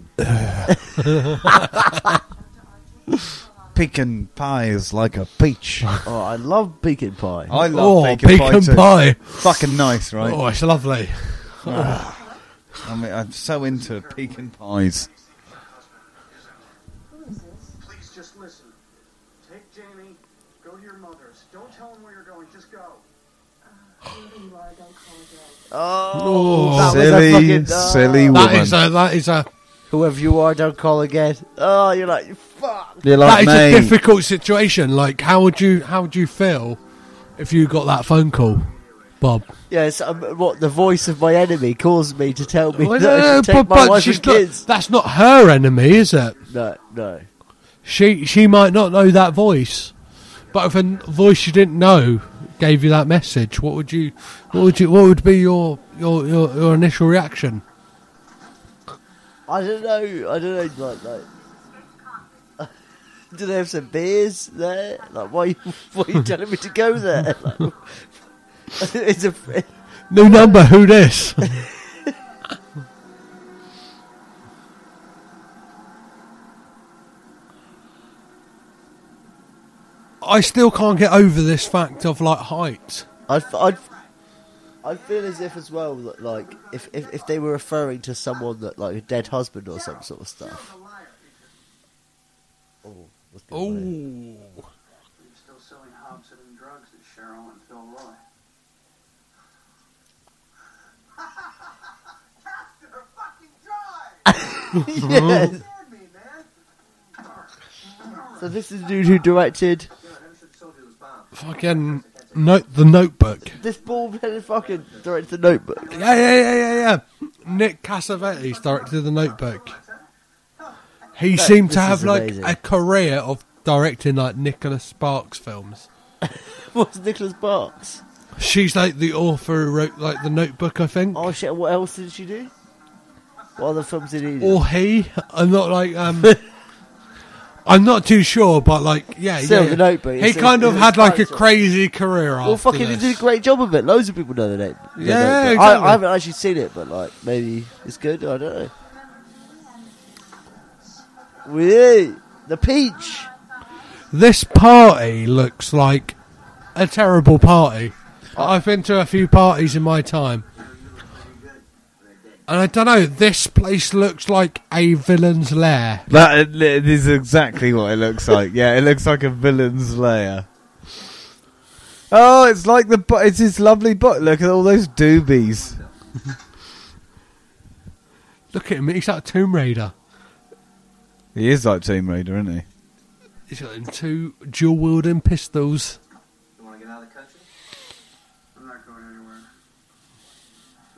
[SPEAKER 3] Pecan pie is like a peach.
[SPEAKER 2] Oh, I love pecan pie.
[SPEAKER 3] I love
[SPEAKER 1] oh,
[SPEAKER 3] pecan, pie. too.
[SPEAKER 1] pie.
[SPEAKER 3] Fucking nice, right?
[SPEAKER 1] Oh, it's lovely.
[SPEAKER 3] I mean, I'm so into pecan pies.
[SPEAKER 8] Who is this?
[SPEAKER 5] Please just listen. Take Jamie. Go to your mother's. Don't tell him where you're going. Just go.
[SPEAKER 8] Maybe you are. Don't call again.
[SPEAKER 2] Oh,
[SPEAKER 1] Oh.
[SPEAKER 2] that was a
[SPEAKER 3] silly,
[SPEAKER 2] fucking- oh.
[SPEAKER 3] silly
[SPEAKER 1] That
[SPEAKER 3] woman.
[SPEAKER 1] is a that is a
[SPEAKER 2] Whoever you are, don't call again. Oh, you're like fuck.
[SPEAKER 3] You're
[SPEAKER 1] that
[SPEAKER 3] like,
[SPEAKER 1] is a
[SPEAKER 3] mate,
[SPEAKER 1] difficult situation. Like, how would you how would you feel if you got that phone call, Bob?
[SPEAKER 2] Yes, um, what the voice of my enemy calls me to tell me
[SPEAKER 1] Well, uh,
[SPEAKER 2] that I should take my wife and
[SPEAKER 1] not,
[SPEAKER 2] kids.
[SPEAKER 1] that's not her enemy, is it?
[SPEAKER 2] No, no.
[SPEAKER 1] She she might not know that voice, but if a n- voice you didn't know gave you that message, what would you what would you what would be your your your, your initial reaction?
[SPEAKER 2] I don't know. I don't know. Like, like, do they have some beers there? Like, why? you- Why are you telling me to go there? Like, it's a.
[SPEAKER 1] New number, who this? I still can't get over this fact of like height.
[SPEAKER 2] I, f- I, f- I feel as if as well that like if, if if they were referring to someone that like a dead husband or some sort of stuff. Oh, what's going on here?
[SPEAKER 1] Ooh.
[SPEAKER 5] Are you still selling Hobson and drugs at Cheryl and Phil Roy? Caster, fucking drive!
[SPEAKER 2] yes.
[SPEAKER 5] me, man!
[SPEAKER 2] So this is the dude who directed
[SPEAKER 1] Fucking note the notebook.
[SPEAKER 2] this bald-headed fucking directed the Notebook.
[SPEAKER 1] Yeah, yeah, yeah, yeah, yeah. Nick Cassavetes directed The Notebook. He seemed to
[SPEAKER 2] this
[SPEAKER 1] have
[SPEAKER 2] is
[SPEAKER 1] like
[SPEAKER 2] amazing.
[SPEAKER 1] a career of directing like Nicholas Sparks films.
[SPEAKER 2] What's Nicholas Sparks?
[SPEAKER 1] She's like the author who wrote like The Notebook, I think.
[SPEAKER 2] Oh shit! What Oh, else did she do? What other films did he do?
[SPEAKER 1] or he. I'm not like um. I'm not too sure, but like yeah,
[SPEAKER 2] Still,
[SPEAKER 1] yeah.
[SPEAKER 2] The Notebook,
[SPEAKER 1] He
[SPEAKER 2] it's a-
[SPEAKER 1] kind of
[SPEAKER 2] it's a
[SPEAKER 1] had like a
[SPEAKER 2] character.
[SPEAKER 1] crazy career.
[SPEAKER 2] Well,
[SPEAKER 1] after
[SPEAKER 2] fucking, he
[SPEAKER 1] this.
[SPEAKER 2] did a great job of it. Loads of people know the name. the
[SPEAKER 1] Yeah,
[SPEAKER 2] name, but I,
[SPEAKER 1] exactly.
[SPEAKER 2] I haven't actually seen it, but like maybe it's good. I don't know. We the peach.
[SPEAKER 1] This party looks like a terrible party.
[SPEAKER 2] Oh.
[SPEAKER 1] I've been to a few parties in my time. And I don't know, this place looks like a villain's lair.
[SPEAKER 3] That it is exactly what it looks like. Yeah, it looks like a villain's lair. Oh, it's like the bu- it's his lovely book. Look at all those doobies.
[SPEAKER 1] Look at him, he's like Tomb Raider.
[SPEAKER 3] He is like Tomb Raider, isn't he?
[SPEAKER 1] He's got them two dual wielding pistols.
[SPEAKER 11] You want to get out of the country?
[SPEAKER 5] I'm not going anywhere.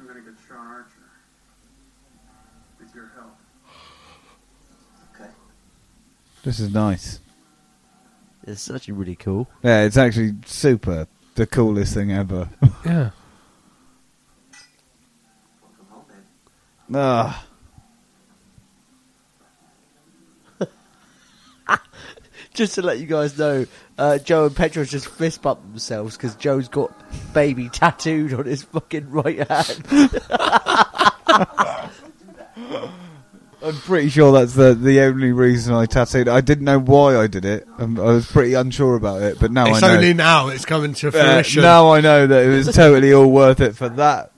[SPEAKER 5] I'm gonna get Sean Archer. With your help.
[SPEAKER 11] Okay.
[SPEAKER 3] This is nice.
[SPEAKER 2] It's actually really cool.
[SPEAKER 3] Yeah, it's actually super. The coolest thing ever.
[SPEAKER 1] Yeah.
[SPEAKER 11] Welcome home, baby.
[SPEAKER 3] Ah,
[SPEAKER 2] Just to let you guys know, uh, Joe and Petra just fist bumped themselves because Joe's got baby tattooed on his fucking right hand.
[SPEAKER 3] I'm pretty sure that's the the only reason I tattooed. I didn't know why I did it. Um, I was pretty unsure about it, but now
[SPEAKER 1] it's
[SPEAKER 3] I know.
[SPEAKER 1] only now it's coming to
[SPEAKER 3] Uh,
[SPEAKER 1] fruition.
[SPEAKER 3] now I know that it was totally all worth it for that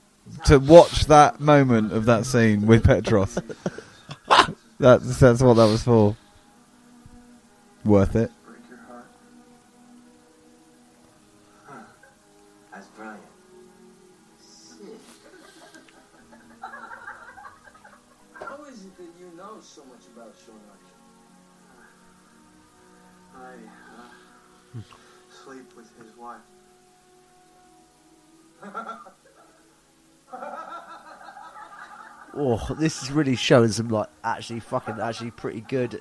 [SPEAKER 3] to watch that moment of that scene with Petros. that's that's what that was for. Worth it.
[SPEAKER 5] Break your heart.
[SPEAKER 11] That's brilliant. Sick. How is it that you know so much about Sean Archer?
[SPEAKER 5] I uh, sleep with his wife.
[SPEAKER 2] oh, this is really showing some like actually fucking actually pretty good.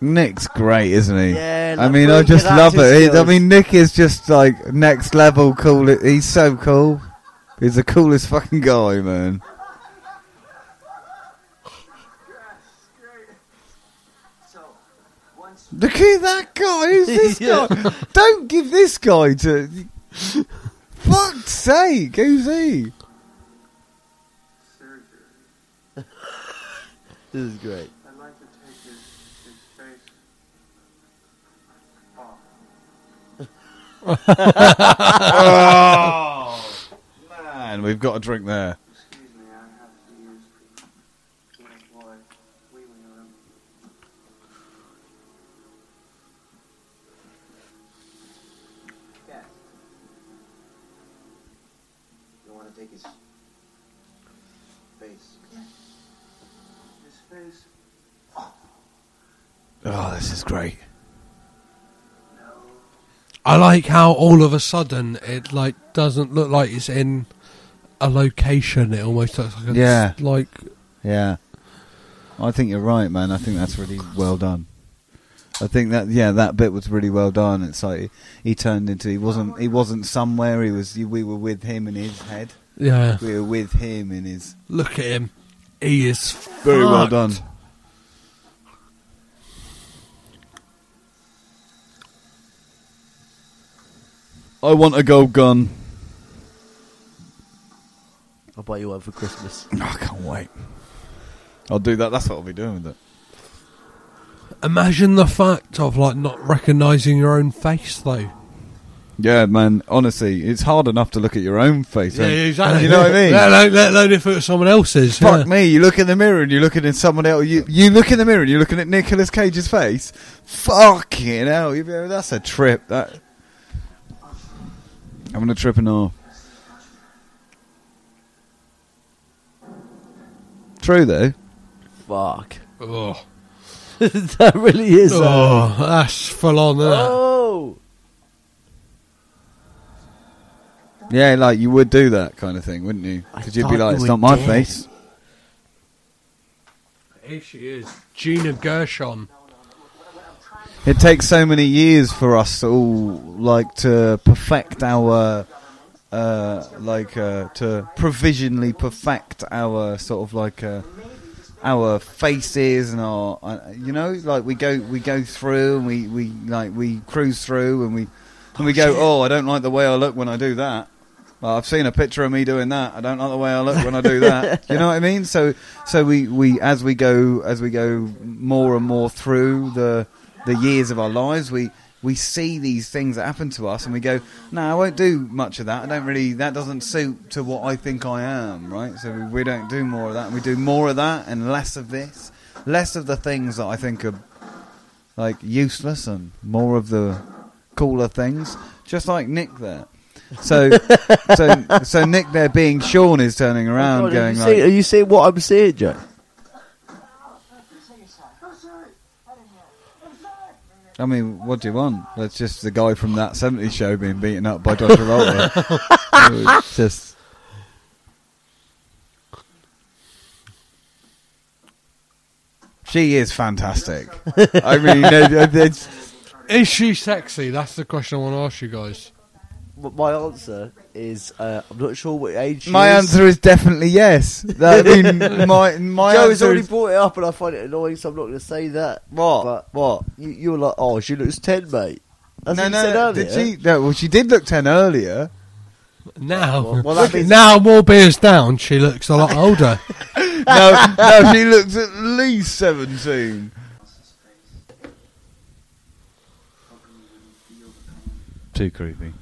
[SPEAKER 3] Nick's great, isn't he?
[SPEAKER 2] Yeah,
[SPEAKER 3] I
[SPEAKER 2] like,
[SPEAKER 3] mean, I
[SPEAKER 2] really
[SPEAKER 3] just
[SPEAKER 2] good
[SPEAKER 3] love
[SPEAKER 2] acting
[SPEAKER 3] it. He- I
[SPEAKER 2] skills.
[SPEAKER 3] mean, Nick is just like next level cool. He's so cool. He's the coolest fucking guy, man.
[SPEAKER 11] So, once
[SPEAKER 3] Look at that guy. Who's this
[SPEAKER 2] Yeah.
[SPEAKER 3] guy? Don't give this guy to. Fuck's sake, who's he?
[SPEAKER 5] Surgery.
[SPEAKER 2] This is great.
[SPEAKER 5] I'd like to take his, his face off.
[SPEAKER 3] Oh. Man, we've got a drink there.
[SPEAKER 5] Excuse me, I have to use my boy, Wee Wee Lim.
[SPEAKER 11] Cat. You want to take his face?
[SPEAKER 5] His face?
[SPEAKER 3] Oh, this is great.
[SPEAKER 1] I like how all of a sudden it like doesn't look like it's in a location. It almost looks like it's
[SPEAKER 3] Yeah.
[SPEAKER 1] like
[SPEAKER 3] Yeah. I think you're right, man. I think that's really well done. I think that yeah, that bit was really well done. It's like he, turned into he wasn't he wasn't somewhere. He was we were with him in his head.
[SPEAKER 1] yeah.
[SPEAKER 3] We were with him in his
[SPEAKER 1] Look at him. He is
[SPEAKER 3] very well
[SPEAKER 1] fucked.
[SPEAKER 3] done. I want a gold gun.
[SPEAKER 2] I'll buy you one for Christmas.
[SPEAKER 3] I can't wait. I'll do that. That's what I'll be doing with it.
[SPEAKER 1] Imagine the fact of like not recognizing your own face though.
[SPEAKER 3] Yeah, man. Honestly, it's hard enough to look at your own face. ain't it? You know what I mean?
[SPEAKER 1] Let alone, let alone if it was someone else's.
[SPEAKER 3] Fuck
[SPEAKER 1] yeah.
[SPEAKER 3] me! You look in the mirror and you're looking at someone else. You you look in the mirror and you're looking at Nicolas Cage's face. Fucking hell! You, that's a trip. That I'm gonna trip and all. True though.
[SPEAKER 2] Fuck.
[SPEAKER 1] Oh,
[SPEAKER 2] that really is. uh,
[SPEAKER 1] Oh, that's full on. isn't it?
[SPEAKER 2] oh.
[SPEAKER 3] Yeah, like you would do that kind of thing, wouldn't you?
[SPEAKER 2] I
[SPEAKER 3] Because you'd be
[SPEAKER 2] thought
[SPEAKER 3] like,
[SPEAKER 2] you
[SPEAKER 3] "It's
[SPEAKER 2] were
[SPEAKER 3] not my
[SPEAKER 2] dead."
[SPEAKER 3] face."
[SPEAKER 1] Here she is, Gina Gershon.
[SPEAKER 3] It takes so many years for us to all like to perfect our uh, like uh, to provisionally perfect our sort of like uh, our faces and our, uh, you know, like we go we go through and we, we like we cruise through and we and we go, oh, I don't like the way I look when I do that. Well, I've seen a picture of me doing that. I don't like the way I look when I do that. you know what I mean? So so we, we as we go as we go more and more through the the years of our lives, we we see these things that happen to us and we go, no, I won't do much of that. I don't really, that doesn't suit to what I think I am, right? So we, we don't do more of that. We do more of that and less of this, less of the things that I think are like useless and more of the cooler things, just like Nick there. So, so, so Nick there being Sean is turning around,
[SPEAKER 2] God,
[SPEAKER 3] going
[SPEAKER 2] are, you
[SPEAKER 3] like,
[SPEAKER 2] seeing, are you seeing what I'm seeing, Joe?
[SPEAKER 3] I mean, what do you want? That's just the guy from that 70s show being beaten up by Dr. Travolta. It was just. She is fantastic. I mean, it- it- it's,
[SPEAKER 1] Is she sexy? That's the question I want to ask you guys.
[SPEAKER 2] M- My answer is uh, I'm not sure what age. She
[SPEAKER 3] my
[SPEAKER 2] is.
[SPEAKER 3] answer is definitely yes. I mean, my, my
[SPEAKER 2] Joe has
[SPEAKER 3] answer
[SPEAKER 2] already
[SPEAKER 3] is,
[SPEAKER 2] brought it up, and I find it annoying, so I'm not going to say that.
[SPEAKER 3] What?
[SPEAKER 2] But what? You, you were like, oh, she looks ten, mate. That's
[SPEAKER 3] no,
[SPEAKER 2] what you said
[SPEAKER 3] no,
[SPEAKER 2] earlier.
[SPEAKER 3] did she? No, well, she did look 10 earlier.
[SPEAKER 1] Now,
[SPEAKER 2] Well, well, that means-
[SPEAKER 1] now more beers down. She looks a lot older.
[SPEAKER 3] No, no, she looks at least 17. Too creepy.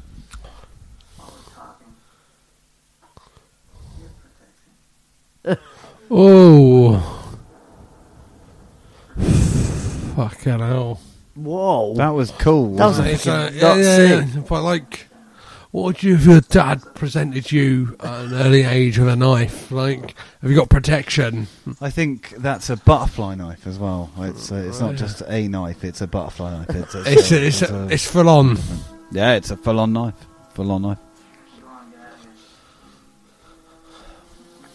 [SPEAKER 1] oh, fucking hell!
[SPEAKER 2] Whoa.
[SPEAKER 3] That was cool.
[SPEAKER 2] That was
[SPEAKER 3] wasn't it?
[SPEAKER 1] It's, uh,
[SPEAKER 2] fucking
[SPEAKER 1] yeah, yeah, yeah.
[SPEAKER 2] nutsy.
[SPEAKER 1] But like, what would you if your dad presented you at an early age with a knife? Like, have you got protection?
[SPEAKER 3] I think that's a butterfly knife as well. It's uh, it's
[SPEAKER 2] Oh,
[SPEAKER 3] not
[SPEAKER 1] Right.
[SPEAKER 3] just a knife; it's a butterfly knife. It's a,
[SPEAKER 1] It's it's
[SPEAKER 3] it's a-
[SPEAKER 1] it's full on.
[SPEAKER 3] yeah, it's a full-on knife. Full-on knife.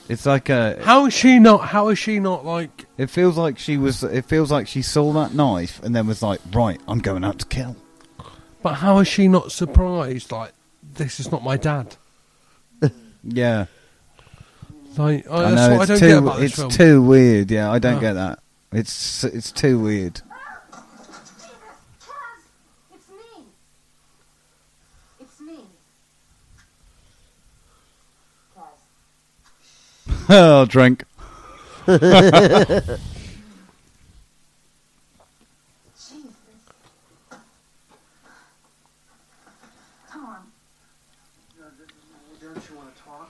[SPEAKER 3] It's like a.
[SPEAKER 1] How is she not? How is she not like?
[SPEAKER 3] It feels like she was. It feels like she saw that knife and then was like, "Right, I'm going out to kill."
[SPEAKER 1] But how is she not surprised? Like, this is not my dad.
[SPEAKER 3] Yeah,
[SPEAKER 1] Like, I,
[SPEAKER 3] I
[SPEAKER 1] Oh, that's
[SPEAKER 3] know.
[SPEAKER 1] what I
[SPEAKER 3] It's
[SPEAKER 1] don't
[SPEAKER 3] too.
[SPEAKER 1] get about this
[SPEAKER 3] it's
[SPEAKER 1] film.
[SPEAKER 3] too weird. Yeah, I don't
[SPEAKER 1] Oh.
[SPEAKER 3] get that. It's it's too weird.
[SPEAKER 8] Kaz! It's me! It's me. Kaz.
[SPEAKER 3] oh, drink.
[SPEAKER 8] Jesus. Come on.
[SPEAKER 5] Don't you want to talk?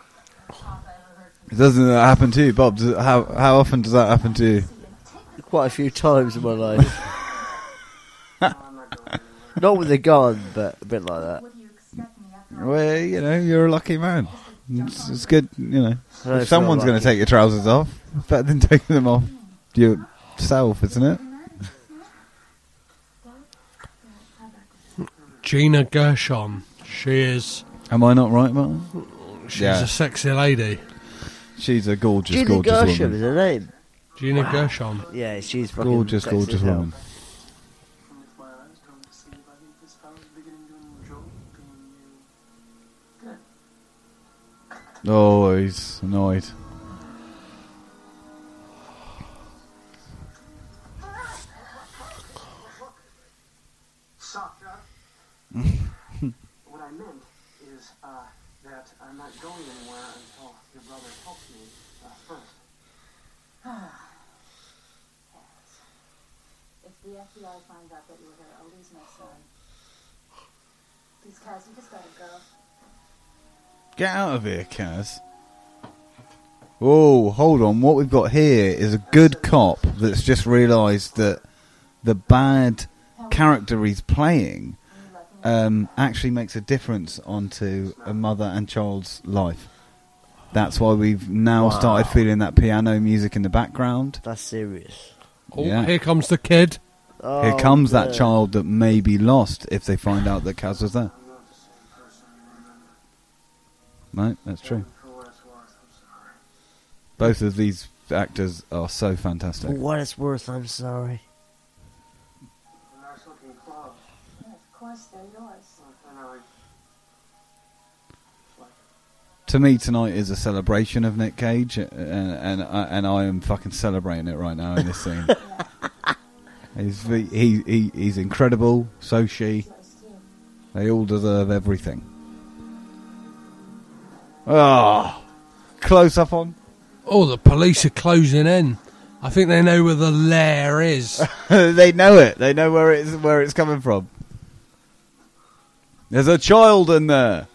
[SPEAKER 8] Papa ever heard from
[SPEAKER 3] Doesn't that happen to you, Bob? Does- How how often does that happen to you?
[SPEAKER 2] Quite a few times in my life.
[SPEAKER 5] No, I'm not going anywhere.
[SPEAKER 2] not with a gun, but a bit like that.
[SPEAKER 8] What do you expect me after I
[SPEAKER 3] Well, you know, you're a lucky man. It's, it's good, you know.
[SPEAKER 2] I don't
[SPEAKER 3] If someone's
[SPEAKER 2] feel
[SPEAKER 3] going
[SPEAKER 2] like
[SPEAKER 3] to take your trousers off, it's better than taking them off yourself, isn't it?
[SPEAKER 1] Gina Gershon. She is.
[SPEAKER 3] Am I not right, Martin?
[SPEAKER 1] She's
[SPEAKER 3] Yeah.
[SPEAKER 1] a sexy lady.
[SPEAKER 3] She's a gorgeous,
[SPEAKER 2] Judy
[SPEAKER 3] gorgeous
[SPEAKER 2] Gershon is
[SPEAKER 3] woman.
[SPEAKER 2] her name.
[SPEAKER 1] Gina Gershon.
[SPEAKER 2] Yeah, she's fucking
[SPEAKER 3] Gorgeous,
[SPEAKER 2] sexy as
[SPEAKER 3] gorgeous
[SPEAKER 2] hell.
[SPEAKER 3] woman.
[SPEAKER 5] From with my eyes going to see if I think this fella's beginning to enjoy being you.
[SPEAKER 3] Oh, he's annoyed.
[SPEAKER 5] Suck, Doc. what I meant is uh, that I'm not going anywhere until your brother helps me uh, first.
[SPEAKER 8] If the FBI finds out that you were there, I'll lose my son. Please, Kaz, you just gotta go.
[SPEAKER 3] Get out of here, Kaz. Oh, hold on. What we've got here is a good cop that's just realised that the bad character he's playing um, actually makes a difference onto a mother and child's life. That's why we've now started feeling that piano music in the background.
[SPEAKER 2] That's serious.
[SPEAKER 1] Oh,
[SPEAKER 3] Yeah.
[SPEAKER 1] here comes the kid.
[SPEAKER 2] Oh,
[SPEAKER 3] Here comes
[SPEAKER 2] no.
[SPEAKER 3] that child that may be lost if they find out that Kaz was there. No, that's true.
[SPEAKER 5] For what it's worth, I'm sorry.
[SPEAKER 3] Both of these actors are so fantastic.
[SPEAKER 2] For what it's worth, I'm sorry.
[SPEAKER 5] They're nice looking clubs.
[SPEAKER 8] Yeah, of course, they're yours.
[SPEAKER 5] I know I like
[SPEAKER 3] to me tonight is a celebration of Nick Cage, and and, I- and I am fucking celebrating it right now in this scene. he's the- he, he he's incredible. So she. They all deserve everything. Ah,
[SPEAKER 6] Close up on.
[SPEAKER 1] Oh, the police are closing in. I think they know where the lair is.
[SPEAKER 6] they know it. They know where it's where it's coming from.
[SPEAKER 3] there's a child in there.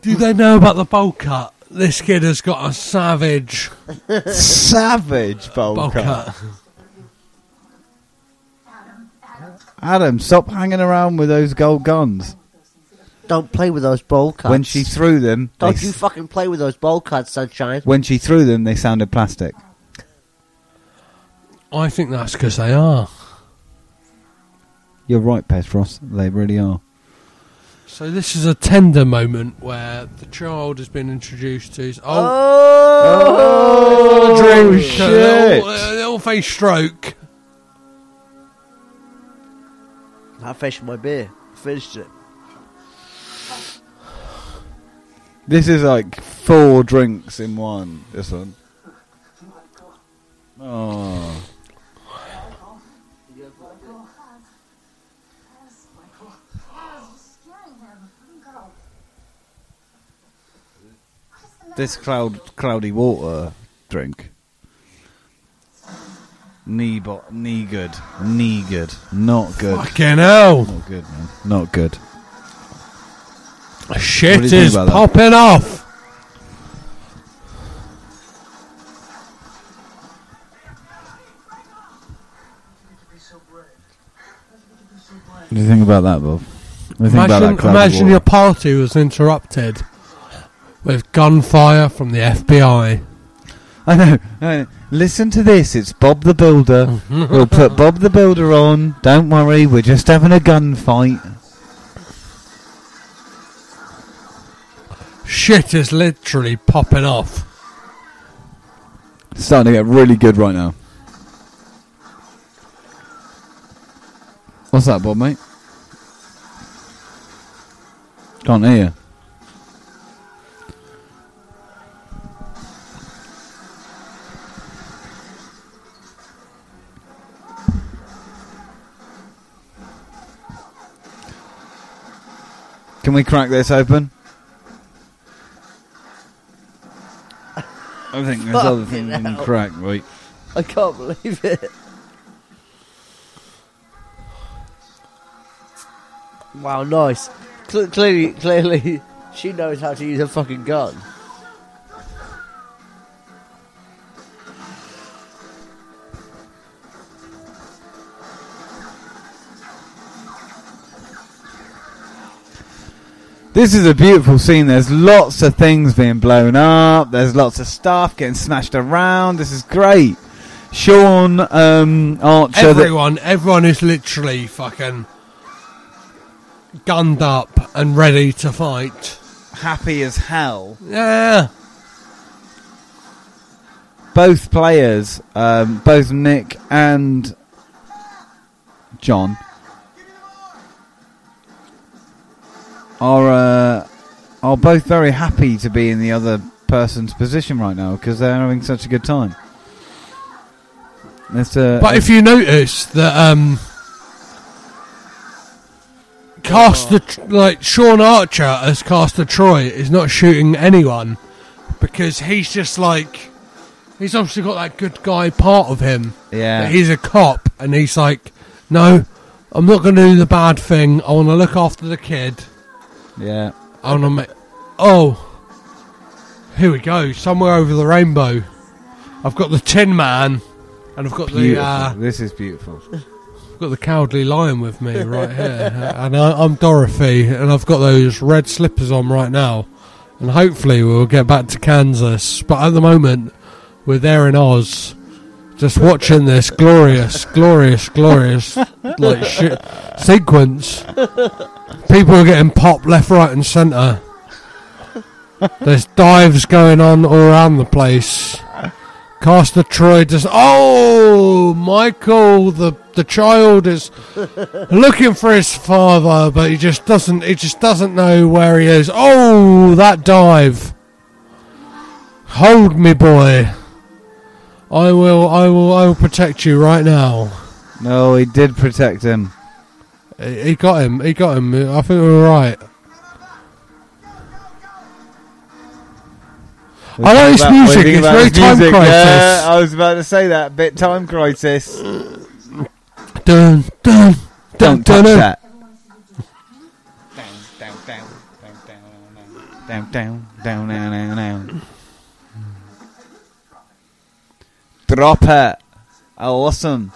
[SPEAKER 1] Do they know about the bowl cut? This kid has got a savage
[SPEAKER 6] Savage
[SPEAKER 1] bowl
[SPEAKER 6] bowl cut.
[SPEAKER 1] cut.
[SPEAKER 3] Adam, stop hanging around with those gold guns.
[SPEAKER 2] Don't play with those bowl cuts.
[SPEAKER 3] When she threw them, they
[SPEAKER 2] Don't
[SPEAKER 3] s-
[SPEAKER 2] you fucking play with those bowl cuts, sunshine.
[SPEAKER 3] when she threw them, they sounded plastic.
[SPEAKER 1] I think that's because they are.
[SPEAKER 3] You're right, Petros. They really are.
[SPEAKER 1] So this is a tender moment where the child has been introduced to. His, oh,
[SPEAKER 3] Oh,
[SPEAKER 1] a little, a little face stroke.
[SPEAKER 2] I finished my beer. Finished it.
[SPEAKER 3] This is like four drinks in one. This one. Oh, this cloud, cloudy water drink. Knee, bo- knee good, knee good, not good,
[SPEAKER 1] Fucking hell!
[SPEAKER 3] not good, man, not good. What do you
[SPEAKER 1] Shit
[SPEAKER 3] think
[SPEAKER 1] is
[SPEAKER 3] about that?
[SPEAKER 1] popping off.
[SPEAKER 3] What do you think about that, Bob? What do you think about
[SPEAKER 1] Imagine,
[SPEAKER 3] that cloud of
[SPEAKER 1] imagine
[SPEAKER 3] water?
[SPEAKER 1] your party was interrupted with gunfire from the FBI.
[SPEAKER 3] I know. I know. Listen to this. It's Bob the Builder. we'll put Bob the Builder on. Don't worry. We're just having a gunfight.
[SPEAKER 1] Shit is literally popping off.
[SPEAKER 3] It's starting to get really good right now. What's that, Bob, mate? Can't hear you. Can we crack this open? I think there's other things we can crack, right?
[SPEAKER 2] I can't believe it. Wow, nice. Cle clearly, clearly, she knows how to use a fucking gun.
[SPEAKER 3] This is a beautiful scene. There's lots of things being blown up. There's lots of stuff getting smashed around. This is great. Sean um, Archer. the-
[SPEAKER 1] everyone, everyone is literally fucking gunned up and ready to fight.
[SPEAKER 3] happy as hell.
[SPEAKER 1] Yeah.
[SPEAKER 3] Both players, um, both Nick and John, are uh, are both very happy to be in the other person's position right now because they're having such a good time. It's, uh,
[SPEAKER 1] But if you notice that, um, cast the tr- like Sean Archer as Caster Troy is not shooting anyone because he's just like he's obviously got that good guy part of him.
[SPEAKER 3] Yeah.
[SPEAKER 1] But he's a cop and he's like, no, I'm not going to do the bad thing. I want to look after the kid.
[SPEAKER 3] yeah.
[SPEAKER 1] I want to make. Oh, here we go. Somewhere over the rainbow, I've got the Tin Man, and I've got the.
[SPEAKER 3] Beautiful.
[SPEAKER 1] Uh,
[SPEAKER 3] this is beautiful.
[SPEAKER 1] got the cowardly lion with me right here, and I, I'm Dorothy, and I've got those red slippers on right now, and hopefully we'll get back to Kansas. But at the moment, we're there in Oz, just watching this glorious, glorious, glorious like shit sequence. People are getting popped left, right, and centre. There's dives going on all around the place. Caster Troy just. Oh, Michael, the the child is looking for his father, but he just doesn't. He just doesn't know where he is. Oh, that dive! Hold me, boy. I will. I will. I will protect you right now.
[SPEAKER 3] No, he did protect him.
[SPEAKER 1] He he got him. He got him. I think we were right. I like this music. It's very time crisis.
[SPEAKER 6] Yeah, I was about to say that bit. Time crisis.
[SPEAKER 1] Dun, dun, dun,
[SPEAKER 3] Don't
[SPEAKER 1] dun,
[SPEAKER 3] touch
[SPEAKER 1] dun.
[SPEAKER 3] that. Down, down, down, down, down, down. Drop it. Oh, listen,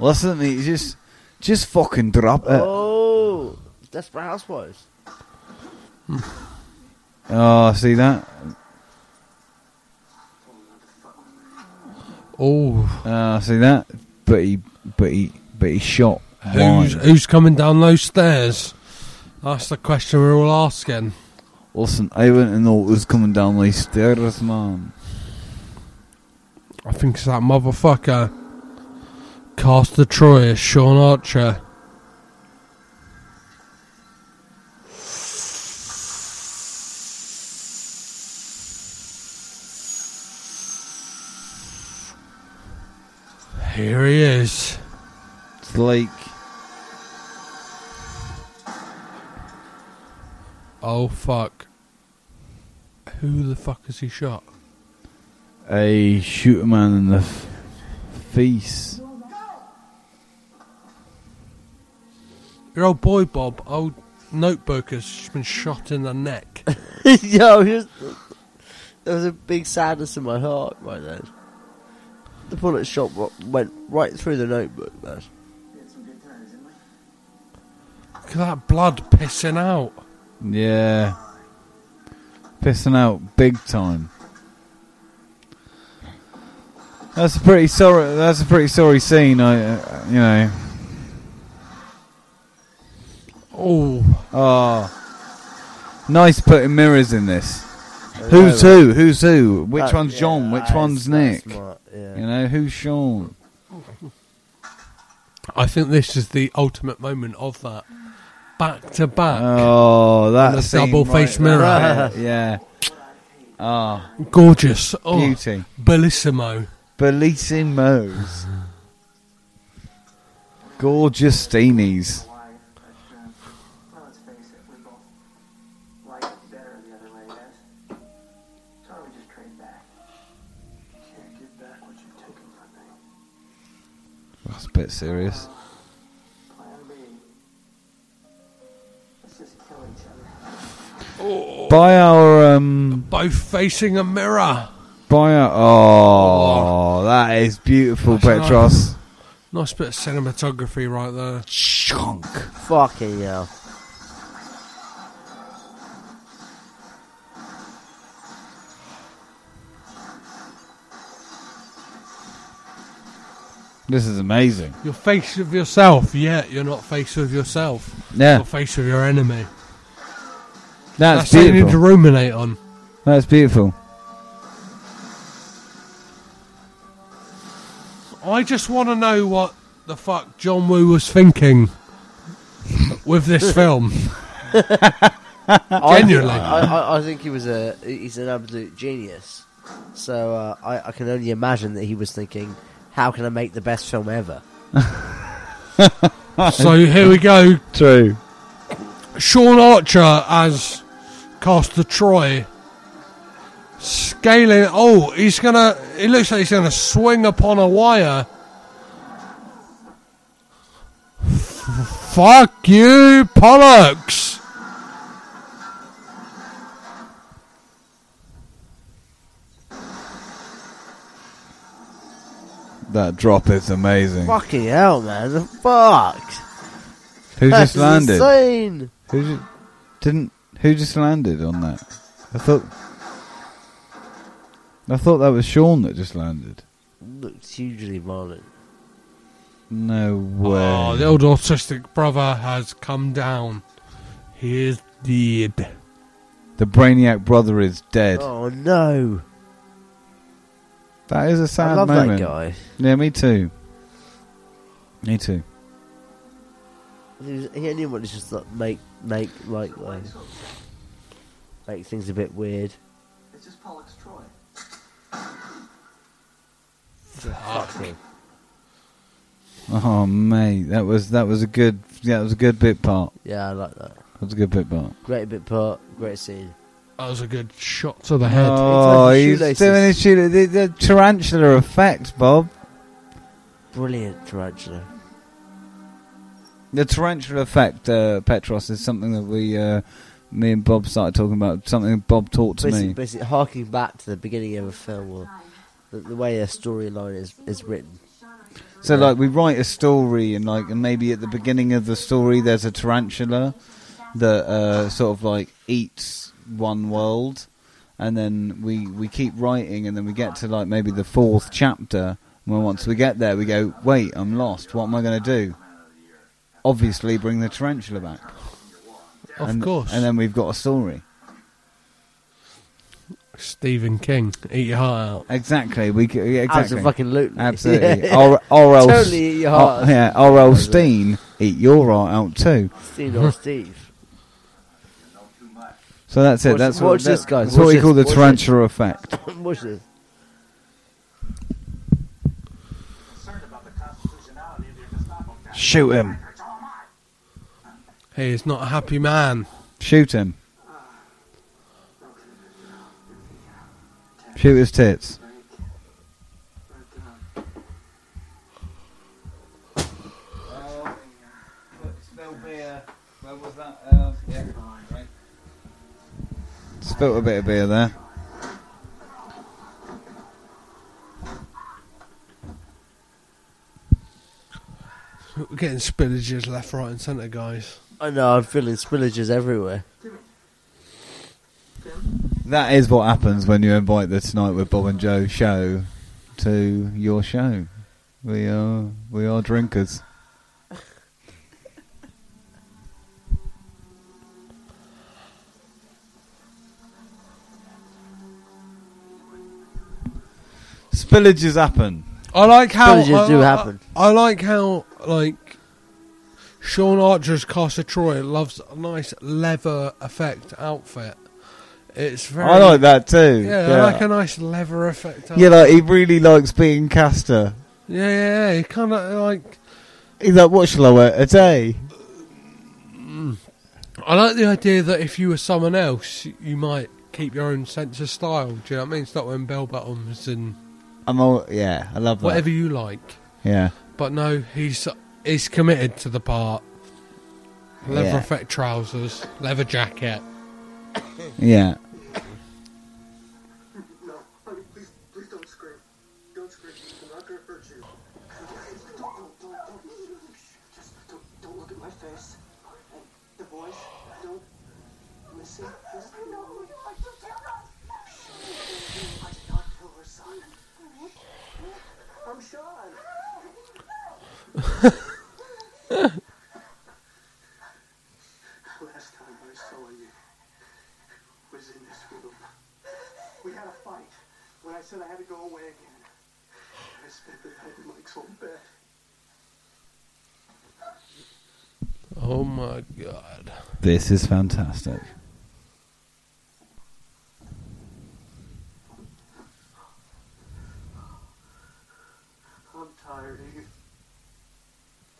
[SPEAKER 3] listen to me. Just, just fucking drop it.
[SPEAKER 2] Oh, Desperate Housewives.
[SPEAKER 3] Oh, see that?
[SPEAKER 1] Oh,
[SPEAKER 3] Oh, see that? But he, but he, but he shot.
[SPEAKER 1] who's
[SPEAKER 3] wide.
[SPEAKER 1] who's coming down those stairs? That's the question we're all asking.
[SPEAKER 3] Listen, I wouldn't know what was coming down these stairs, man.
[SPEAKER 1] I think it's that motherfucker. Caster Troy, Sean Archer. Here he is.
[SPEAKER 3] It's like,
[SPEAKER 1] Oh fuck. Who the fuck has he shot?
[SPEAKER 3] I shoot a man in the f- face.
[SPEAKER 1] Your old boy Bob, old notebook has been shot in the neck.
[SPEAKER 2] Yo, here's, there was a big sadness in my heart right then. The bullet shot wa- went right through the notebook, man.
[SPEAKER 1] Look at that blood pissing out.
[SPEAKER 3] Yeah. Pissing out big time. That's a pretty sorry. That's a pretty sorry scene. I, uh, you know.
[SPEAKER 1] Oh,
[SPEAKER 3] Oh, nice putting mirrors in this. Who's who? Who's who? Which
[SPEAKER 2] That-
[SPEAKER 3] one's
[SPEAKER 2] Uh, yeah,
[SPEAKER 3] John? Which
[SPEAKER 2] that's-
[SPEAKER 3] one's
[SPEAKER 2] that's
[SPEAKER 3] Nick?
[SPEAKER 2] smart, yeah.
[SPEAKER 3] You know who's Sean?
[SPEAKER 1] I think this is the ultimate moment of that. Back to back.
[SPEAKER 3] Oh,
[SPEAKER 1] And
[SPEAKER 3] that
[SPEAKER 1] the
[SPEAKER 3] scene
[SPEAKER 1] double-faced
[SPEAKER 3] right there.
[SPEAKER 1] mirror.
[SPEAKER 3] yeah. Ah,
[SPEAKER 1] Gorgeous. Oh,
[SPEAKER 3] beauty.
[SPEAKER 1] Bellissimo.
[SPEAKER 3] Bellissimo's. Gorgeous steenies.
[SPEAKER 5] Why, but, um, well, let's face it, we both like it better the other way, yes? So we just trade back. You can't give back what you've taken from me.
[SPEAKER 3] That's a bit serious.
[SPEAKER 5] Plan B. Let's just kill each other.
[SPEAKER 1] Oh.
[SPEAKER 3] By our um,
[SPEAKER 1] Both facing a mirror.
[SPEAKER 3] by our oh, that is beautiful,
[SPEAKER 1] That's
[SPEAKER 3] Petros.
[SPEAKER 1] Nice bit of cinematography right there.
[SPEAKER 3] Chunk.
[SPEAKER 2] Fucking hell.
[SPEAKER 3] This is amazing.
[SPEAKER 1] You're faced with yourself, yet you're not faced with yourself.
[SPEAKER 3] Yeah,
[SPEAKER 1] You're faced with your enemy.
[SPEAKER 3] that's
[SPEAKER 1] something you need to
[SPEAKER 3] beautiful.
[SPEAKER 1] ruminate on.
[SPEAKER 3] That's beautiful.
[SPEAKER 1] I just want to know what the fuck John Woo was thinking with this film. Genuinely.
[SPEAKER 2] I, I, I think he was a he's an absolute genius. So uh, I, I can only imagine that he was thinking, how can I make the best film ever?
[SPEAKER 1] so here we go.
[SPEAKER 3] True.
[SPEAKER 1] Sean Archer as Caster Troy. Scaling. Oh, he's gonna. It looks like he's gonna swing upon a wire. F- fuck you, Pollux!
[SPEAKER 3] That drop is amazing.
[SPEAKER 2] Fucking hell, man! The fuck!
[SPEAKER 3] Who
[SPEAKER 2] That's
[SPEAKER 3] just landed?
[SPEAKER 2] insane.
[SPEAKER 3] Who ju- didn't? Who just landed on that? I thought. I thought that was Sean that just landed.
[SPEAKER 2] Looks hugely violent.
[SPEAKER 3] No way.
[SPEAKER 1] Oh, the old autistic brother has come down. He is dead. Oh.
[SPEAKER 3] the Brainiac brother is dead.
[SPEAKER 2] Oh no!
[SPEAKER 3] That is a sad
[SPEAKER 2] I love
[SPEAKER 3] moment.
[SPEAKER 2] that guy.
[SPEAKER 3] Yeah, me too. Me too.
[SPEAKER 2] He, was, he only wanted to just like, make make like like make things a bit weird.
[SPEAKER 4] It's just Pollux Troy.
[SPEAKER 3] Oh mate, that was that was a good yeah, that was a good bit part.
[SPEAKER 2] Yeah, I like that.
[SPEAKER 3] That was a good bit part.
[SPEAKER 2] Great bit part, great scene.
[SPEAKER 1] That was a good shot to the head.
[SPEAKER 3] Oh,
[SPEAKER 2] He's
[SPEAKER 3] he's
[SPEAKER 2] like shoelaces.
[SPEAKER 3] doing his shoelaces. The, the tarantula effect, Bob.
[SPEAKER 2] Brilliant tarantula.
[SPEAKER 3] The tarantula effect, uh, Petros, is something that we, uh, me and Bob started talking about. Something Bob taught to
[SPEAKER 2] Basically,
[SPEAKER 3] me.
[SPEAKER 2] basically harking back to the beginning of a film or the, the way a storyline is, is written.
[SPEAKER 3] So like we write a story and like and maybe at the beginning of the story there's a tarantula that uh, sort of like eats one world and then we we keep writing and then we get to like maybe the fourth chapter and then once we get there we go wait I'm lost what am I going to do obviously bring the tarantula back
[SPEAKER 1] of
[SPEAKER 3] and,
[SPEAKER 1] course.
[SPEAKER 3] and then we've got a story
[SPEAKER 1] Stephen King, eat your heart out.
[SPEAKER 3] exactly we c- yeah,
[SPEAKER 2] Absolutely
[SPEAKER 3] exactly
[SPEAKER 2] fucking loot.
[SPEAKER 3] absolutely or or else
[SPEAKER 2] Totally eat your heart.
[SPEAKER 3] or, yeah or else Steen eat your heart out too
[SPEAKER 2] Steve or Steve.
[SPEAKER 3] So that's it.
[SPEAKER 2] Watch-
[SPEAKER 3] that's
[SPEAKER 2] watch
[SPEAKER 3] what,
[SPEAKER 2] this,
[SPEAKER 3] that-
[SPEAKER 2] guys.
[SPEAKER 3] That's what
[SPEAKER 2] Watch
[SPEAKER 3] we call the
[SPEAKER 2] this. Watch
[SPEAKER 3] tarantula effect.
[SPEAKER 2] Watch this.
[SPEAKER 5] Concerned about the constitutionality of your Gestapo cap.
[SPEAKER 7] Shoot him.
[SPEAKER 1] He is not a happy man.
[SPEAKER 3] Shoot him. Shoot his tits. Spilt a bit of beer there.
[SPEAKER 1] We're getting spillages left, right, and centre, guys.
[SPEAKER 2] I know, I'm feeling spillages everywhere.
[SPEAKER 3] That is what happens when you invite the Tonight with Bob and Joe show to your show. We are we are drinkers. Spillages happen.
[SPEAKER 1] I like how
[SPEAKER 2] Spillages
[SPEAKER 1] I,
[SPEAKER 2] do
[SPEAKER 1] I-
[SPEAKER 2] happen.
[SPEAKER 1] I like how like Sean Archer's Casa Troy loves a nice leather effect outfit. It's very.
[SPEAKER 3] I like that too.
[SPEAKER 1] Yeah, I like a nice leather effect. Outfit.
[SPEAKER 3] yeah, like he really likes being caster.
[SPEAKER 1] yeah, yeah, yeah. He kind of like.
[SPEAKER 3] He's like, what shall I wear today?
[SPEAKER 1] I like the idea that if you were someone else, you might keep your own sense of style. Do you know what I mean? It's not wearing bell bottoms and
[SPEAKER 3] I'm all, yeah, I love that.
[SPEAKER 1] whatever you like.
[SPEAKER 3] Yeah.
[SPEAKER 1] But no, he's he's committed to the part. Leather
[SPEAKER 3] Yeah.
[SPEAKER 1] effect trousers, leather jacket.
[SPEAKER 3] Yeah.
[SPEAKER 5] No, honey, please, please don't scream. Don't scream. I'm not gonna hurt you. Don't, don't, don't, don't. Just don't, don't look at my face. And the voice. Don't. Missy, just. I know you I did not kill her son. I'm Sean. Last time I saw you was in this room. We had a fight when I said I had to go away again. I spent the night in Mike's old bed.
[SPEAKER 1] Oh my god.
[SPEAKER 3] This is fantastic.
[SPEAKER 5] I'm tired of you.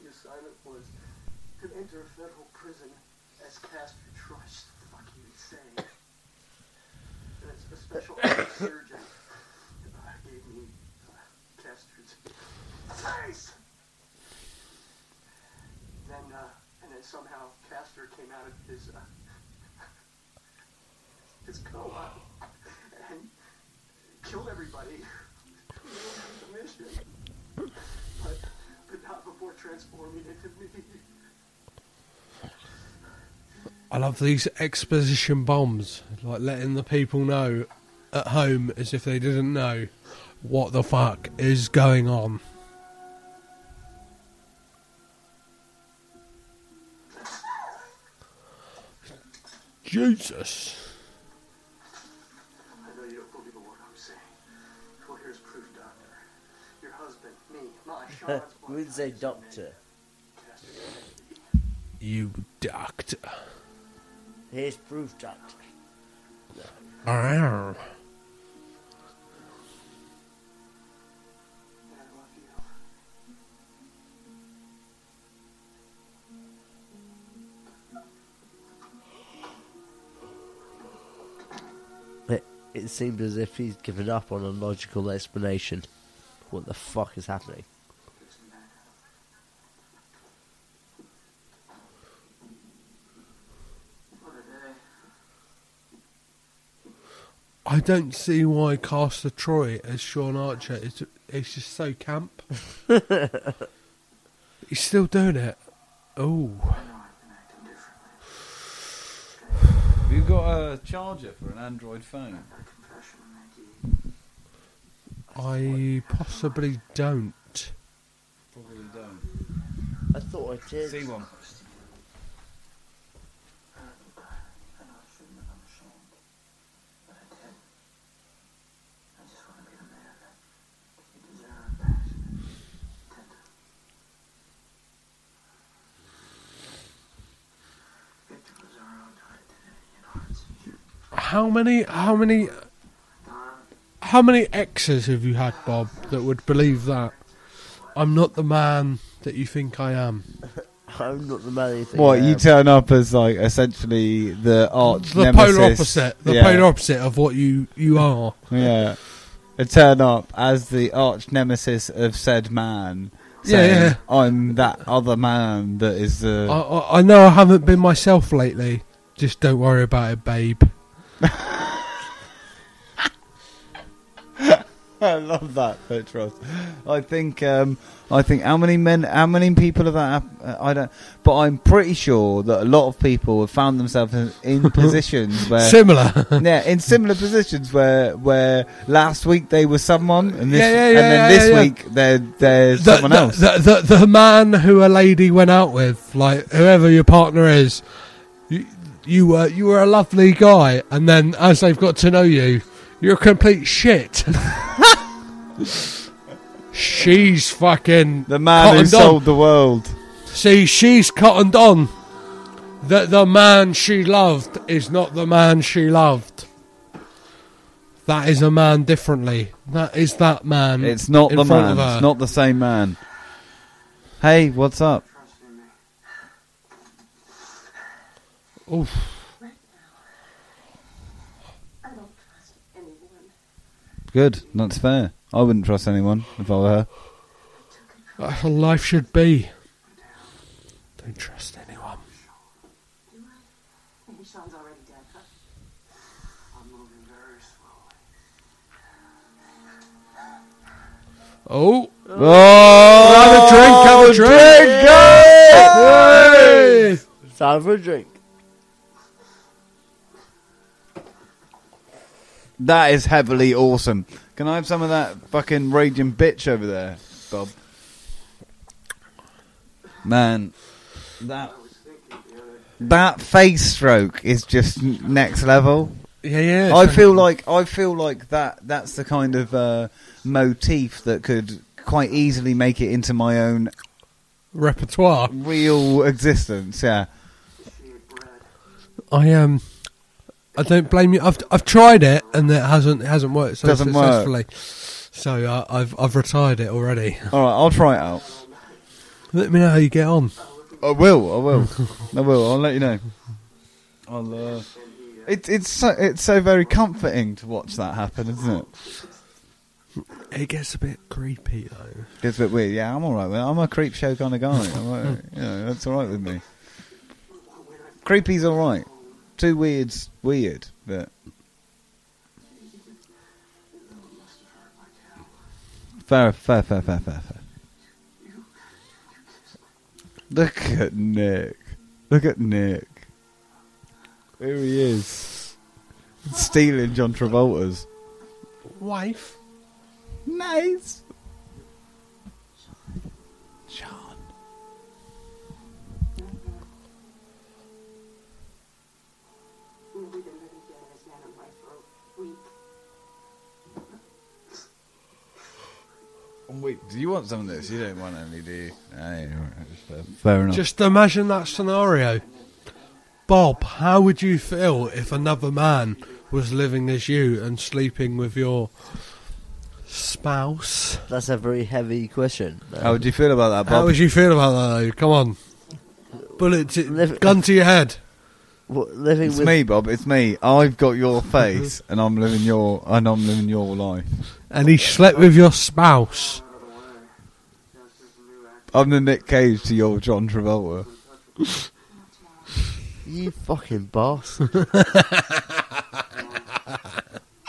[SPEAKER 5] The assignment was to enter a federal prison as Castor Trust. Fuck you, insane. And it's a special surgeon uh, gave me uh, Castor's face. Then, uh, and then somehow Castor came out of his uh, his co-op and killed everybody. the mission but, but not before transforming into me.
[SPEAKER 1] I love these exposition bombs, like letting the people know at home as if they didn't know what the fuck is going on. Jesus.
[SPEAKER 5] I know you don't believe a word I'm saying. Well, here's proof, Doc. husband, me, my Charlotte's boy.
[SPEAKER 2] We'd say doctor.
[SPEAKER 1] You doctor.
[SPEAKER 2] Here's proof, doctor.
[SPEAKER 1] Arr.
[SPEAKER 5] I love you.
[SPEAKER 2] It, it seemed as if he's given up on a logical explanation. What the fuck is happening?
[SPEAKER 5] What a day.
[SPEAKER 1] I don't see why Caster Troy as Sean Archer is it's just so camp. He's still doing it. Oh,
[SPEAKER 5] I know I've been acting differently.
[SPEAKER 12] Have you got a charger for an Android phone?
[SPEAKER 5] A confession, Maggie.
[SPEAKER 1] I possibly don't.
[SPEAKER 12] Probably don't.
[SPEAKER 2] I thought I did.
[SPEAKER 12] See one.
[SPEAKER 5] I know I shouldn't have. I'm ashamed. But I did. I just want to be the man that you deserve, passionate, tender. Victor Pizarro died today in heart seizure.
[SPEAKER 1] How many? How many? How many exes have you had, Bob, that would believe that? I'm not the man that you think I am.
[SPEAKER 2] I'm not the man you think
[SPEAKER 3] What
[SPEAKER 2] I
[SPEAKER 3] you
[SPEAKER 2] am.
[SPEAKER 3] turn up as like essentially the arch
[SPEAKER 1] The
[SPEAKER 3] nemesis.
[SPEAKER 1] polar opposite. The
[SPEAKER 3] yeah.
[SPEAKER 1] polar opposite of what you you are.
[SPEAKER 3] Yeah, I turn up as the arch nemesis of said man.
[SPEAKER 1] Yeah,
[SPEAKER 3] saying,
[SPEAKER 1] yeah.
[SPEAKER 3] I'm that other man that is
[SPEAKER 1] I,
[SPEAKER 3] the.
[SPEAKER 1] I, I know I haven't been myself lately. Just don't worry about it, babe.
[SPEAKER 3] I love that, Petros. I think um, I think how many men, how many people have that? hap- uh, I don't, but I'm pretty sure that a lot of people have found themselves in, in positions where.
[SPEAKER 1] Similar.
[SPEAKER 3] yeah, in similar positions where where last week they were someone, and this
[SPEAKER 1] Yeah, yeah,
[SPEAKER 3] and
[SPEAKER 1] yeah,
[SPEAKER 3] then
[SPEAKER 1] yeah,
[SPEAKER 3] this
[SPEAKER 1] yeah.
[SPEAKER 3] week they're they're
[SPEAKER 1] the,
[SPEAKER 3] someone
[SPEAKER 1] the-
[SPEAKER 3] else.
[SPEAKER 1] The, the, the man who a lady went out with, like whoever your partner is, you, you were you were a lovely guy, and then as they've got to know you, you're a complete shit. she's fucking
[SPEAKER 3] The man who
[SPEAKER 1] cottoned on.
[SPEAKER 3] sold the world.
[SPEAKER 1] See, she's cottoned on that the man she loved is not the man she loved. That is a man differently. That is that man.
[SPEAKER 3] It's not
[SPEAKER 1] Mm. in
[SPEAKER 3] the
[SPEAKER 1] front of
[SPEAKER 3] man.
[SPEAKER 1] her.
[SPEAKER 3] It's not the same man. Hey, what's up?
[SPEAKER 5] Trust in me.
[SPEAKER 1] Oof.
[SPEAKER 8] I don't trust anyone.
[SPEAKER 3] Good. That's fair. I wouldn't trust anyone if I were her.
[SPEAKER 1] That's how life should be. Don't trust anyone.
[SPEAKER 8] Do I? Maybe Sean's already dead, huh?
[SPEAKER 5] I'm moving very slowly.
[SPEAKER 1] Oh,
[SPEAKER 3] Oh,
[SPEAKER 1] have a drink, have a drink. Oh!
[SPEAKER 3] Oh,
[SPEAKER 1] Hey!
[SPEAKER 2] Time for a drink.
[SPEAKER 3] that is heavily awesome. Can I have some of that fucking raging bitch over there, Bob? Man, that that face stroke is just n- next level.
[SPEAKER 1] Yeah, yeah.
[SPEAKER 3] I
[SPEAKER 1] so-
[SPEAKER 3] feel like I feel like that that's the kind of uh, motif that could quite easily make it into my own
[SPEAKER 1] repertoire.
[SPEAKER 3] real existence. Yeah,
[SPEAKER 5] She ate bread.
[SPEAKER 1] I um, I don't blame you. I've I've tried it and it hasn't it hasn't worked so
[SPEAKER 3] Doesn't work.
[SPEAKER 1] successfully. So uh, I've I've retired it already.
[SPEAKER 3] all right, I'll try it out.
[SPEAKER 1] Let me know how you get on.
[SPEAKER 3] I will. I will. I will. I'll let you know. I'll. Uh... It, it's so, it's so very comforting to watch that happen, isn't it?
[SPEAKER 1] It gets a bit creepy though.
[SPEAKER 3] It's a bit weird. Yeah, I'm all right. with it. I'm a creep show kind of guy. I'm all right. you know, that's all right with me. Creepy's all right. Too weird's weird, but fair, fair, fair, fair, fair, fair. Look at Nick. Look at Nick. Here he is, stealing John Travolta's.
[SPEAKER 1] Wife.
[SPEAKER 3] Nice. Sean.
[SPEAKER 8] You know, we've been living together as man
[SPEAKER 5] "Oh,
[SPEAKER 8] and wife for a week.
[SPEAKER 7] Wait, do you want some of this? You don't want any, do you? No, you don't. Fair enough.
[SPEAKER 1] Just imagine that scenario. Bob, how would you feel if another man was living as you and sleeping with your spouse?
[SPEAKER 2] That's a very heavy question.
[SPEAKER 3] How would you feel about that,
[SPEAKER 1] How
[SPEAKER 3] Bob?
[SPEAKER 1] would you feel about that, though? Come on. Bullet, to,
[SPEAKER 2] Liv-
[SPEAKER 1] gun to your head.
[SPEAKER 2] What, living
[SPEAKER 3] it's
[SPEAKER 2] with
[SPEAKER 3] me, Bob. It's me. I've got your face, and I'm living your and I'm living your life.
[SPEAKER 1] And he slept with your spouse.
[SPEAKER 3] I'm the Nick Cage to your John Travolta.
[SPEAKER 2] you, fucking bastard.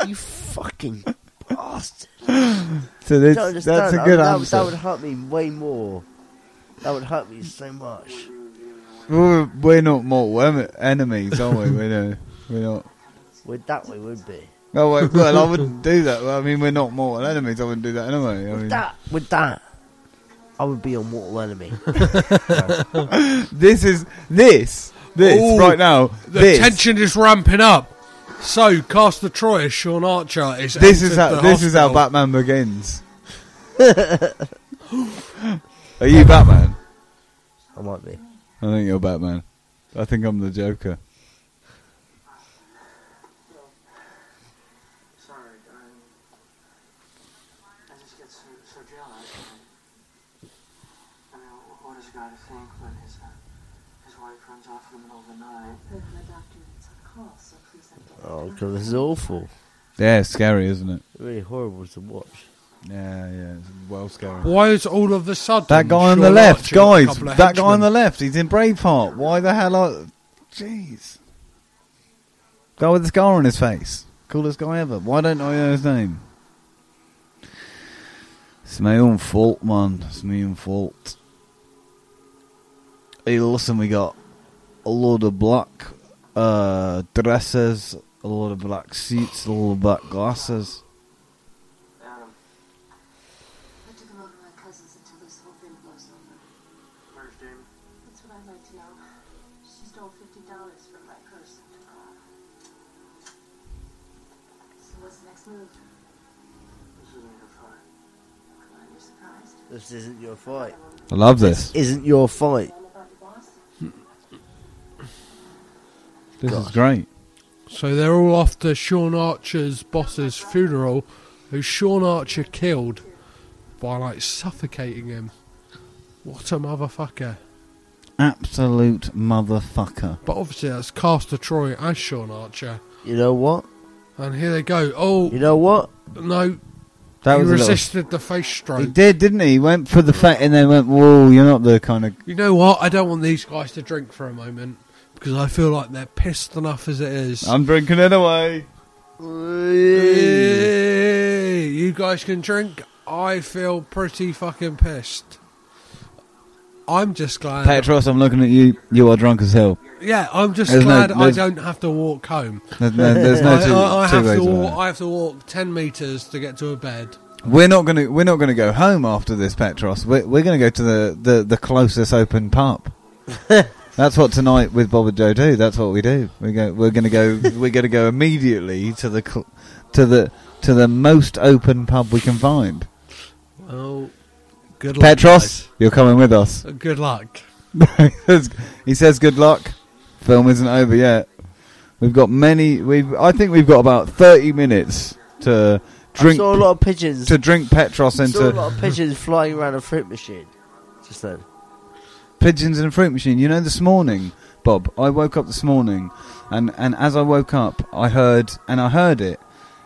[SPEAKER 2] you fucking bastard.
[SPEAKER 3] So this,
[SPEAKER 2] No,
[SPEAKER 3] that's
[SPEAKER 2] just
[SPEAKER 3] a
[SPEAKER 2] don't. I-
[SPEAKER 3] good
[SPEAKER 2] that, would-
[SPEAKER 3] answer.
[SPEAKER 2] That would hurt me way more. That would hurt me so much.
[SPEAKER 3] We're, we're not mortal em- enemies, are we? We're not. We're not.
[SPEAKER 2] Would that way would be.
[SPEAKER 3] Oh, wait, well, I wouldn't do that. Well, I mean, we're not mortal enemies. I wouldn't do that anyway. I
[SPEAKER 2] With
[SPEAKER 3] mean,
[SPEAKER 2] that, with that, I would be your mortal enemy.
[SPEAKER 3] this is this this
[SPEAKER 1] Ooh,
[SPEAKER 3] right now.
[SPEAKER 1] The
[SPEAKER 3] This
[SPEAKER 1] tension is ramping up. So, Cast the Troy as Sean Archer is.
[SPEAKER 3] this is
[SPEAKER 1] entered the
[SPEAKER 3] how this is how
[SPEAKER 1] hospital.
[SPEAKER 3] Batman begins. Are you Batman?
[SPEAKER 2] I might be.
[SPEAKER 3] I think you're Batman. I think I'm the Joker.
[SPEAKER 5] Sorry, I, I just get so, so jealous. I, I mean, wh- what does a guy think when his, uh, his wife runs off in the middle of the night?
[SPEAKER 8] Both my doctor needs a call, so please don't get
[SPEAKER 2] Oh god, this is awful.
[SPEAKER 3] Yeah, it's scary, isn't it?
[SPEAKER 2] Really horrible to watch.
[SPEAKER 3] Yeah, yeah, it's well scary.
[SPEAKER 1] Why is all of a sudden.
[SPEAKER 3] That guy on
[SPEAKER 1] Sean
[SPEAKER 3] the left,
[SPEAKER 1] Archer and a
[SPEAKER 3] guys.
[SPEAKER 1] couple of
[SPEAKER 3] That guy on
[SPEAKER 1] henchmen?
[SPEAKER 3] the left. He's in Braveheart. Why the hell? Are... Jeez. Guy with the scar on his face. Coolest guy ever. Why don't I know his name? It's my own fault, man. It's my own fault. Hey, listen, we got a load of black uh, dresses, a load of black suits, a load of black glasses.
[SPEAKER 5] Adam,
[SPEAKER 8] I took him over to my cousins until this whole thing blows over.
[SPEAKER 5] where's Jamie?
[SPEAKER 8] That's what I'd like to know. She stole fifty dollars from my purse and took off. So what's the next move?
[SPEAKER 5] This isn't your fight.
[SPEAKER 8] Come on, you're surprised.
[SPEAKER 2] This isn't your fight.
[SPEAKER 3] I love this.
[SPEAKER 2] Isn't your fight.
[SPEAKER 8] None about your boss.
[SPEAKER 3] This is great.
[SPEAKER 1] So they're all off to Sean Archer's boss's funeral, who Sean Archer killed by like suffocating him. What a motherfucker.
[SPEAKER 3] Absolute motherfucker.
[SPEAKER 1] But obviously that's Caster Troy as Sean Archer.
[SPEAKER 2] You know what?
[SPEAKER 1] And here they go. Oh
[SPEAKER 2] You know what?
[SPEAKER 1] no, he
[SPEAKER 3] That was a little-
[SPEAKER 1] resisted the face
[SPEAKER 3] He
[SPEAKER 1] stroke.
[SPEAKER 3] did, didn't he? He went for the fat and then went, whoa, you're not the kind of.
[SPEAKER 1] You know what? I don't want these guys to drink for a moment because I feel like they're pissed enough as it is.
[SPEAKER 3] I'm drinking anyway.
[SPEAKER 1] Hey, you guys can drink. I feel pretty fucking pissed. I'm just glad.
[SPEAKER 3] Petros, I'm looking at you. You are drunk as hell.
[SPEAKER 1] Yeah, I'm just
[SPEAKER 3] There's no-
[SPEAKER 1] glad I
[SPEAKER 3] there's-
[SPEAKER 1] don't have to walk home.
[SPEAKER 3] There's no, there's no
[SPEAKER 1] I,
[SPEAKER 3] two,
[SPEAKER 1] I- I
[SPEAKER 3] two
[SPEAKER 1] have
[SPEAKER 3] ways
[SPEAKER 1] to
[SPEAKER 3] about
[SPEAKER 1] walk, I have to walk ten meters to get to a bed.
[SPEAKER 3] it. We're not gonna we're not gonna go home after this, Petros. We're, we're gonna go to the, the, the closest open pub. That's what tonight with Bob and Joe do. That's what we do. We go. We're gonna go. we're gonna go immediately to the cl- to the to the most open pub we can find.
[SPEAKER 1] Oh, good luck,
[SPEAKER 3] Petros, you're coming with us.
[SPEAKER 1] guys. Good luck.
[SPEAKER 3] he says good luck. Film isn't over yet. We've got many. We have I think we've got about thirty minutes to
[SPEAKER 2] I
[SPEAKER 3] drink
[SPEAKER 2] saw a lot of pigeons.
[SPEAKER 3] to drink Petros
[SPEAKER 2] I saw a
[SPEAKER 3] into
[SPEAKER 2] lot of pigeons flying around a fruit machine. Just then.
[SPEAKER 3] pigeons in a fruit machine. You know, this morning, Bob, I woke up this morning, and and as I woke up, I heard and I heard it,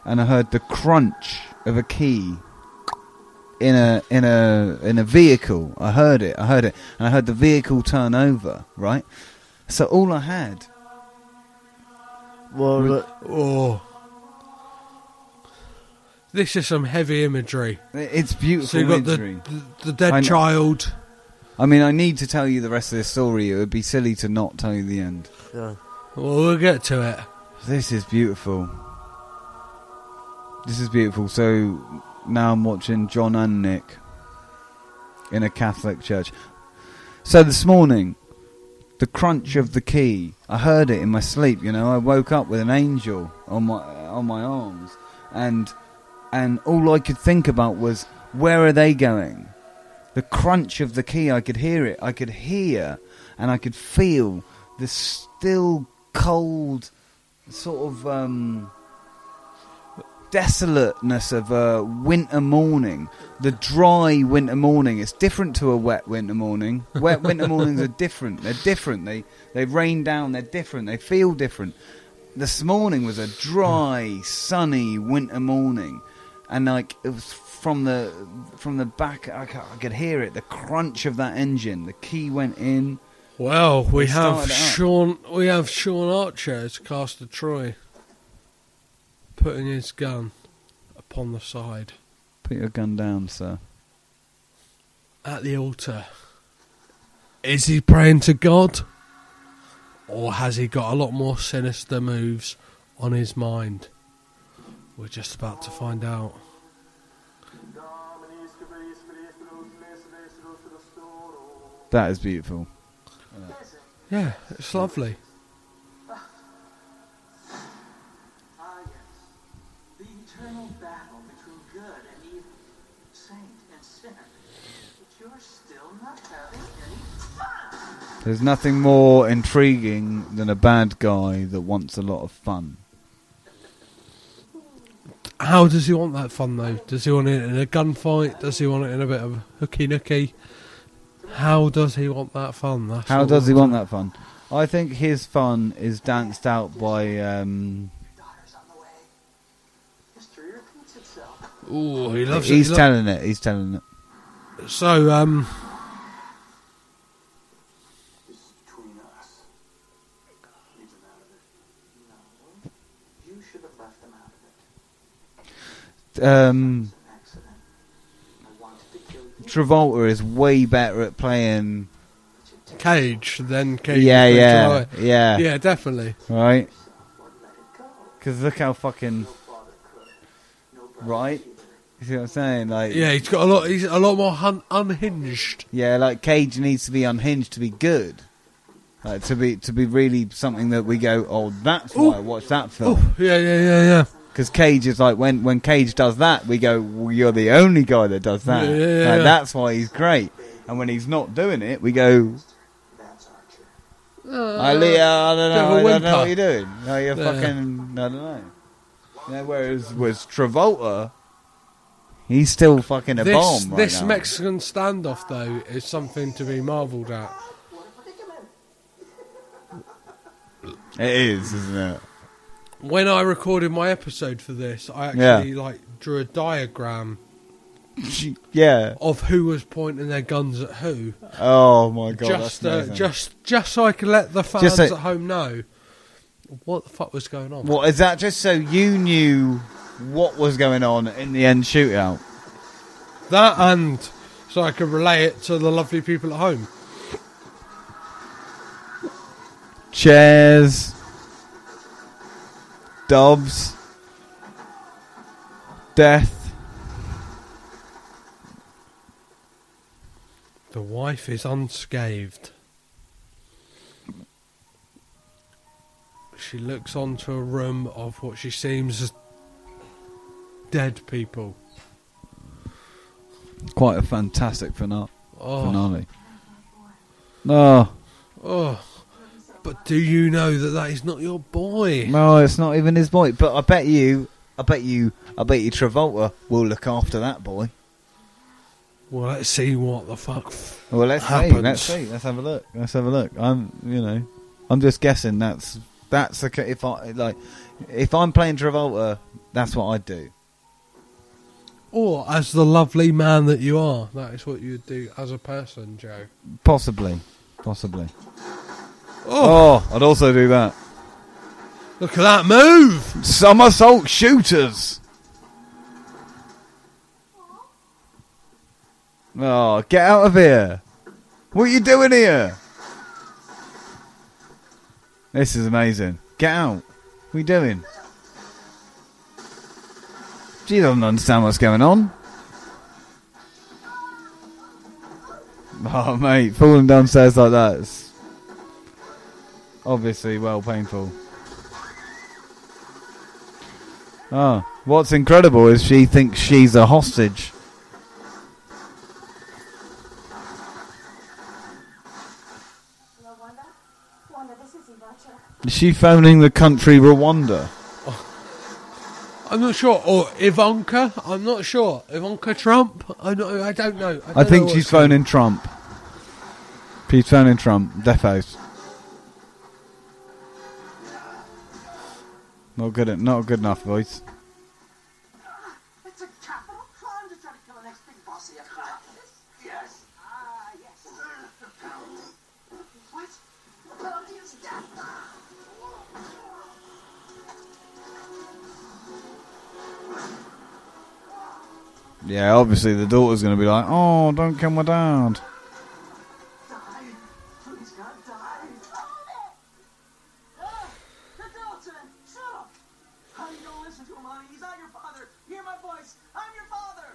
[SPEAKER 3] and I heard the crunch of a key in a in a in a vehicle. I heard it. I heard it, and I heard the vehicle turn over. Right. So all I had
[SPEAKER 2] Well, look,
[SPEAKER 1] Oh, this is some heavy imagery.
[SPEAKER 3] It's
[SPEAKER 1] So
[SPEAKER 3] beautiful
[SPEAKER 1] you've got the,
[SPEAKER 3] imagery.
[SPEAKER 1] the the dead
[SPEAKER 3] I know.
[SPEAKER 1] child.
[SPEAKER 3] I mean, I need to tell you the rest of this story. It would be silly to not tell you the end.
[SPEAKER 2] uh,
[SPEAKER 1] Well, we'll get to it.
[SPEAKER 3] This is beautiful. This is beautiful. So now I'm watching John and Nick in a Catholic church. So this morning, the crunch of the key. I heard it in my sleep. You know, I woke up with an angel on my on my arms, and and all I could think about was Where are they going? The crunch of the key, I could hear it. I could hear and I could feel the still cold, sort of um, desolateness of a winter morning. The dry winter morning. It's different to a wet winter morning. Wet winter mornings are different. They're different. They, they rain down, they're different. They feel different. This morning was a dry, sunny winter morning and like it was from the from the back I, ca- I could hear it the crunch of that engine the key went in
[SPEAKER 1] Well, we
[SPEAKER 3] It
[SPEAKER 1] have
[SPEAKER 3] started out.
[SPEAKER 1] Sean. We have Sean Archer as Caster Troy, putting his gun upon the side
[SPEAKER 3] put your gun down sir
[SPEAKER 1] at the altar. Is he praying to God, or has he got a lot more sinister moves on his mind? We're just about to find out.
[SPEAKER 3] that is beautiful
[SPEAKER 1] Yeah, it's lovely.
[SPEAKER 5] Ah, yes. The eternal battle between good and evil, saint and sinner. But you're still not having any fun!
[SPEAKER 3] there's nothing more intriguing than a bad guy that wants a lot of fun
[SPEAKER 1] How does he want that fun though? Does he want it in a gunfight? Does he want it in a bit of hooky nooky? How does he want that fun? That's
[SPEAKER 3] how
[SPEAKER 1] what
[SPEAKER 3] does he
[SPEAKER 1] we-
[SPEAKER 3] want that fun I think his fun is danced out by um,
[SPEAKER 5] Your daughter's on the way. History repeats itself.
[SPEAKER 1] Ooh, he loves it.
[SPEAKER 3] he's
[SPEAKER 1] He lo-
[SPEAKER 3] telling it he's telling it
[SPEAKER 1] so, um,
[SPEAKER 5] This is between us. Leave them out of it. No. You should have left them out of it.
[SPEAKER 3] um,
[SPEAKER 5] It's an accident. I wanted to kill you,
[SPEAKER 3] Travolta is way better at playing
[SPEAKER 5] but you took
[SPEAKER 1] Cage, then Cage.
[SPEAKER 3] yeah
[SPEAKER 1] then
[SPEAKER 3] yeah
[SPEAKER 1] Troy.
[SPEAKER 3] yeah
[SPEAKER 1] Yeah, definitely.
[SPEAKER 3] right
[SPEAKER 5] yourself or let it go.
[SPEAKER 3] Because look how fucking
[SPEAKER 5] No father could. No brother
[SPEAKER 3] right.
[SPEAKER 5] either.
[SPEAKER 3] You see what I'm saying? Like,
[SPEAKER 1] Yeah, he's got a lot. He's a lot more hun- unhinged.
[SPEAKER 3] yeah, like Cage needs to be unhinged to be good. Like to be to be really something that we go, oh, that's why I watched that film.
[SPEAKER 1] Oh, yeah, yeah, yeah, yeah.
[SPEAKER 3] Because Cage is like when when Cage does that, we go, well, you're the only guy that does that.
[SPEAKER 1] Yeah, yeah, yeah.
[SPEAKER 3] Like, That's why he's great. And when he's not doing it, we go,
[SPEAKER 5] That's Archer.
[SPEAKER 3] I,
[SPEAKER 1] Uh, bit of a
[SPEAKER 3] li- I don't know, I don't know
[SPEAKER 1] whimper.
[SPEAKER 3] what you're doing. No, you're
[SPEAKER 1] Yeah.
[SPEAKER 3] fucking, I don't know. You know, whereas was Travolta, he's still fucking a
[SPEAKER 1] This
[SPEAKER 3] bomb. Right
[SPEAKER 1] this
[SPEAKER 3] now.
[SPEAKER 1] Mexican standoff though is something to be marvelled at.
[SPEAKER 3] it is, isn't it?
[SPEAKER 1] when I recorded my episode for this, I actually like drew a diagram
[SPEAKER 3] yeah.
[SPEAKER 1] of who was pointing their guns at who,
[SPEAKER 3] Oh my god.
[SPEAKER 1] just
[SPEAKER 3] that's
[SPEAKER 1] uh,
[SPEAKER 3] amazing.
[SPEAKER 1] just just so I could let the fans
[SPEAKER 3] Just so-
[SPEAKER 1] at home know what the fuck was going on.
[SPEAKER 3] What is that? Just so you knew what was going on in the end shootout.
[SPEAKER 1] That and so I could relay it to the lovely people at home.
[SPEAKER 3] Chairs, Dobbs, death.
[SPEAKER 1] The wife is unscathed. She looks onto a room of what she seems as dead people.
[SPEAKER 3] Quite a fantastic finale.
[SPEAKER 1] Oh.
[SPEAKER 3] Finale. No,
[SPEAKER 1] Oh, but do you know that that is not your boy?
[SPEAKER 3] no, it's not even his boy. But I bet you, I bet you, I bet you, Travolta will look after that boy.
[SPEAKER 1] Well, let's see what the fuck. f-
[SPEAKER 3] Well, let's see.
[SPEAKER 1] happens.
[SPEAKER 3] Let's see. Let's have a look. Let's have a look. I'm, you know, I'm just guessing. That's that's the ca- if I like, if I'm playing Travolta, that's what I'd do.
[SPEAKER 1] Or as the lovely man that you are, that is what you would do as a person, Joe.
[SPEAKER 3] Possibly, possibly.
[SPEAKER 1] Oh,
[SPEAKER 3] Oh, I'd also do that.
[SPEAKER 1] look at that move!
[SPEAKER 3] Somersault shooters. Oh, get out of here! What are you doing here? This is amazing. Get out. What are you doing? She doesn't understand what's going on. Oh, mate, falling downstairs like that is obviously well painful. Oh, what's incredible is she thinks she's a hostage. Is she founding the country Rwanda?
[SPEAKER 1] I'm not sure. Or Ivanka? I'm not sure. Ivanka Trump? I don't, I don't know. I, don't
[SPEAKER 3] I think
[SPEAKER 1] know
[SPEAKER 3] she's
[SPEAKER 1] what's going-
[SPEAKER 3] phoning Trump. She's phoning Trump. Defo's. Not good. At, not good enough voice.
[SPEAKER 13] It's a capital crime to try to kill the next big boss of the FBI. Yes. Ah, yes. What? The penalty is death.
[SPEAKER 3] Yeah, obviously the daughter's going to be like, "Oh, don't kill my dad."
[SPEAKER 13] Die. Please, God, die. The Dalton! Shut up! How you gonna listen to him, honey? He's not your father. Hear my voice. I'm your father.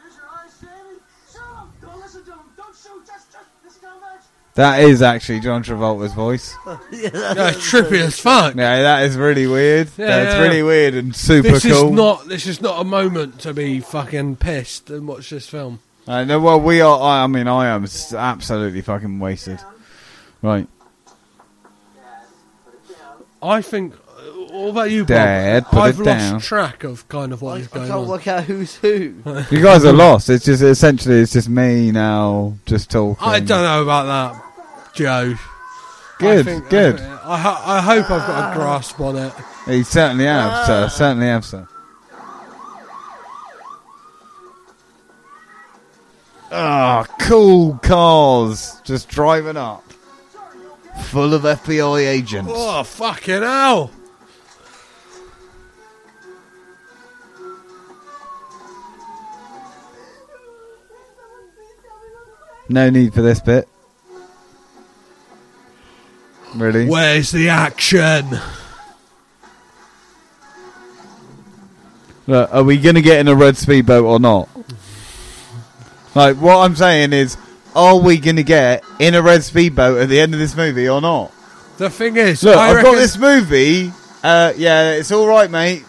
[SPEAKER 13] There's your eyes, Jamie. Shut up! Don't listen to him. Don't shoot. Just, just, this is not much.
[SPEAKER 3] That is actually John Travolta's voice.
[SPEAKER 1] Yeah, it's trippy as fuck.
[SPEAKER 3] Yeah, that is really weird.
[SPEAKER 1] Yeah,
[SPEAKER 3] That's
[SPEAKER 1] yeah.
[SPEAKER 3] really weird and super
[SPEAKER 1] This
[SPEAKER 3] cool.
[SPEAKER 1] is not. This is not a moment to be fucking pissed and watch this film.
[SPEAKER 3] I know. Well, we are. I, I mean, I am s- absolutely fucking wasted. Right,
[SPEAKER 1] I think. uh, What about you, Bob?
[SPEAKER 3] Dad, put
[SPEAKER 1] I've
[SPEAKER 3] it
[SPEAKER 1] lost
[SPEAKER 3] down.
[SPEAKER 1] track of kind of what
[SPEAKER 2] I,
[SPEAKER 1] is
[SPEAKER 2] I
[SPEAKER 1] going
[SPEAKER 2] can't
[SPEAKER 1] on.
[SPEAKER 2] work out who's who.
[SPEAKER 3] you guys are lost. It's just essentially it's just me now, just talking.
[SPEAKER 1] I don't know about that, Joe. I
[SPEAKER 3] Good,
[SPEAKER 1] think-
[SPEAKER 3] good.
[SPEAKER 1] I, ho- I hope I've got a grasp on it.
[SPEAKER 3] You certainly
[SPEAKER 1] Ah.
[SPEAKER 3] have, sir. Certainly have, sir. Ah, cool cars just driving up.
[SPEAKER 14] Full of FBI agents.
[SPEAKER 1] Oh fucking hell!
[SPEAKER 3] No need for this bit. Really?
[SPEAKER 1] Where's the action?
[SPEAKER 3] Look, are we going to get in a red speedboat or not? Like, what I'm saying is, are we going to get in a red speedboat at the end of this movie or not?
[SPEAKER 1] The thing is,
[SPEAKER 3] Look,
[SPEAKER 1] I
[SPEAKER 3] I've got
[SPEAKER 1] reckon-
[SPEAKER 3] this movie. Uh, yeah, it's all right, mate.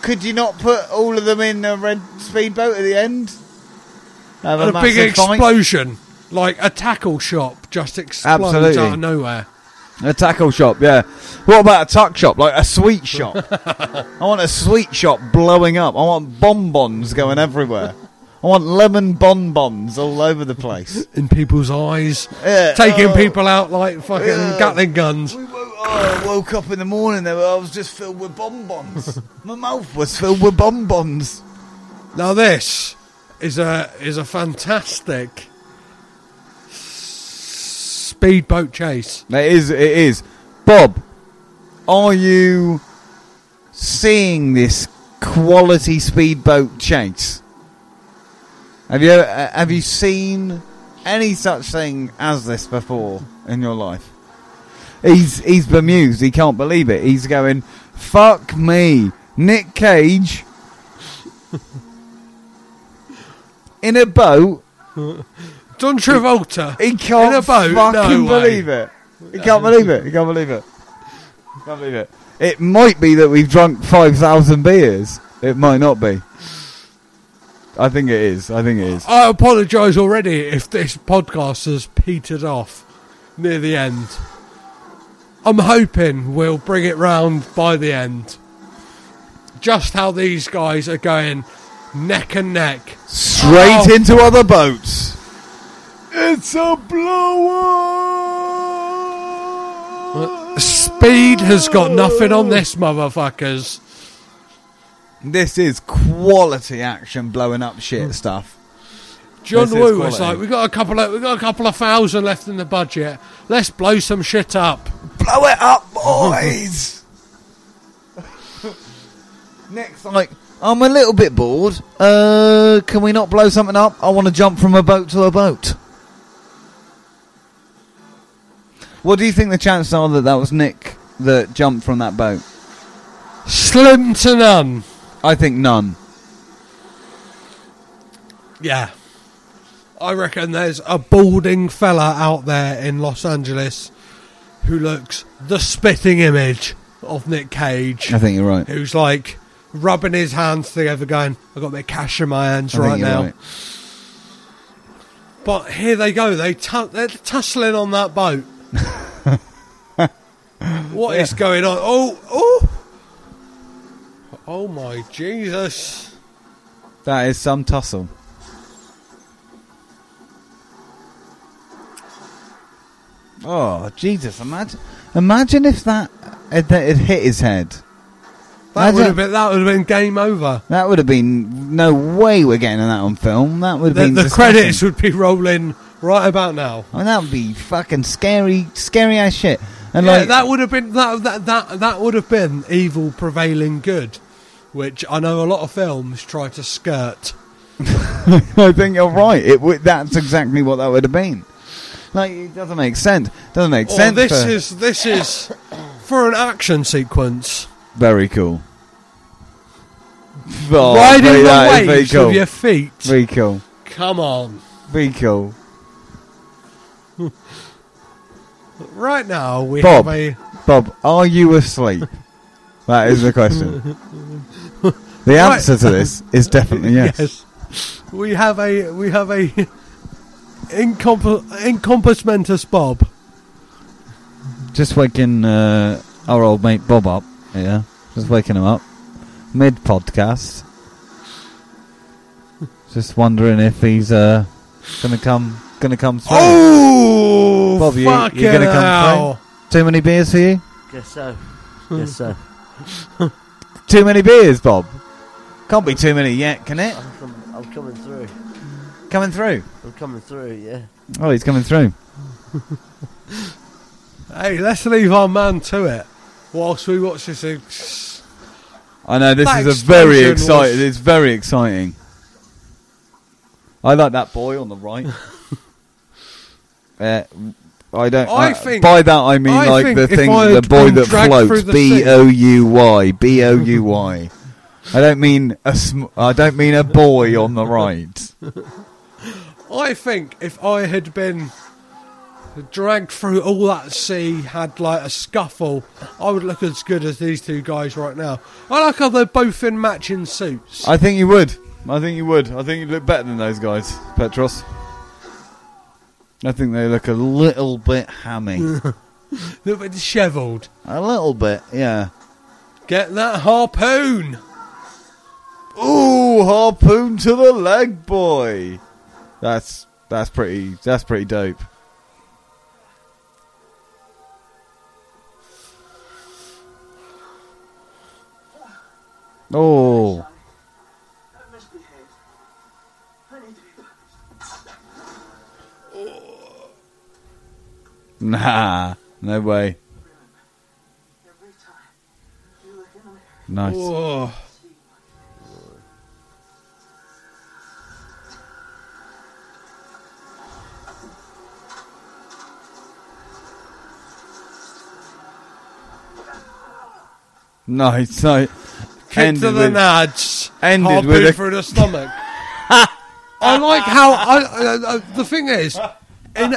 [SPEAKER 3] Could you not put all of them in a red speedboat at the end? Have
[SPEAKER 1] and a big
[SPEAKER 3] massive fight?
[SPEAKER 1] explosion, like a tackle shop, just explodes
[SPEAKER 3] Absolutely.
[SPEAKER 1] out of nowhere.
[SPEAKER 3] A tackle shop, yeah. What about a tuck shop? Like a sweet shop. I want a sweet shop blowing up. I want bonbons going everywhere. I want lemon bonbons all over the place.
[SPEAKER 1] In people's eyes,
[SPEAKER 3] Yeah.
[SPEAKER 1] taking
[SPEAKER 3] Oh.
[SPEAKER 1] people out like fucking
[SPEAKER 3] Yeah.
[SPEAKER 1] Gatling guns.
[SPEAKER 3] We woke, oh, I woke up in the morning and I was just filled with bonbons. My mouth was filled with bonbons.
[SPEAKER 1] Now this is a is a fantastic speedboat chase.
[SPEAKER 3] It is. It is. Bob, are you seeing this quality speedboat chase? Have you uh, have you seen any such thing as this before in your life? He's he's bemused. He can't believe it. He's going, "Fuck me, Nick Cage." In a boat,
[SPEAKER 1] John Travolta.
[SPEAKER 3] he can't
[SPEAKER 1] In a boat?
[SPEAKER 3] fucking
[SPEAKER 1] No way.
[SPEAKER 3] believe it. He can't believe it. He can't believe it. Can't believe it. It might be that we've drunk five thousand beers. It might not be. I think it is. I think it is.
[SPEAKER 1] I apologise already if this podcast has petered off near the end. I'm hoping we'll bring it round by the end. Just how these guys are going neck and neck.
[SPEAKER 3] Straight
[SPEAKER 1] Oh.
[SPEAKER 3] into other boats. It's a blower.
[SPEAKER 1] Speed has got nothing on this, motherfuckers.
[SPEAKER 3] This is quality action, blowing up shit stuff.
[SPEAKER 1] John
[SPEAKER 3] This is
[SPEAKER 1] Woo was
[SPEAKER 3] quality.
[SPEAKER 1] like, "We got a couple of we got a couple of thousand left in the budget. Let's blow some shit up."
[SPEAKER 3] Blow it up, boys! Next, like, I'm a little bit bored. Uh, can we not blow something up? I want to jump from a boat to a boat. What do you think the chances are that that was Nick that jumped from that boat?
[SPEAKER 1] Slim to none.
[SPEAKER 3] I think none.
[SPEAKER 1] Yeah. I reckon there's a balding fella out there in Los Angeles who looks the spitting image of Nick Cage,
[SPEAKER 3] I think you're right. I
[SPEAKER 1] who's like rubbing his hands together, going, I've got my cash in my hands
[SPEAKER 3] think
[SPEAKER 1] right
[SPEAKER 3] you're
[SPEAKER 1] now. But here they go, they tu- they're tussling on that boat. What is going on? Oh, oh, oh my Jesus!
[SPEAKER 3] That is some tussle. Oh Jesus! Imagine, imagine if that had, that had hit his head.
[SPEAKER 1] That
[SPEAKER 3] Imagine-
[SPEAKER 1] would have been that would have been game over.
[SPEAKER 3] That would have been no way we're getting that on film. That would have
[SPEAKER 1] The,
[SPEAKER 3] been
[SPEAKER 1] the
[SPEAKER 3] disgusting.
[SPEAKER 1] credits would be rolling right about now.
[SPEAKER 3] I mean, that would be fucking scary, scary ass shit. And
[SPEAKER 1] Yeah,
[SPEAKER 3] like
[SPEAKER 1] that would have been that that that that would have been evil prevailing good, which I know a lot of films try to skirt.
[SPEAKER 3] I think you're right. It would. That's exactly what that would have been. Like it doesn't make sense. Doesn't make
[SPEAKER 1] Or
[SPEAKER 3] sense.
[SPEAKER 1] Oh, this
[SPEAKER 3] for-
[SPEAKER 1] is this is for an action sequence.
[SPEAKER 3] very cool. Oh,
[SPEAKER 1] Riding
[SPEAKER 3] very-
[SPEAKER 1] the
[SPEAKER 3] that is very
[SPEAKER 1] waves
[SPEAKER 3] cool.
[SPEAKER 1] with your feet.
[SPEAKER 3] Very cool.
[SPEAKER 1] Come on.
[SPEAKER 3] Very cool.
[SPEAKER 1] Right now we
[SPEAKER 3] Bob.
[SPEAKER 1] have a
[SPEAKER 3] Bob, are you asleep? that is the question. The
[SPEAKER 1] Right.
[SPEAKER 3] answer to this is definitely yes.
[SPEAKER 1] We have a we have a incompos encompassmentus Bob.
[SPEAKER 3] Just waking uh, our old mate Bob up. Yeah, just waking him up mid podcast. just wondering if he's uh, gonna come, gonna come through.
[SPEAKER 1] Oh,
[SPEAKER 3] Bob, you- you
[SPEAKER 1] fucking
[SPEAKER 3] gonna come
[SPEAKER 1] hell.
[SPEAKER 3] Too many beers for you?
[SPEAKER 2] Guess so. Guess so.
[SPEAKER 3] Too many beers, Bob. Can't be too many yet, can it?
[SPEAKER 2] I'm coming, I'm coming through.
[SPEAKER 3] Coming through.
[SPEAKER 2] I'm coming through, yeah.
[SPEAKER 3] Oh, he's coming through.
[SPEAKER 1] Hey, let's leave our man to it whilst we watch this. ex-
[SPEAKER 3] I know this
[SPEAKER 1] That
[SPEAKER 3] is a very
[SPEAKER 1] explosion
[SPEAKER 3] exciting.
[SPEAKER 1] was-
[SPEAKER 3] It's very exciting. I like that boy on the right. uh, I don't.
[SPEAKER 1] I
[SPEAKER 3] I
[SPEAKER 1] think-
[SPEAKER 3] by that I mean
[SPEAKER 1] I
[SPEAKER 3] like
[SPEAKER 1] think
[SPEAKER 3] the
[SPEAKER 1] if
[SPEAKER 3] thing,
[SPEAKER 1] I
[SPEAKER 3] the
[SPEAKER 1] had
[SPEAKER 3] boy
[SPEAKER 1] been
[SPEAKER 3] that
[SPEAKER 1] dragged through
[SPEAKER 3] floats.
[SPEAKER 1] the
[SPEAKER 3] B
[SPEAKER 1] sea-
[SPEAKER 3] o u y. B o u y. I don't mean a. Sm- I don't mean a boy on the right.
[SPEAKER 1] I think if I had been dragged through all that sea, had like a scuffle, I would look as good as these two guys right now. I like how they're both in matching suits.
[SPEAKER 3] I think you would. I think you would. I think you look better than those guys, Petros. I think they look a little bit hammy.
[SPEAKER 1] A little bit dishevelled.
[SPEAKER 3] a little bit, yeah.
[SPEAKER 1] Get that harpoon!
[SPEAKER 3] Ooh, harpoon to the leg, boy. That's that's pretty. That's pretty dope. Oh,
[SPEAKER 5] I misbehaved. I need to be punished.
[SPEAKER 3] nah, no way.
[SPEAKER 5] Every time you look in the mirror,
[SPEAKER 3] Nice.
[SPEAKER 1] Whoa.
[SPEAKER 5] see my
[SPEAKER 3] Nice. No.
[SPEAKER 1] Kick to
[SPEAKER 3] Ended
[SPEAKER 1] the
[SPEAKER 3] with-
[SPEAKER 1] nads.
[SPEAKER 3] ended
[SPEAKER 1] Harpoon
[SPEAKER 3] with a-
[SPEAKER 1] through the stomach. I like how I, I, I, the thing is, in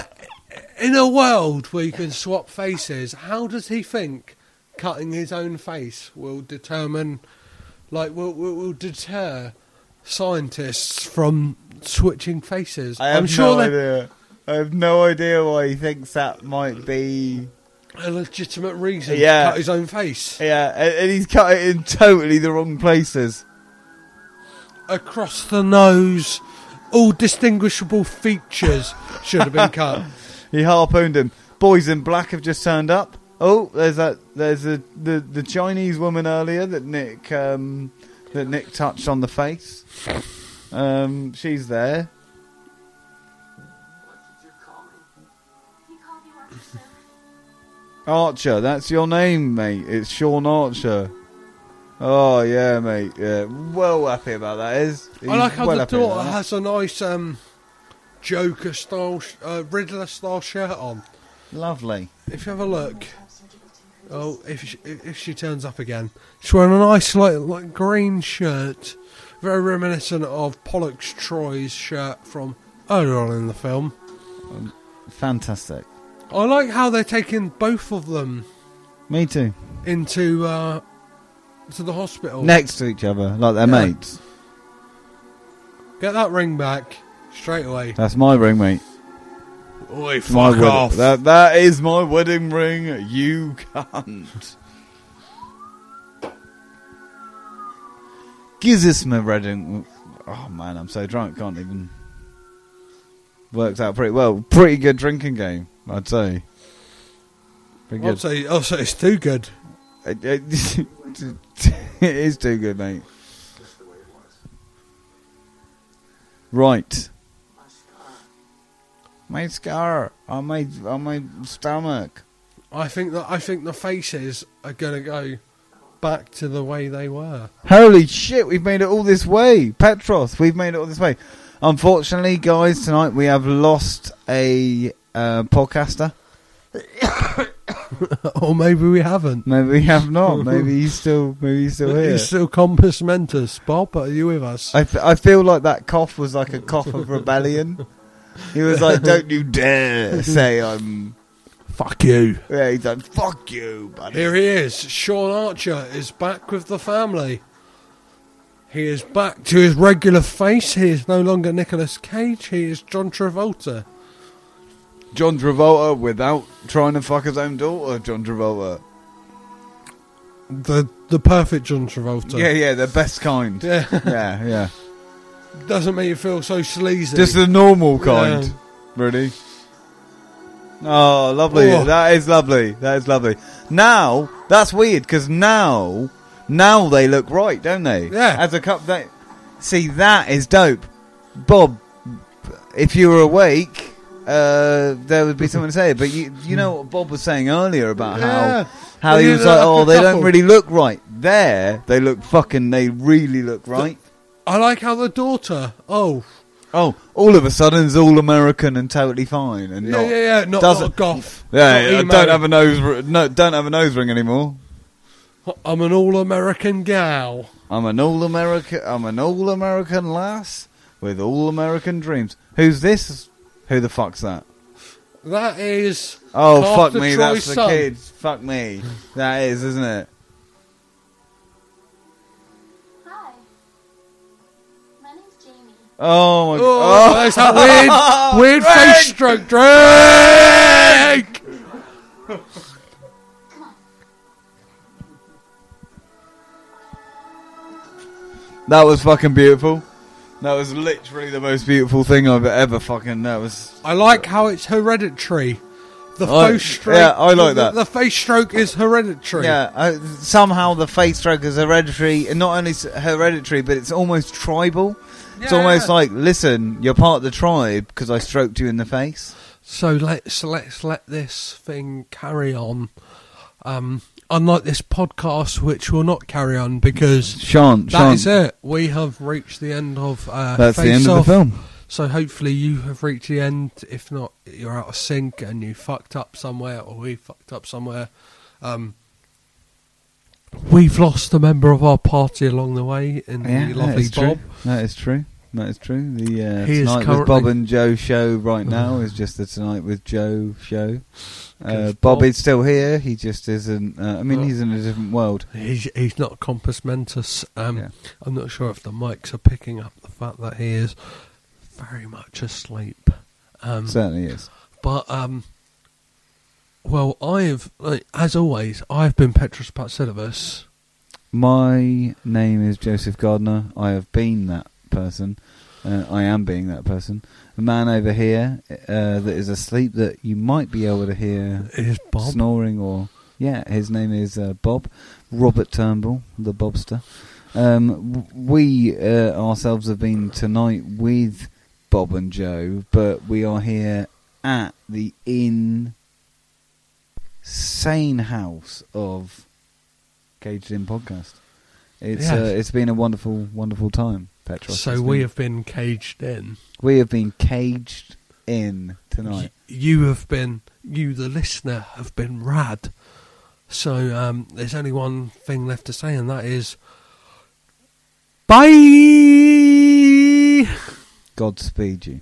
[SPEAKER 1] in a world where you can swap faces, how does he think cutting his own face will determine, like, will will, will deter scientists from switching faces?
[SPEAKER 6] I have
[SPEAKER 1] I'm sure
[SPEAKER 6] no
[SPEAKER 1] they're
[SPEAKER 6] idea. I have no idea why he thinks that might be.
[SPEAKER 1] a legitimate reason
[SPEAKER 6] Yeah.
[SPEAKER 1] to cut his own face
[SPEAKER 6] Yeah, and, and he's cut it in totally the wrong places.
[SPEAKER 1] across the nose. All distinguishable features should have been cut.
[SPEAKER 6] He harpooned him. Boys in black have just turned up. Oh, there's that. There's a, the the Chinese woman earlier that Nick um, that Nick touched on the face. Um, she's there.
[SPEAKER 5] What did you call me?
[SPEAKER 8] He called you out, sir.
[SPEAKER 6] Archer, that's your name, mate. It's Sean Archer. Oh yeah, mate. Yeah, well happy about that. Is
[SPEAKER 1] I like
[SPEAKER 6] He's
[SPEAKER 1] how
[SPEAKER 6] well
[SPEAKER 1] the
[SPEAKER 6] happy about
[SPEAKER 1] daughter
[SPEAKER 6] that.
[SPEAKER 1] has a nice um, Joker style, sh- uh, Riddler style shirt on.
[SPEAKER 3] Lovely.
[SPEAKER 1] If you have a look, oh, if she, if she turns up again, she's wearing a nice like like green shirt, very reminiscent of Pollux Troy's shirt from earlier on in the film.
[SPEAKER 3] Fantastic.
[SPEAKER 1] I like how they're taking both of them
[SPEAKER 3] Me too.
[SPEAKER 1] into uh, to the hospital.
[SPEAKER 3] Next to each other, like they're
[SPEAKER 1] Oh. Yeah.
[SPEAKER 3] mates.
[SPEAKER 1] Get that ring back straight away.
[SPEAKER 3] That's my ring, mate.
[SPEAKER 1] Oi,
[SPEAKER 3] My
[SPEAKER 1] fuck
[SPEAKER 3] wedding-
[SPEAKER 1] off.
[SPEAKER 3] That, that is my wedding ring. You can't.
[SPEAKER 15] Gives us my wedding. Oh man, I'm so drunk. Can't even.
[SPEAKER 3] Works out pretty well. Pretty good drinking game, I'd say. Pretty
[SPEAKER 1] I'll
[SPEAKER 3] good.
[SPEAKER 1] say, I'll say it's too good.
[SPEAKER 3] It, it- it is too good, mate. Right. My scar on my on my stomach.
[SPEAKER 1] I think that I think the faces are gonna go back to the way they were.
[SPEAKER 3] Holy shit, we've made it all this way. Petros, we've made it all this way. Unfortunately, guys, tonight we have lost a uh, podcaster.
[SPEAKER 1] or maybe we haven't.
[SPEAKER 3] Maybe we have not. Maybe he's still maybe he's still here. Uh,
[SPEAKER 1] He's still compass mentis. Bob, are you with us?
[SPEAKER 3] I, f- I feel like that cough was like a cough of rebellion. He was like, "Don't you dare say I'm."
[SPEAKER 1] Fuck you.
[SPEAKER 3] Yeah, he's like, "Fuck you, buddy."
[SPEAKER 1] Here he is. Sean Archer is back with the family. He is back to his regular face. He is no longer Nicolas Cage. He is John Travolta.
[SPEAKER 3] John Travolta without trying to fuck his own daughter. John Travolta.
[SPEAKER 1] The the perfect John Travolta.
[SPEAKER 3] Yeah, yeah, the best kind. Yeah,
[SPEAKER 1] Yeah.
[SPEAKER 3] yeah.
[SPEAKER 1] Doesn't make you feel so sleazy.
[SPEAKER 3] Just the normal kind,
[SPEAKER 1] Yeah.
[SPEAKER 3] really. Oh, lovely!
[SPEAKER 1] Oh.
[SPEAKER 3] That is lovely. That is lovely. Now that's weird because now, now they look right, don't they?
[SPEAKER 1] Yeah.
[SPEAKER 3] As a cup, they see that is dope. Bob, if you were awake, uh, there would be something to say. But you, you know what Bob was saying earlier about
[SPEAKER 1] Yeah.
[SPEAKER 3] how. How he
[SPEAKER 1] They
[SPEAKER 3] was
[SPEAKER 1] look
[SPEAKER 3] like,
[SPEAKER 1] like
[SPEAKER 3] oh,
[SPEAKER 1] a
[SPEAKER 3] they don't
[SPEAKER 1] couple."
[SPEAKER 3] really look right. There, they look fucking, they really look right.
[SPEAKER 1] I like how the daughter. Oh,
[SPEAKER 3] Oh, all of a sudden it's all American and totally fine and
[SPEAKER 1] yeah,
[SPEAKER 3] not.
[SPEAKER 1] yeah, yeah. Not, not a
[SPEAKER 3] doesn't-
[SPEAKER 1] goth.
[SPEAKER 3] Yeah,
[SPEAKER 1] not
[SPEAKER 3] I
[SPEAKER 1] emo.
[SPEAKER 3] don't have a nose. r- No, don't have a nose ring anymore.
[SPEAKER 1] I'm an all-American gal.
[SPEAKER 3] I'm an all American. I'm an all American lass with all American dreams. Who's this? Who the fuck's that?
[SPEAKER 1] That is.
[SPEAKER 3] Oh
[SPEAKER 1] Half
[SPEAKER 3] fuck
[SPEAKER 1] the
[SPEAKER 3] me,
[SPEAKER 1] Troy
[SPEAKER 3] that's the
[SPEAKER 1] son.
[SPEAKER 3] kid. Fuck me, that is, isn't it?
[SPEAKER 8] Hi. My name's Jamie.
[SPEAKER 3] Oh my.
[SPEAKER 1] Oh,
[SPEAKER 3] god.
[SPEAKER 1] there's that weird, weird face stroke. Drake.
[SPEAKER 3] That was fucking beautiful. That was literally the most beautiful thing I've ever fucking. That was.
[SPEAKER 1] I like how it's hereditary. The
[SPEAKER 3] I-
[SPEAKER 1] face stroke.
[SPEAKER 3] yeah, I like
[SPEAKER 1] the-
[SPEAKER 3] that.
[SPEAKER 1] The face stroke is hereditary.
[SPEAKER 3] Yeah, uh, somehow the face stroke is hereditary, and not only s- hereditary, but it's almost tribal. It's
[SPEAKER 1] Yeah.
[SPEAKER 3] almost like, listen, you're part of the tribe because I stroked you in the face.
[SPEAKER 1] So let's let's let this thing carry on. Um, unlike this podcast, which will not carry on because
[SPEAKER 3] Shan't,
[SPEAKER 1] that is it. We have reached the end of uh,
[SPEAKER 3] That's the
[SPEAKER 1] Face
[SPEAKER 3] end of the
[SPEAKER 1] Off.
[SPEAKER 3] film.
[SPEAKER 1] So hopefully you have reached the end. If not, you're out of sync and you fucked up somewhere, or we fucked up somewhere. Um, we've lost a member of our party along the way in the
[SPEAKER 3] that
[SPEAKER 1] lovely
[SPEAKER 3] is
[SPEAKER 1] Bob.
[SPEAKER 3] true. That is true. That is true. The uh,
[SPEAKER 1] He is
[SPEAKER 3] Tonight
[SPEAKER 1] currently-
[SPEAKER 3] with Bob and Joe show right now is just the Tonight with Joe show. Uh,
[SPEAKER 1] 'Cause
[SPEAKER 3] Bob
[SPEAKER 1] Bob-
[SPEAKER 3] is still here. He just isn't. Uh, I mean,
[SPEAKER 1] Oh.
[SPEAKER 3] he's in a different world.
[SPEAKER 1] He's he's not compass mentis. Um,
[SPEAKER 3] Yeah.
[SPEAKER 1] I'm not sure if the mics are picking up the fact that he is very much asleep. Um,
[SPEAKER 3] Certainly is.
[SPEAKER 1] But um, well, I've like, as always, I've been Petros Patsilivus.
[SPEAKER 3] My name is Joseph Gardner. I have been that person. Uh, I am being that person. The man over here uh, that is asleep that you might be able to hear
[SPEAKER 1] Is Bob?
[SPEAKER 3] snoring or yeah, his name is uh, Bob Robert Turnbull, the Bobster. Um, w- we uh, ourselves have been tonight with Bob and Joe, but we are here at the insane house of Caged In podcast. It's
[SPEAKER 1] Yes.
[SPEAKER 3] uh, it's been a wonderful, wonderful time, Petros. It's
[SPEAKER 1] So
[SPEAKER 3] been-
[SPEAKER 1] we have been caged in.
[SPEAKER 3] we have been caged in tonight.
[SPEAKER 1] Y- you have been, you the listener, have been rad. So um, there's only one thing left to say, and that is bye.
[SPEAKER 3] Godspeed you.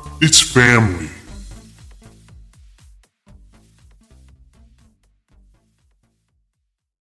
[SPEAKER 16] it's family.